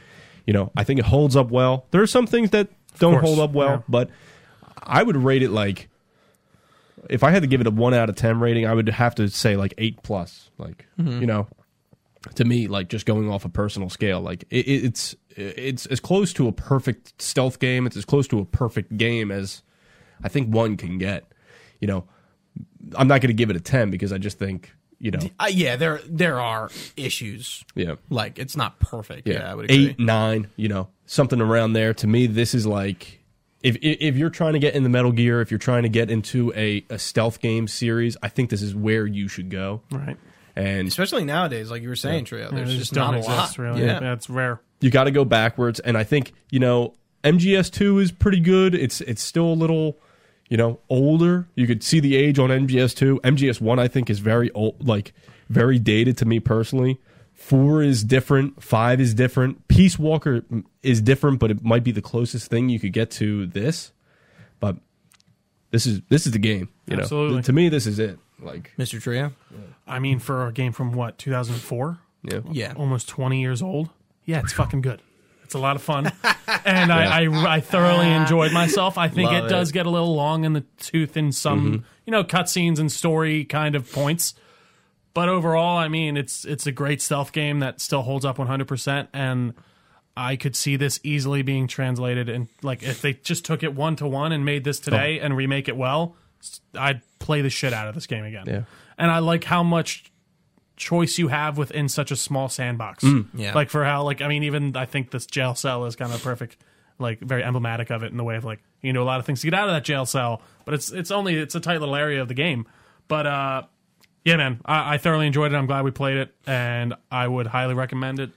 you know, I think it holds up well. There are some things that don't course, hold up well, yeah. but I would rate it like. If I had to give it a one out of ten rating, I would have to say like eight plus. Like Mm-hmm. you know, to me, like just going off a personal scale, like it, it- it's it's as close to a perfect stealth game. It's as close to a perfect game as I think one can get. You know, I'm not going to give it a ten because I just think you know, Uh, yeah, there there are issues. yeah, Like it's not perfect. Yeah, I would agree. eight, nine, you know, something around there. To me, this is like if if if you're trying to get in the Metal Gear, if you're trying to get into a a stealth game series, I think this is where you should go. Right. And Especially nowadays, like you were saying, Trio. There's They just not a lot. really. Yeah. That's rare. you got to go backwards and i think you know mgs2 is pretty good it's it's still a little you know older you could see the age on mgs2 mgs1 i think is very old like very dated to me personally four is different five is different peace walker is different but it might be the closest thing you could get to this but this is this is the game you know Absolutely. to me this is it like Mr. Trio. I mean, for a game from what 2004, yeah Yeah. almost 20 years old. Yeah, it's fucking good. It's a lot of [laughs] fun, and I, I I thoroughly enjoyed myself. I think Love it does it. Mm-hmm. get a little long in the tooth in some you know cutscenes and story kind of points, but overall, I mean, it's it's a great stealth game that still holds up 100, percent and I could see this easily being translated and like if they just took it one to one and made Oh. this today and remake it well, s- I'd play the shit out of this game again. Yeah. And I like how much choice you have within such a small sandbox. Mm, yeah. Like for how like I mean even I think this jail cell is kind of perfect like very emblematic of it in the way of like you know a lot of things to get out of that jail cell, but it's it's only it's a tight little area of the game. But uh yeah, man, I, I thoroughly enjoyed it. I'm glad we played it, and I would highly recommend it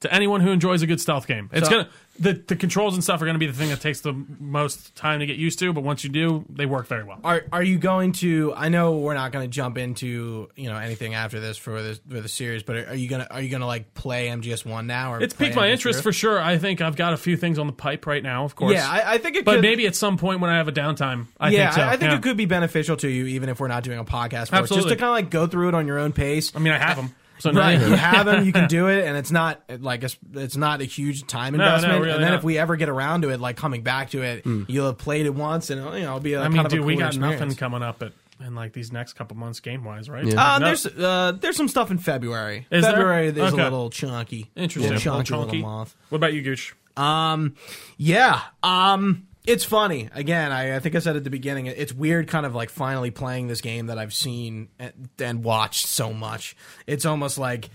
to anyone who enjoys a good stealth game. It's So- gonna the, the controls and stuff are gonna be the thing that takes the most time to get used to, but once you do, they work very well. Are are you going to? I know we're not going to jump into you know anything after this for the for the series, but are, are you gonna are you gonna like play MGS one now? Or It's play piqued my MGS3? interest for sure. I think I've got a few things on the pipe right now, of course. Yeah, I, I think it. but could, maybe at some point when I have a downtime, I yeah, think so. I, I think yeah. it could be beneficial to you, even if we're not doing a podcast. For it, just Absolutely. to kind of like go through it on your own pace. I mean, I have them. [laughs] So now Right, you- [laughs] you have them, you can do it, and it's not like it's, it's not a huge time no, investment. really and then not. if we ever get around to it, like coming back to it, you'll have played it once, and you know, it'll be like, I mean, kind of a dude, cool we got experience. nothing coming up at, in like these next couple months game wise, right? Uh, No. There's uh, there's some stuff in February. Is there? February there's Okay. a little chunky, Interesting. little chunky, Little chunky. little moth. What about you, Gooch? Um, yeah. Um, it's funny. Again, I, I think I said at the beginning. It's weird, kind of like finally playing this game that I've seen and, and watched so much. It's almost like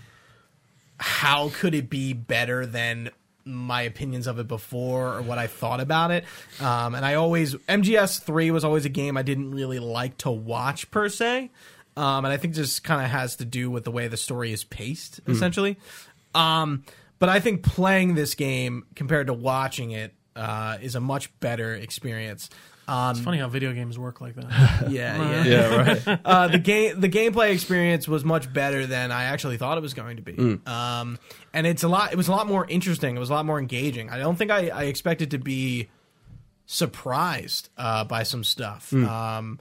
how could it be better than my opinions of it before or what I thought about it? Um, and I always MGS three was always a game I didn't really like to watch per se. Um, and I think this kind of has to do with the way the story is paced, essentially. Um, but I think playing this game compared to watching it uh, is a much better experience. [laughs] Um, Funny how video games work [laughs] like that. yeah, yeah. Yeah, [laughs] right. Uh, the game, the gameplay experience was much better than I actually thought it was going to be. Um, and it's a lot. It was a lot more interesting. It was a lot more engaging. I don't think I, I expected to be surprised uh, by some stuff. Um,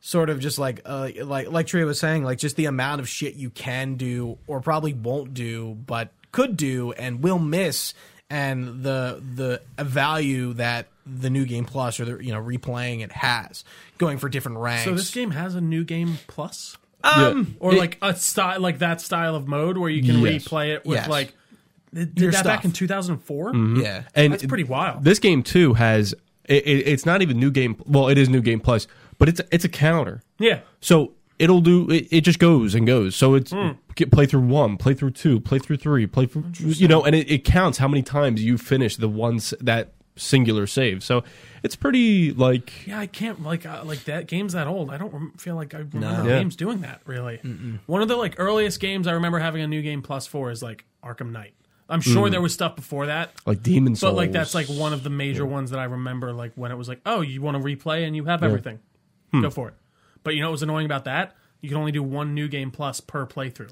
sort of just like uh, like like Tria was saying, like just the amount of shit you can do or probably won't do, but could do and will miss, and the the value that the new game plus or the you know replaying it has going for different ranks. so this game has a new game plus, Um, or It- like a style like that style of mode where you can Yes. replay it with Yes. like they did Your that stuff. Mm-hmm. back in two thousand four. yeah, and That's pretty wild. This game too has it, it, it's not even new game. Well, it is new game plus, but it's it's a counter. Yeah, So it'll do. It, it just goes and goes. So it's Hmm. get, play through one, play through two, play through three, play through you know, and it, it counts how many times you finish the one s- that singular save. So it's pretty like yeah. I can't like uh, like that game's that old. I don't rem- feel like I remember Yeah. games doing that really. One of the like earliest games I remember having a new game plus for is like Arkham Knight. I'm Mm. sure there was stuff before that, like Demon Souls. but like that's like one of the major ones that I remember. Like when it was like, oh, you want to replay and you have everything, Hmm. go for it. But you know what was annoying about that? You can only do one new game plus [laughs] per playthrough,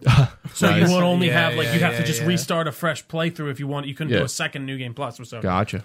so Nice. you would only Yeah, have like yeah, you have yeah, to just yeah. restart a fresh playthrough if you want. You couldn't do Yeah. a second new game plus or so. gotcha.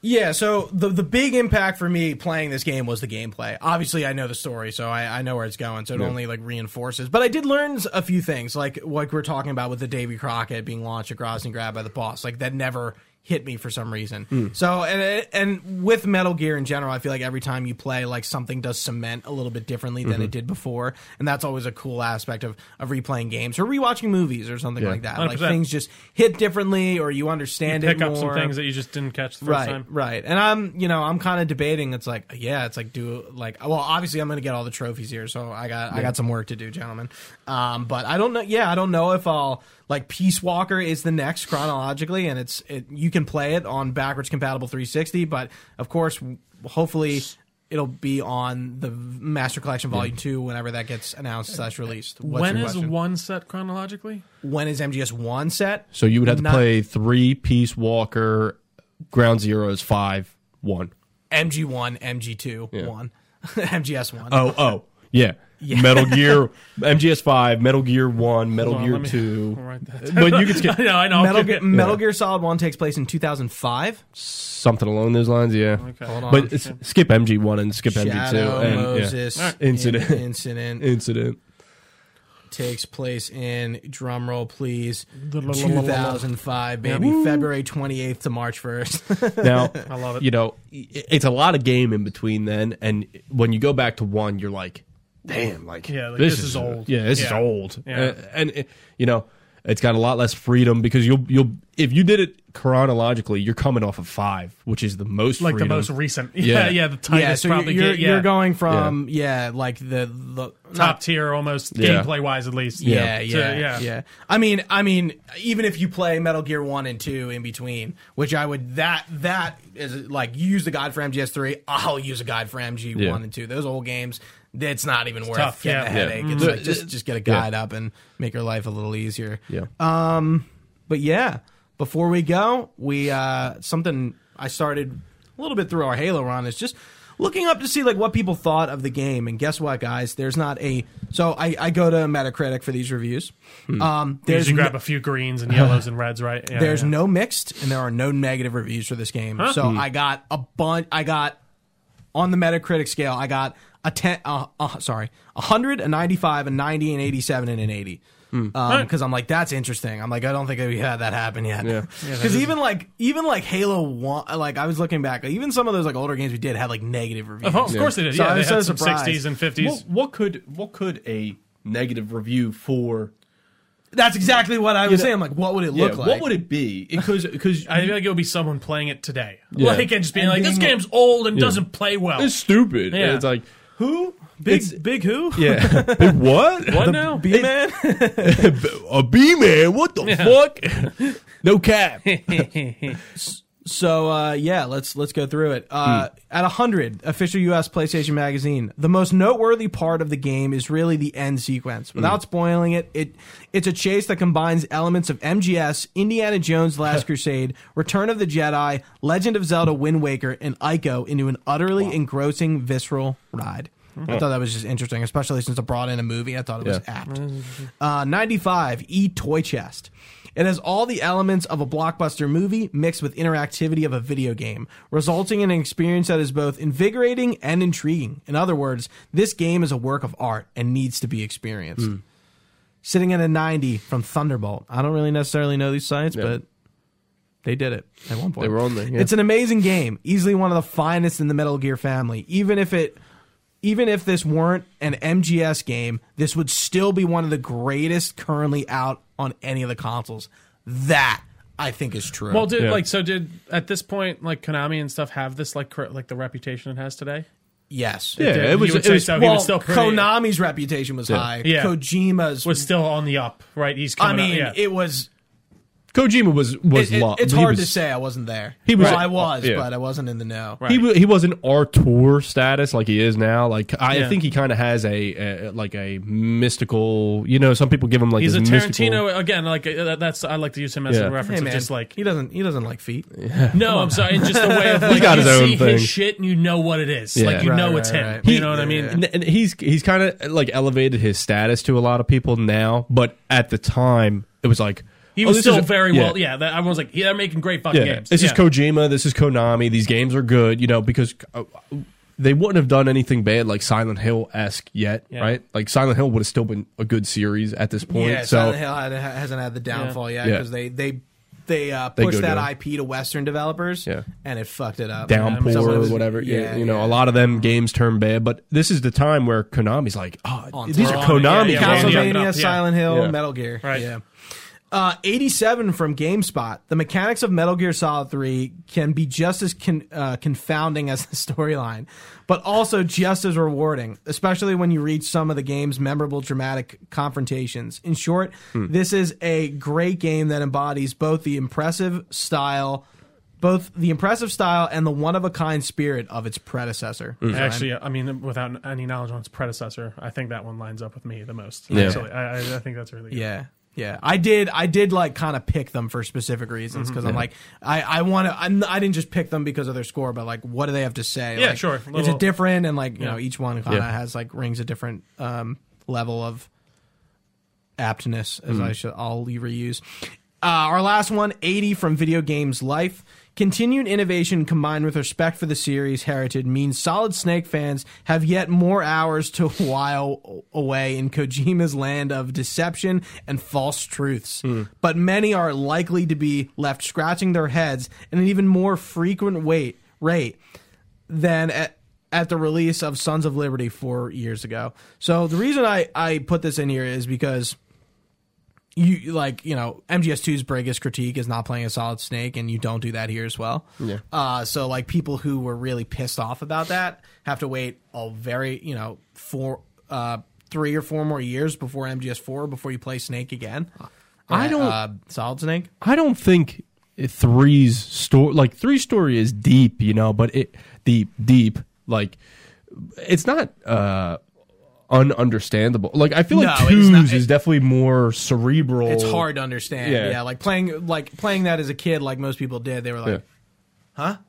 Yeah, so the the big impact for me playing this game was the gameplay. Obviously, I know the story, so I, I know where it's going. So it only like reinforces. But I did learn a few things, like what we're talking about with the Davy Crockett being launched across and grabbed by the boss. Like that never hit me for some reason. So and and with Metal Gear in general, I feel like every time you play, like something does cement a little bit differently than it did before, and that's always a cool aspect of of replaying games or rewatching movies or something Yeah. like that. Like 100%. things just hit differently, or you understand it Pick up some more things that you just didn't catch the first right, time. Right. And I'm, you know, I'm kind of debating. It's like, yeah, it's like, do like, well, obviously I'm going to get all the trophies here. So I got, I got some work to do, gentlemen. Um, but I don't know. Yeah. I don't know if I'll like Peace Walker is the next chronologically and it's, it, you can play it on backwards compatible 360, but of course, w- hopefully it'll be on the master collection volume two, whenever that gets announced slash released. What's when your is question? one set chronologically? when is MGS one set? So you would have to Not- play three piece Walker, Ground Zero is five one. MG one, MG two, Yeah. one, [laughs] MGS one. Oh, oh, yeah. [laughs] Metal Gear, MGS Five, Metal Gear One, Metal on, Gear let me- Two. [laughs] I'll write that But you could skip I know, I know. Metal, I'm Gear, kidding. Metal Gear Solid One takes place in 2005. something along those lines. Yeah. Okay. But s- skip MG One and skip MG Two. Shadow And, Moses Yeah. Incident. in- incident [laughs] [laughs] Incident. takes place in drum roll please 2005 baby February 28th to March [laughs] 1st. Now I love it. you know i- it's a lot of game in between then, and when you go back to one, you're like, damn, like, Yeah, like, this is uh, old. Yeah, this is Yeah. old. Yeah. Uh, and it, you know it's got a lot less freedom because you'll you'll if you did it chronologically, you're coming off of five, which is the most like freedom. the most recent. [laughs] Yeah, yeah. Yeah. the yeah, tightest so you're, probably. you're, ga- yeah. you're going from yeah. like the the top not- tier almost Yeah. gameplay wise at least. yeah, So, yeah, yeah, I mean, I mean, even if you play Metal Gear One and Two in between, which I would that that is like you use the guide for MGS three, I'll use a guide for MG One Yeah. and Two. Those old games, it's not even worth tough, getting yeah. a Yeah. headache. It's like just just get a guide up and make your life a little easier. Yeah. But yeah, before we go, we uh something I started a little bit through our Halo run is just looking up to see like what people thought of the game. And guess what, guys? There's not a so I, I go to Metacritic for these reviews. Um, Hmm. You there's usually grab no, a few greens and yellows and reds, right? Yeah, there's yeah. no mixed and there are no negative reviews for this game. So I got a bunch. I got on the Metacritic scale. I got a ten. Uh, uh, sorry, a hundred, a ninety-five, a ninety, an eighty-seven, and an eighty. Because I'm like, that's interesting. I'm like, I don't think we had that happen yet. [laughs] Yeah. Because even like, even like Halo One, like I was looking back, like, even some of those like older games we did had like negative reviews. Oh, of course they did. So yeah, I they was had so some surprised. 60s and 50s. What, what could what could a negative review for That's exactly what I was saying. I'm like, what would it look Yeah, like? What would it be? Because [laughs] because I feel like it would be someone playing it today. Yeah. Like, and just being And like, this being- game's old and doesn't play well. it's stupid. Yeah. It's like Who? Big It's- Big [laughs] Who? [laughs] Yeah. Big what? What now? [laughs] B Man? A B man? What the [laughs] fuck? no cap. So uh, yeah, let's let's go through it. Uh, At hundred, official U.S. PlayStation Magazine, the most noteworthy part of the game is really the end sequence. Without spoiling it, it it's a chase that combines elements of MGS, Indiana Jones: The Last Crusade, Return of the Jedi, Legend of Zelda: Wind Waker, and Ico into an utterly engrossing, visceral ride. I thought that was just interesting, especially since it brought in a movie. I thought it was Yeah. apt. Uh, 95, E Toy Chest. It has all the elements of a blockbuster movie mixed with interactivity of a video game, resulting in an experience that is both invigorating and intriguing. In other words, this game is a work of art and needs to be experienced. Hmm. Sitting at a 90 from Thunderbolt. I don't really necessarily know these sites, but they did it at one point. They were on there, yeah. It's an amazing game, easily one of the finest in the Metal Gear family. Even if it even if this weren't an MGS game, this would still be one of the greatest currently out on any of the consoles. That I think is true. Well, did Yeah. like so? Did at this point like Konami and stuff have this like cr- like the reputation it has today? yes. Yeah, Did- it was. you would It say was so. he well, was still pretty- Konami's reputation was high. Yeah. Kojima's Was still on the up, right? He's I coming. mean, up, yeah. it was Kojima was was it, it- lo- it's he hard to was- say I wasn't there. He was- Well, I was, Yeah. but I wasn't in the know. He wa- he wasn't our tour status like he is now. Like I Yeah. think he kind of has a, a like a mystical. You know, some people give him like he's a this mystical- Tarantino again. Like uh, that- that's I like to use him as Yeah. a reference. Hey of man, just like he doesn't he doesn't like feet. no, I'm sorry, just the way of like got you his own see thing. his shit and you know what it is. Yeah. Like you Right, know right, it's him. right. You know what I mean? And, and he's he's kind of like elevated his status to a lot of people now, but at the time it was like He oh, was this still is a- very yeah, well. Yeah, that, everyone's like, yeah, they're making great fucking Yeah, games. this is Yeah. Kojima. This is Konami. These games are good, you know, because uh, they wouldn't have done anything bad like Silent Hill esque yet, Yeah. right? Like Silent Hill would have still been a good series at this point. Yeah, so Silent Hill had, hasn't had the downfall yet Yeah. because they they they uh, They pushed go that down. IP to Western developers, Yeah. and it fucked it up. downpour So it or was- whatever. Yeah, you know, yeah. a lot of them games turn bad, but this is the time where Konami's like, oh, On these are top. Konami Yeah, games. well, yeah. Castlevania, up, Silent Hill, Yeah. Metal Gear. Right. Yeah. Uh, 87 from GameSpot. The mechanics of Metal Gear Solid 3 can be just as con- uh, confounding as the storyline, but also just as rewarding, especially when you reach some of the game's memorable dramatic confrontations. In short, Hmm. this is a great game that embodies both the impressive style. Both the impressive style and the one of a kind spirit of its predecessor. Hmm. Actually, I mean, without any knowledge on its predecessor, I think that one lines up with me the most. Yeah. Actually, I, I, I think that's really good. Yeah. Yeah. I did I did like kind of pick them for specific Mm-hmm. reasons because I'm like I I want to I'm- I didn't just pick them because of their score but like what do they have to say? Yeah, Like, sure. Is Little- it different and like you know Yeah. each one kind of Yeah. has like rings a different um level of aptness as I should I'll reuse. Uh, our last one, 80 from Video Games Life. Continued innovation combined with respect for the series' heritage means Solid Snake fans have yet more hours to [laughs] while away in Kojima's land of deception and false truths. But many are likely to be left scratching their heads in an even more frequent wait, rate than at, at the release of Sons of Liberty four years ago. So the reason I, I put this in here is because you like you know MGS2's biggest critique is not playing a solid snake, and you don't do that here as well. Yeah. Uh, so like people who were really pissed off about that have to wait a very you know four uh three or four more years before MGS4 before you play Snake again. I don't- uh, solid Snake. I don't think three's story like three story is deep, you know, but it deep deep like it's not uh ununderstandable. Like I feel like No, it two's is not- is definitely more cerebral. It's hard to understand. Oh. Yeah. Yeah. like playing like playing that as a kid, like most people did. They were like, Yeah.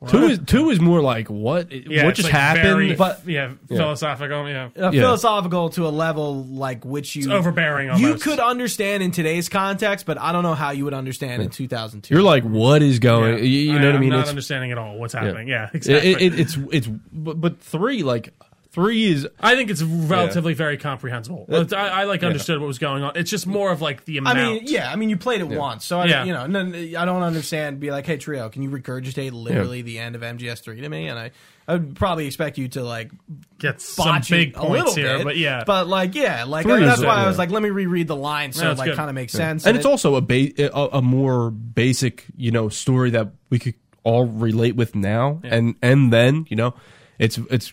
Two is two is more like what Yeah, what it's, just like, happened. Very, but yeah, philosophical. Yeah, uh, Yeah. philosophical to a level like which you overbearing You almost. could understand in today's context, but I don't know how you would understand in 2002. you're like, what is going? You, you know what I am mean? Not It's- understanding at all what's yeah. happening. Yeah, It- exactly. It, it, it's it's but, but three like three is I think it's relatively very comprehensible. I, I like understood what was going on. It's just more of like the I amount. mean, yeah, I mean, you played it once, so I, Yeah. you know, no, no, I don't understand. Be like, hey, Trio, can you regurgitate literally the end of MGS3 to me? And I, I would probably expect you to like gets some botch big it a little points here, bit, but yeah, but like, yeah, like Three that's is- why I yeah. was like, let me reread the line so No, it it's like good. kind of makes sense. and it's it- also a, ba- a a more basic you know story that we could all relate with now and and then you know it's it's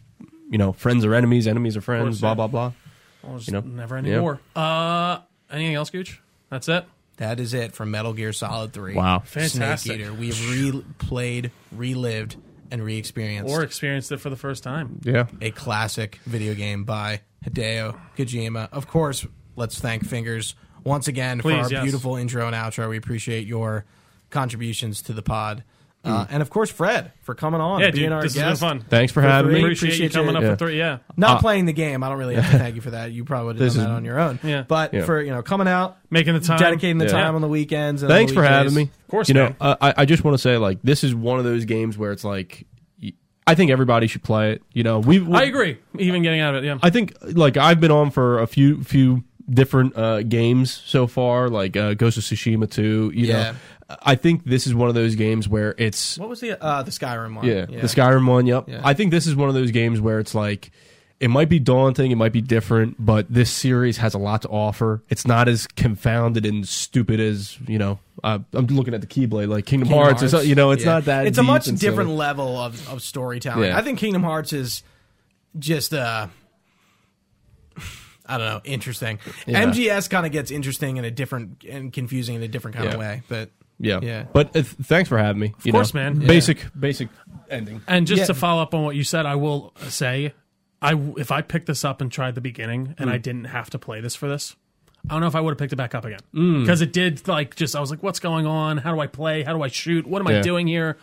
you know, friends are enemies, enemies are course, friends, blah yeah. blah blah. Well, there's You know? never Yeah. anymore. Uh, anything else, Gooch? That's it. That is it from Metal Gear Solid 3. Wow. Fantastic. Snake Eater. We replayed, relived, and re experienced Or experienced it for the first time. Yeah, a classic video game by Hideo Kojima. Of course, let's thank Fingers once again for Please, our yes. beautiful intro and outro. We appreciate your contributions to the pod. Uh, and of course, Fred for coming on, Mm. Yeah, being dude, our this guest. has been fun. thanks for Feel having free. me. Appreciate, Appreciate you coming you. up Yeah. for three. Yeah, Not Uh, playing the game, I don't really [laughs] have to thank you for that. You probably would have This done is- that on your own. Yeah. But Yeah. for you know coming out, making the time, dedicating the Yeah. time on the weekends. And on Thanks the for having weekdays. me. Of course, you know, man. uh, I I just want to say like this is one of those games where it's like, y- I think everybody should play it. You know, we, we I agree. Even getting out of it. Yeah. I think like I've been on for a few few different uh, games so far, like uh, Ghost of Tsushima two. You Yeah. know, I think this is one of those games where it's What was the uh, the Skyrim one? yeah, the Skyrim one. Yep. Yeah. I think this is one of those games where it's like it might be daunting, it might be different, but this series has a lot to offer. It's not as confounded and stupid as you know. Uh, I'm looking at the Keyblade, like Kingdom, Kingdom Hearts, or something. You know, it's Yeah. not that. It's a deep much and different silly. level of, of storytelling. Yeah. I think Kingdom Hearts is just uh [sighs] I don't know, interesting. Yeah. MGS kind of gets interesting in a different and confusing in a different kind Yeah. of way, but Yeah. Yeah. But uh, th- thanks for having me. Of course, man. Yeah. Basic, basic ending. And just Yeah. to follow up on what you said, I will say, I if I picked this up and tried the beginning, and Mm. I didn't have to play this for this, I don't know if I would have picked it back up again Mm. because it did like just I was like, what's going on? How do I play? How do I shoot? What am I Yeah. doing here?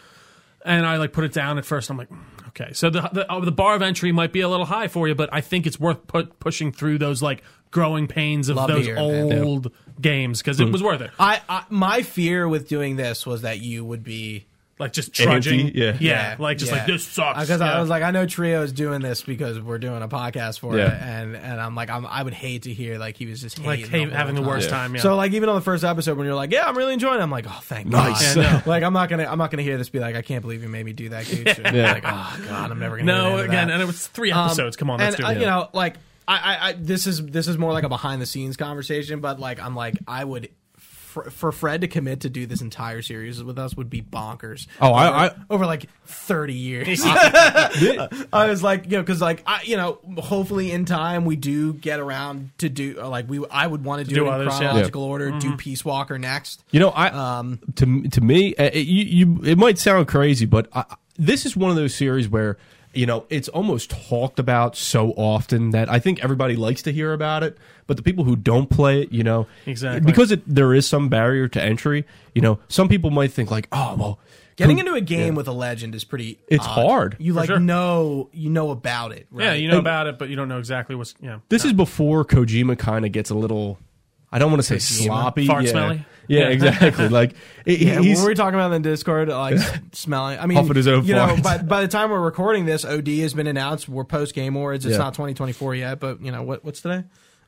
And I like put it down at first. I'm like, "Mm, okay, so the the, oh, the bar of entry might be a little high for you, but I think it's worth put, pushing through those like growing pains of Love to those hear it, man. Mm. old games because it was worth it. I, I my fear with doing this was that you would be Like just trudging, Empty, yeah. yeah, like just like this sucks. Because Uh, I Yeah. was like, I know Trio is doing this because we're doing a podcast for Yeah. it, and and I'm like, I'm, I would hate to hear like he was just like hating hey, whole having the time. worst time. Yeah. So like even on the first episode when you're like, yeah, I'm really enjoying it, I'm like, oh thank Nice. God. Yeah, like I'm not gonna I'm not gonna hear this be like, I can't believe you made me do that. [laughs] Gooch. And Yeah. Like oh God, I'm never gonna. No, hear the end of again, that. and it was three Um, episodes. Come on, let's and, do uh, it. You know, like I, I, I this is this is more like a behind the scenes conversation, but like I'm like I would. For, for Fred to commit to do this entire series with us would be bonkers. Oh, I- over, I- over like thirty [laughs] years. I was like, you know, because like I, you know, hopefully in time we do get around to do or, like we. I would want to do, do it in others, yeah. Mm-hmm. chronological order. Do Peace Walker next. You know, I um, to to me, uh, it, you, you it might sound crazy, but I, I- this is one of those series where you know it's almost talked about so often that I think everybody likes to hear about it. But the people who don't play it, you know, Exactly. because it, there is some barrier to entry. You know, some people might think like, oh well, Getting com- into a game with a legend is pretty. It's odd. hard. You like sure. know you know about it. Right? yeah, you know about it, but you don't know exactly what's yeah. This is before Kojima kind of gets a little. I don't want to say sloppy, Fart yeah. smelly? Yeah, Yeah. exactly. [laughs] like it, Yeah, he's, what were we talking about in the Discord? Like [laughs] s- smelling. I mean, Huffing his own you know, farts. by, by the time we're recording this, OD has been announced. We're post Game Awards. It's Yeah. not 2024 yet, but you know what? What's today?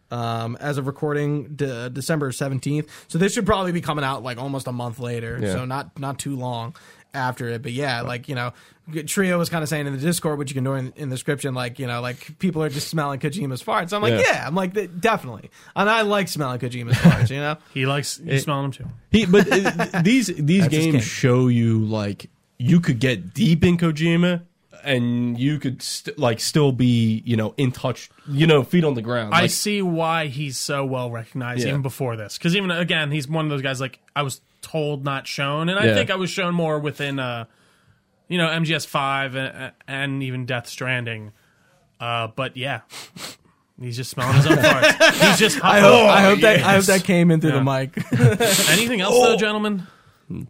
Um, as of recording, de- December 17th. So this should probably be coming out like almost a month later. Yeah. So not not too long after it. But yeah, like you know, G- Trio was kind of saying in the Discord, which you can do in, in the description, like you know, like people are just smelling Kojima's farts. I'm like, yeah, Yeah. I'm like, "Th- definitely, and I like smelling Kojima's farts. You [laughs] know. He likes you smelling him too. He, but [laughs] uh, these these his games game. show you like you could get deep in Kojima and you could st- like still be you know in touch you know feet on the ground. I Like, see why he's so well recognized Yeah. even before this, because even again, he's one of those guys like I was told not shown, and I Yeah. think I was shown more within, uh, you know, MGS five and, and even Death Stranding. Uh, but yeah, he's just smelling his own farts. He's just. Oh, I hope, Oh, I hope that I hope that came in through the mic. [laughs] Anything else though, gentlemen?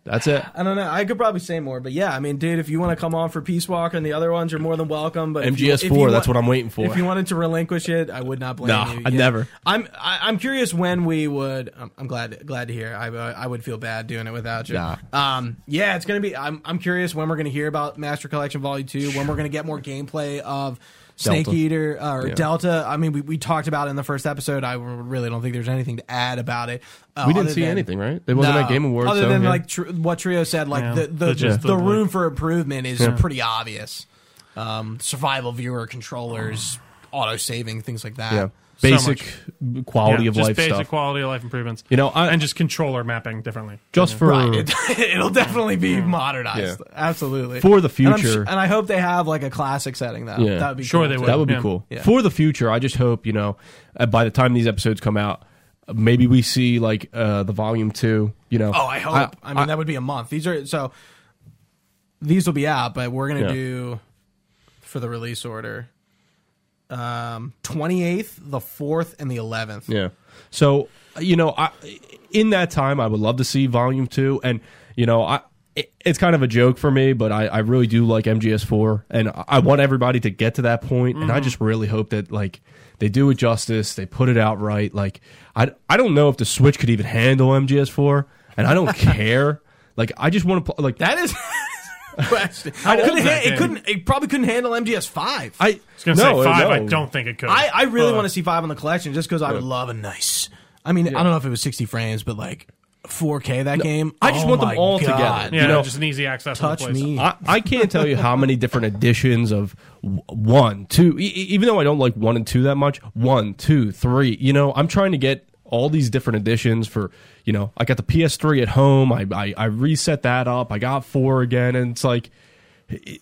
that's it. I don't know. I could probably say more, but yeah, I mean, dude, if you want to come on for Peace Walker and the other ones, you're more than welcome. But if you- if MGS you four. want- That's what I'm waiting for. If you wanted to relinquish it, I would not blame Nah, you. I'd never. I'm I, I'm curious when we would. I'm, I'm glad glad to hear. I uh, I would feel bad doing it without you. Nah. Um. Yeah, it's gonna be. I'm I'm curious when we're gonna hear about Master Collection Volume Two. When we're gonna get more gameplay of. Snake Delta. Eater uh, or Yeah. Delta. I mean, we, we talked about it in the first episode. I really don't think there's anything to add about it. Uh, we didn't other see than- anything, right? It wasn't at Game Awards. other so, than yeah. like tr- what Trio said, like Yeah. the the, The the, gist of, like- room for improvement is pretty obvious. Um, survival viewer controllers, auto saving, things like that. Yeah. basic much. quality Yeah, of just life basic stuff. quality of life improvements. You know, I- and just controller mapping differently. just for It, [laughs] it'll definitely be modernized. Yeah. Absolutely. For the And I'm future. And, I hope they have like a classic setting though. Yeah. That would be Sure cool, they too. would. [laughs] that would be Yeah. cool Yeah. for the future. I just hope you know uh, by the time these episodes come out, uh, maybe we see like uh, the volume two. You know, Oh, I hope. I, mean, that would be a month. These are so. These will be out, but we're gonna Yeah. do for the release order. Um, twenty eighth, the fourth, and the eleventh. Yeah. So you know, I in that time, I would love to see Volume Two, and you know, I it, it's kind of a joke for me, but I, I really do like MGS4, and I- I want everybody to get to that point, Mm-hmm. and I just really hope that like they do it justice, they put it out right. Like I I don't know if the Switch could even handle MGS4, and I don't [laughs] care. Like I just want to pl- like That is. question. old Couldn't is that ha- it game? couldn't. It probably couldn't handle MGS five. [laughs] I, It's gonna no, say five. no. I don't think it could. Uh, I, I really But- want to see five on the collection just because I would love a nice. I mean, I don't know if it was sixty frames, but like four K that game. I just Oh want them my all together. God. Yeah, you know- just an easy access. Touch to the place. me. I, I can't tell you how many different editions of w- one, two, e- e- even though I don't like one and two that much, one, two, three. You know, I'm trying to get all these different editions for, you know, I got the PS3 at home. I, I, I reset that up. I got four again. And it's like,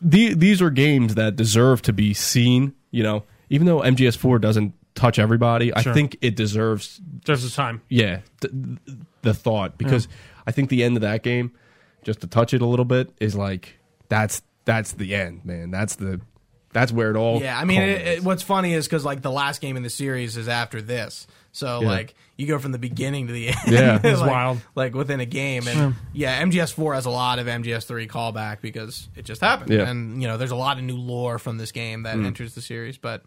the, these are games that deserve to be seen, you know, even though MGS4 doesn't touch everybody, I Sure. think it deserves Just the time. yeah th- th- the thought because i think the end of that game just to touch it a little bit is like that's that's the end man that's the that's where it all Yeah, I mean, it, culminates. it, what's funny is because like the last game in the series is after this, so Yeah. like you go from the beginning to the end. [laughs] Yeah. It's like, wild. Like within a game, and yeah, MGS four has a lot of MGS three callback because it just happened, Yeah. Mm. and you know, there's a lot of new lore from this game that enters the series. But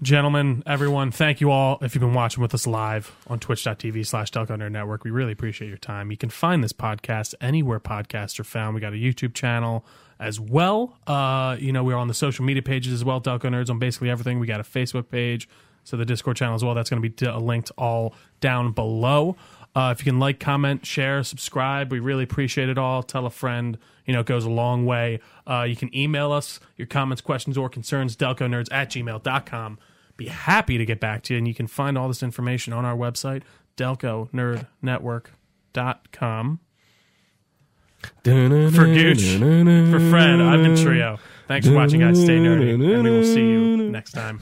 Gentlemen, everyone, thank you all. If you've been watching with us live on twitch.tv slash Delco Nerd Network, we really appreciate your time. You can find this podcast anywhere podcasts are found. We got a YouTube channel as well. Uh, you know, we're on the social media pages as well, Delco Nerds on basically everything. We got a Facebook page, so the Discord channel as well. That's going to be d- linked all down below. Uh, if you can like, comment, share, subscribe, we really appreciate it all. Tell a friend. You know, it goes a long way. Uh, you can email us your comments, questions, or concerns, delconerds at gmail.com. Be happy to get back to you. And you can find all this information on our website, delconerdnetwork.com. For Gooch, for Fred, I've been Trio. Thanks for watching, guys. Stay nerdy, and we will see you next time.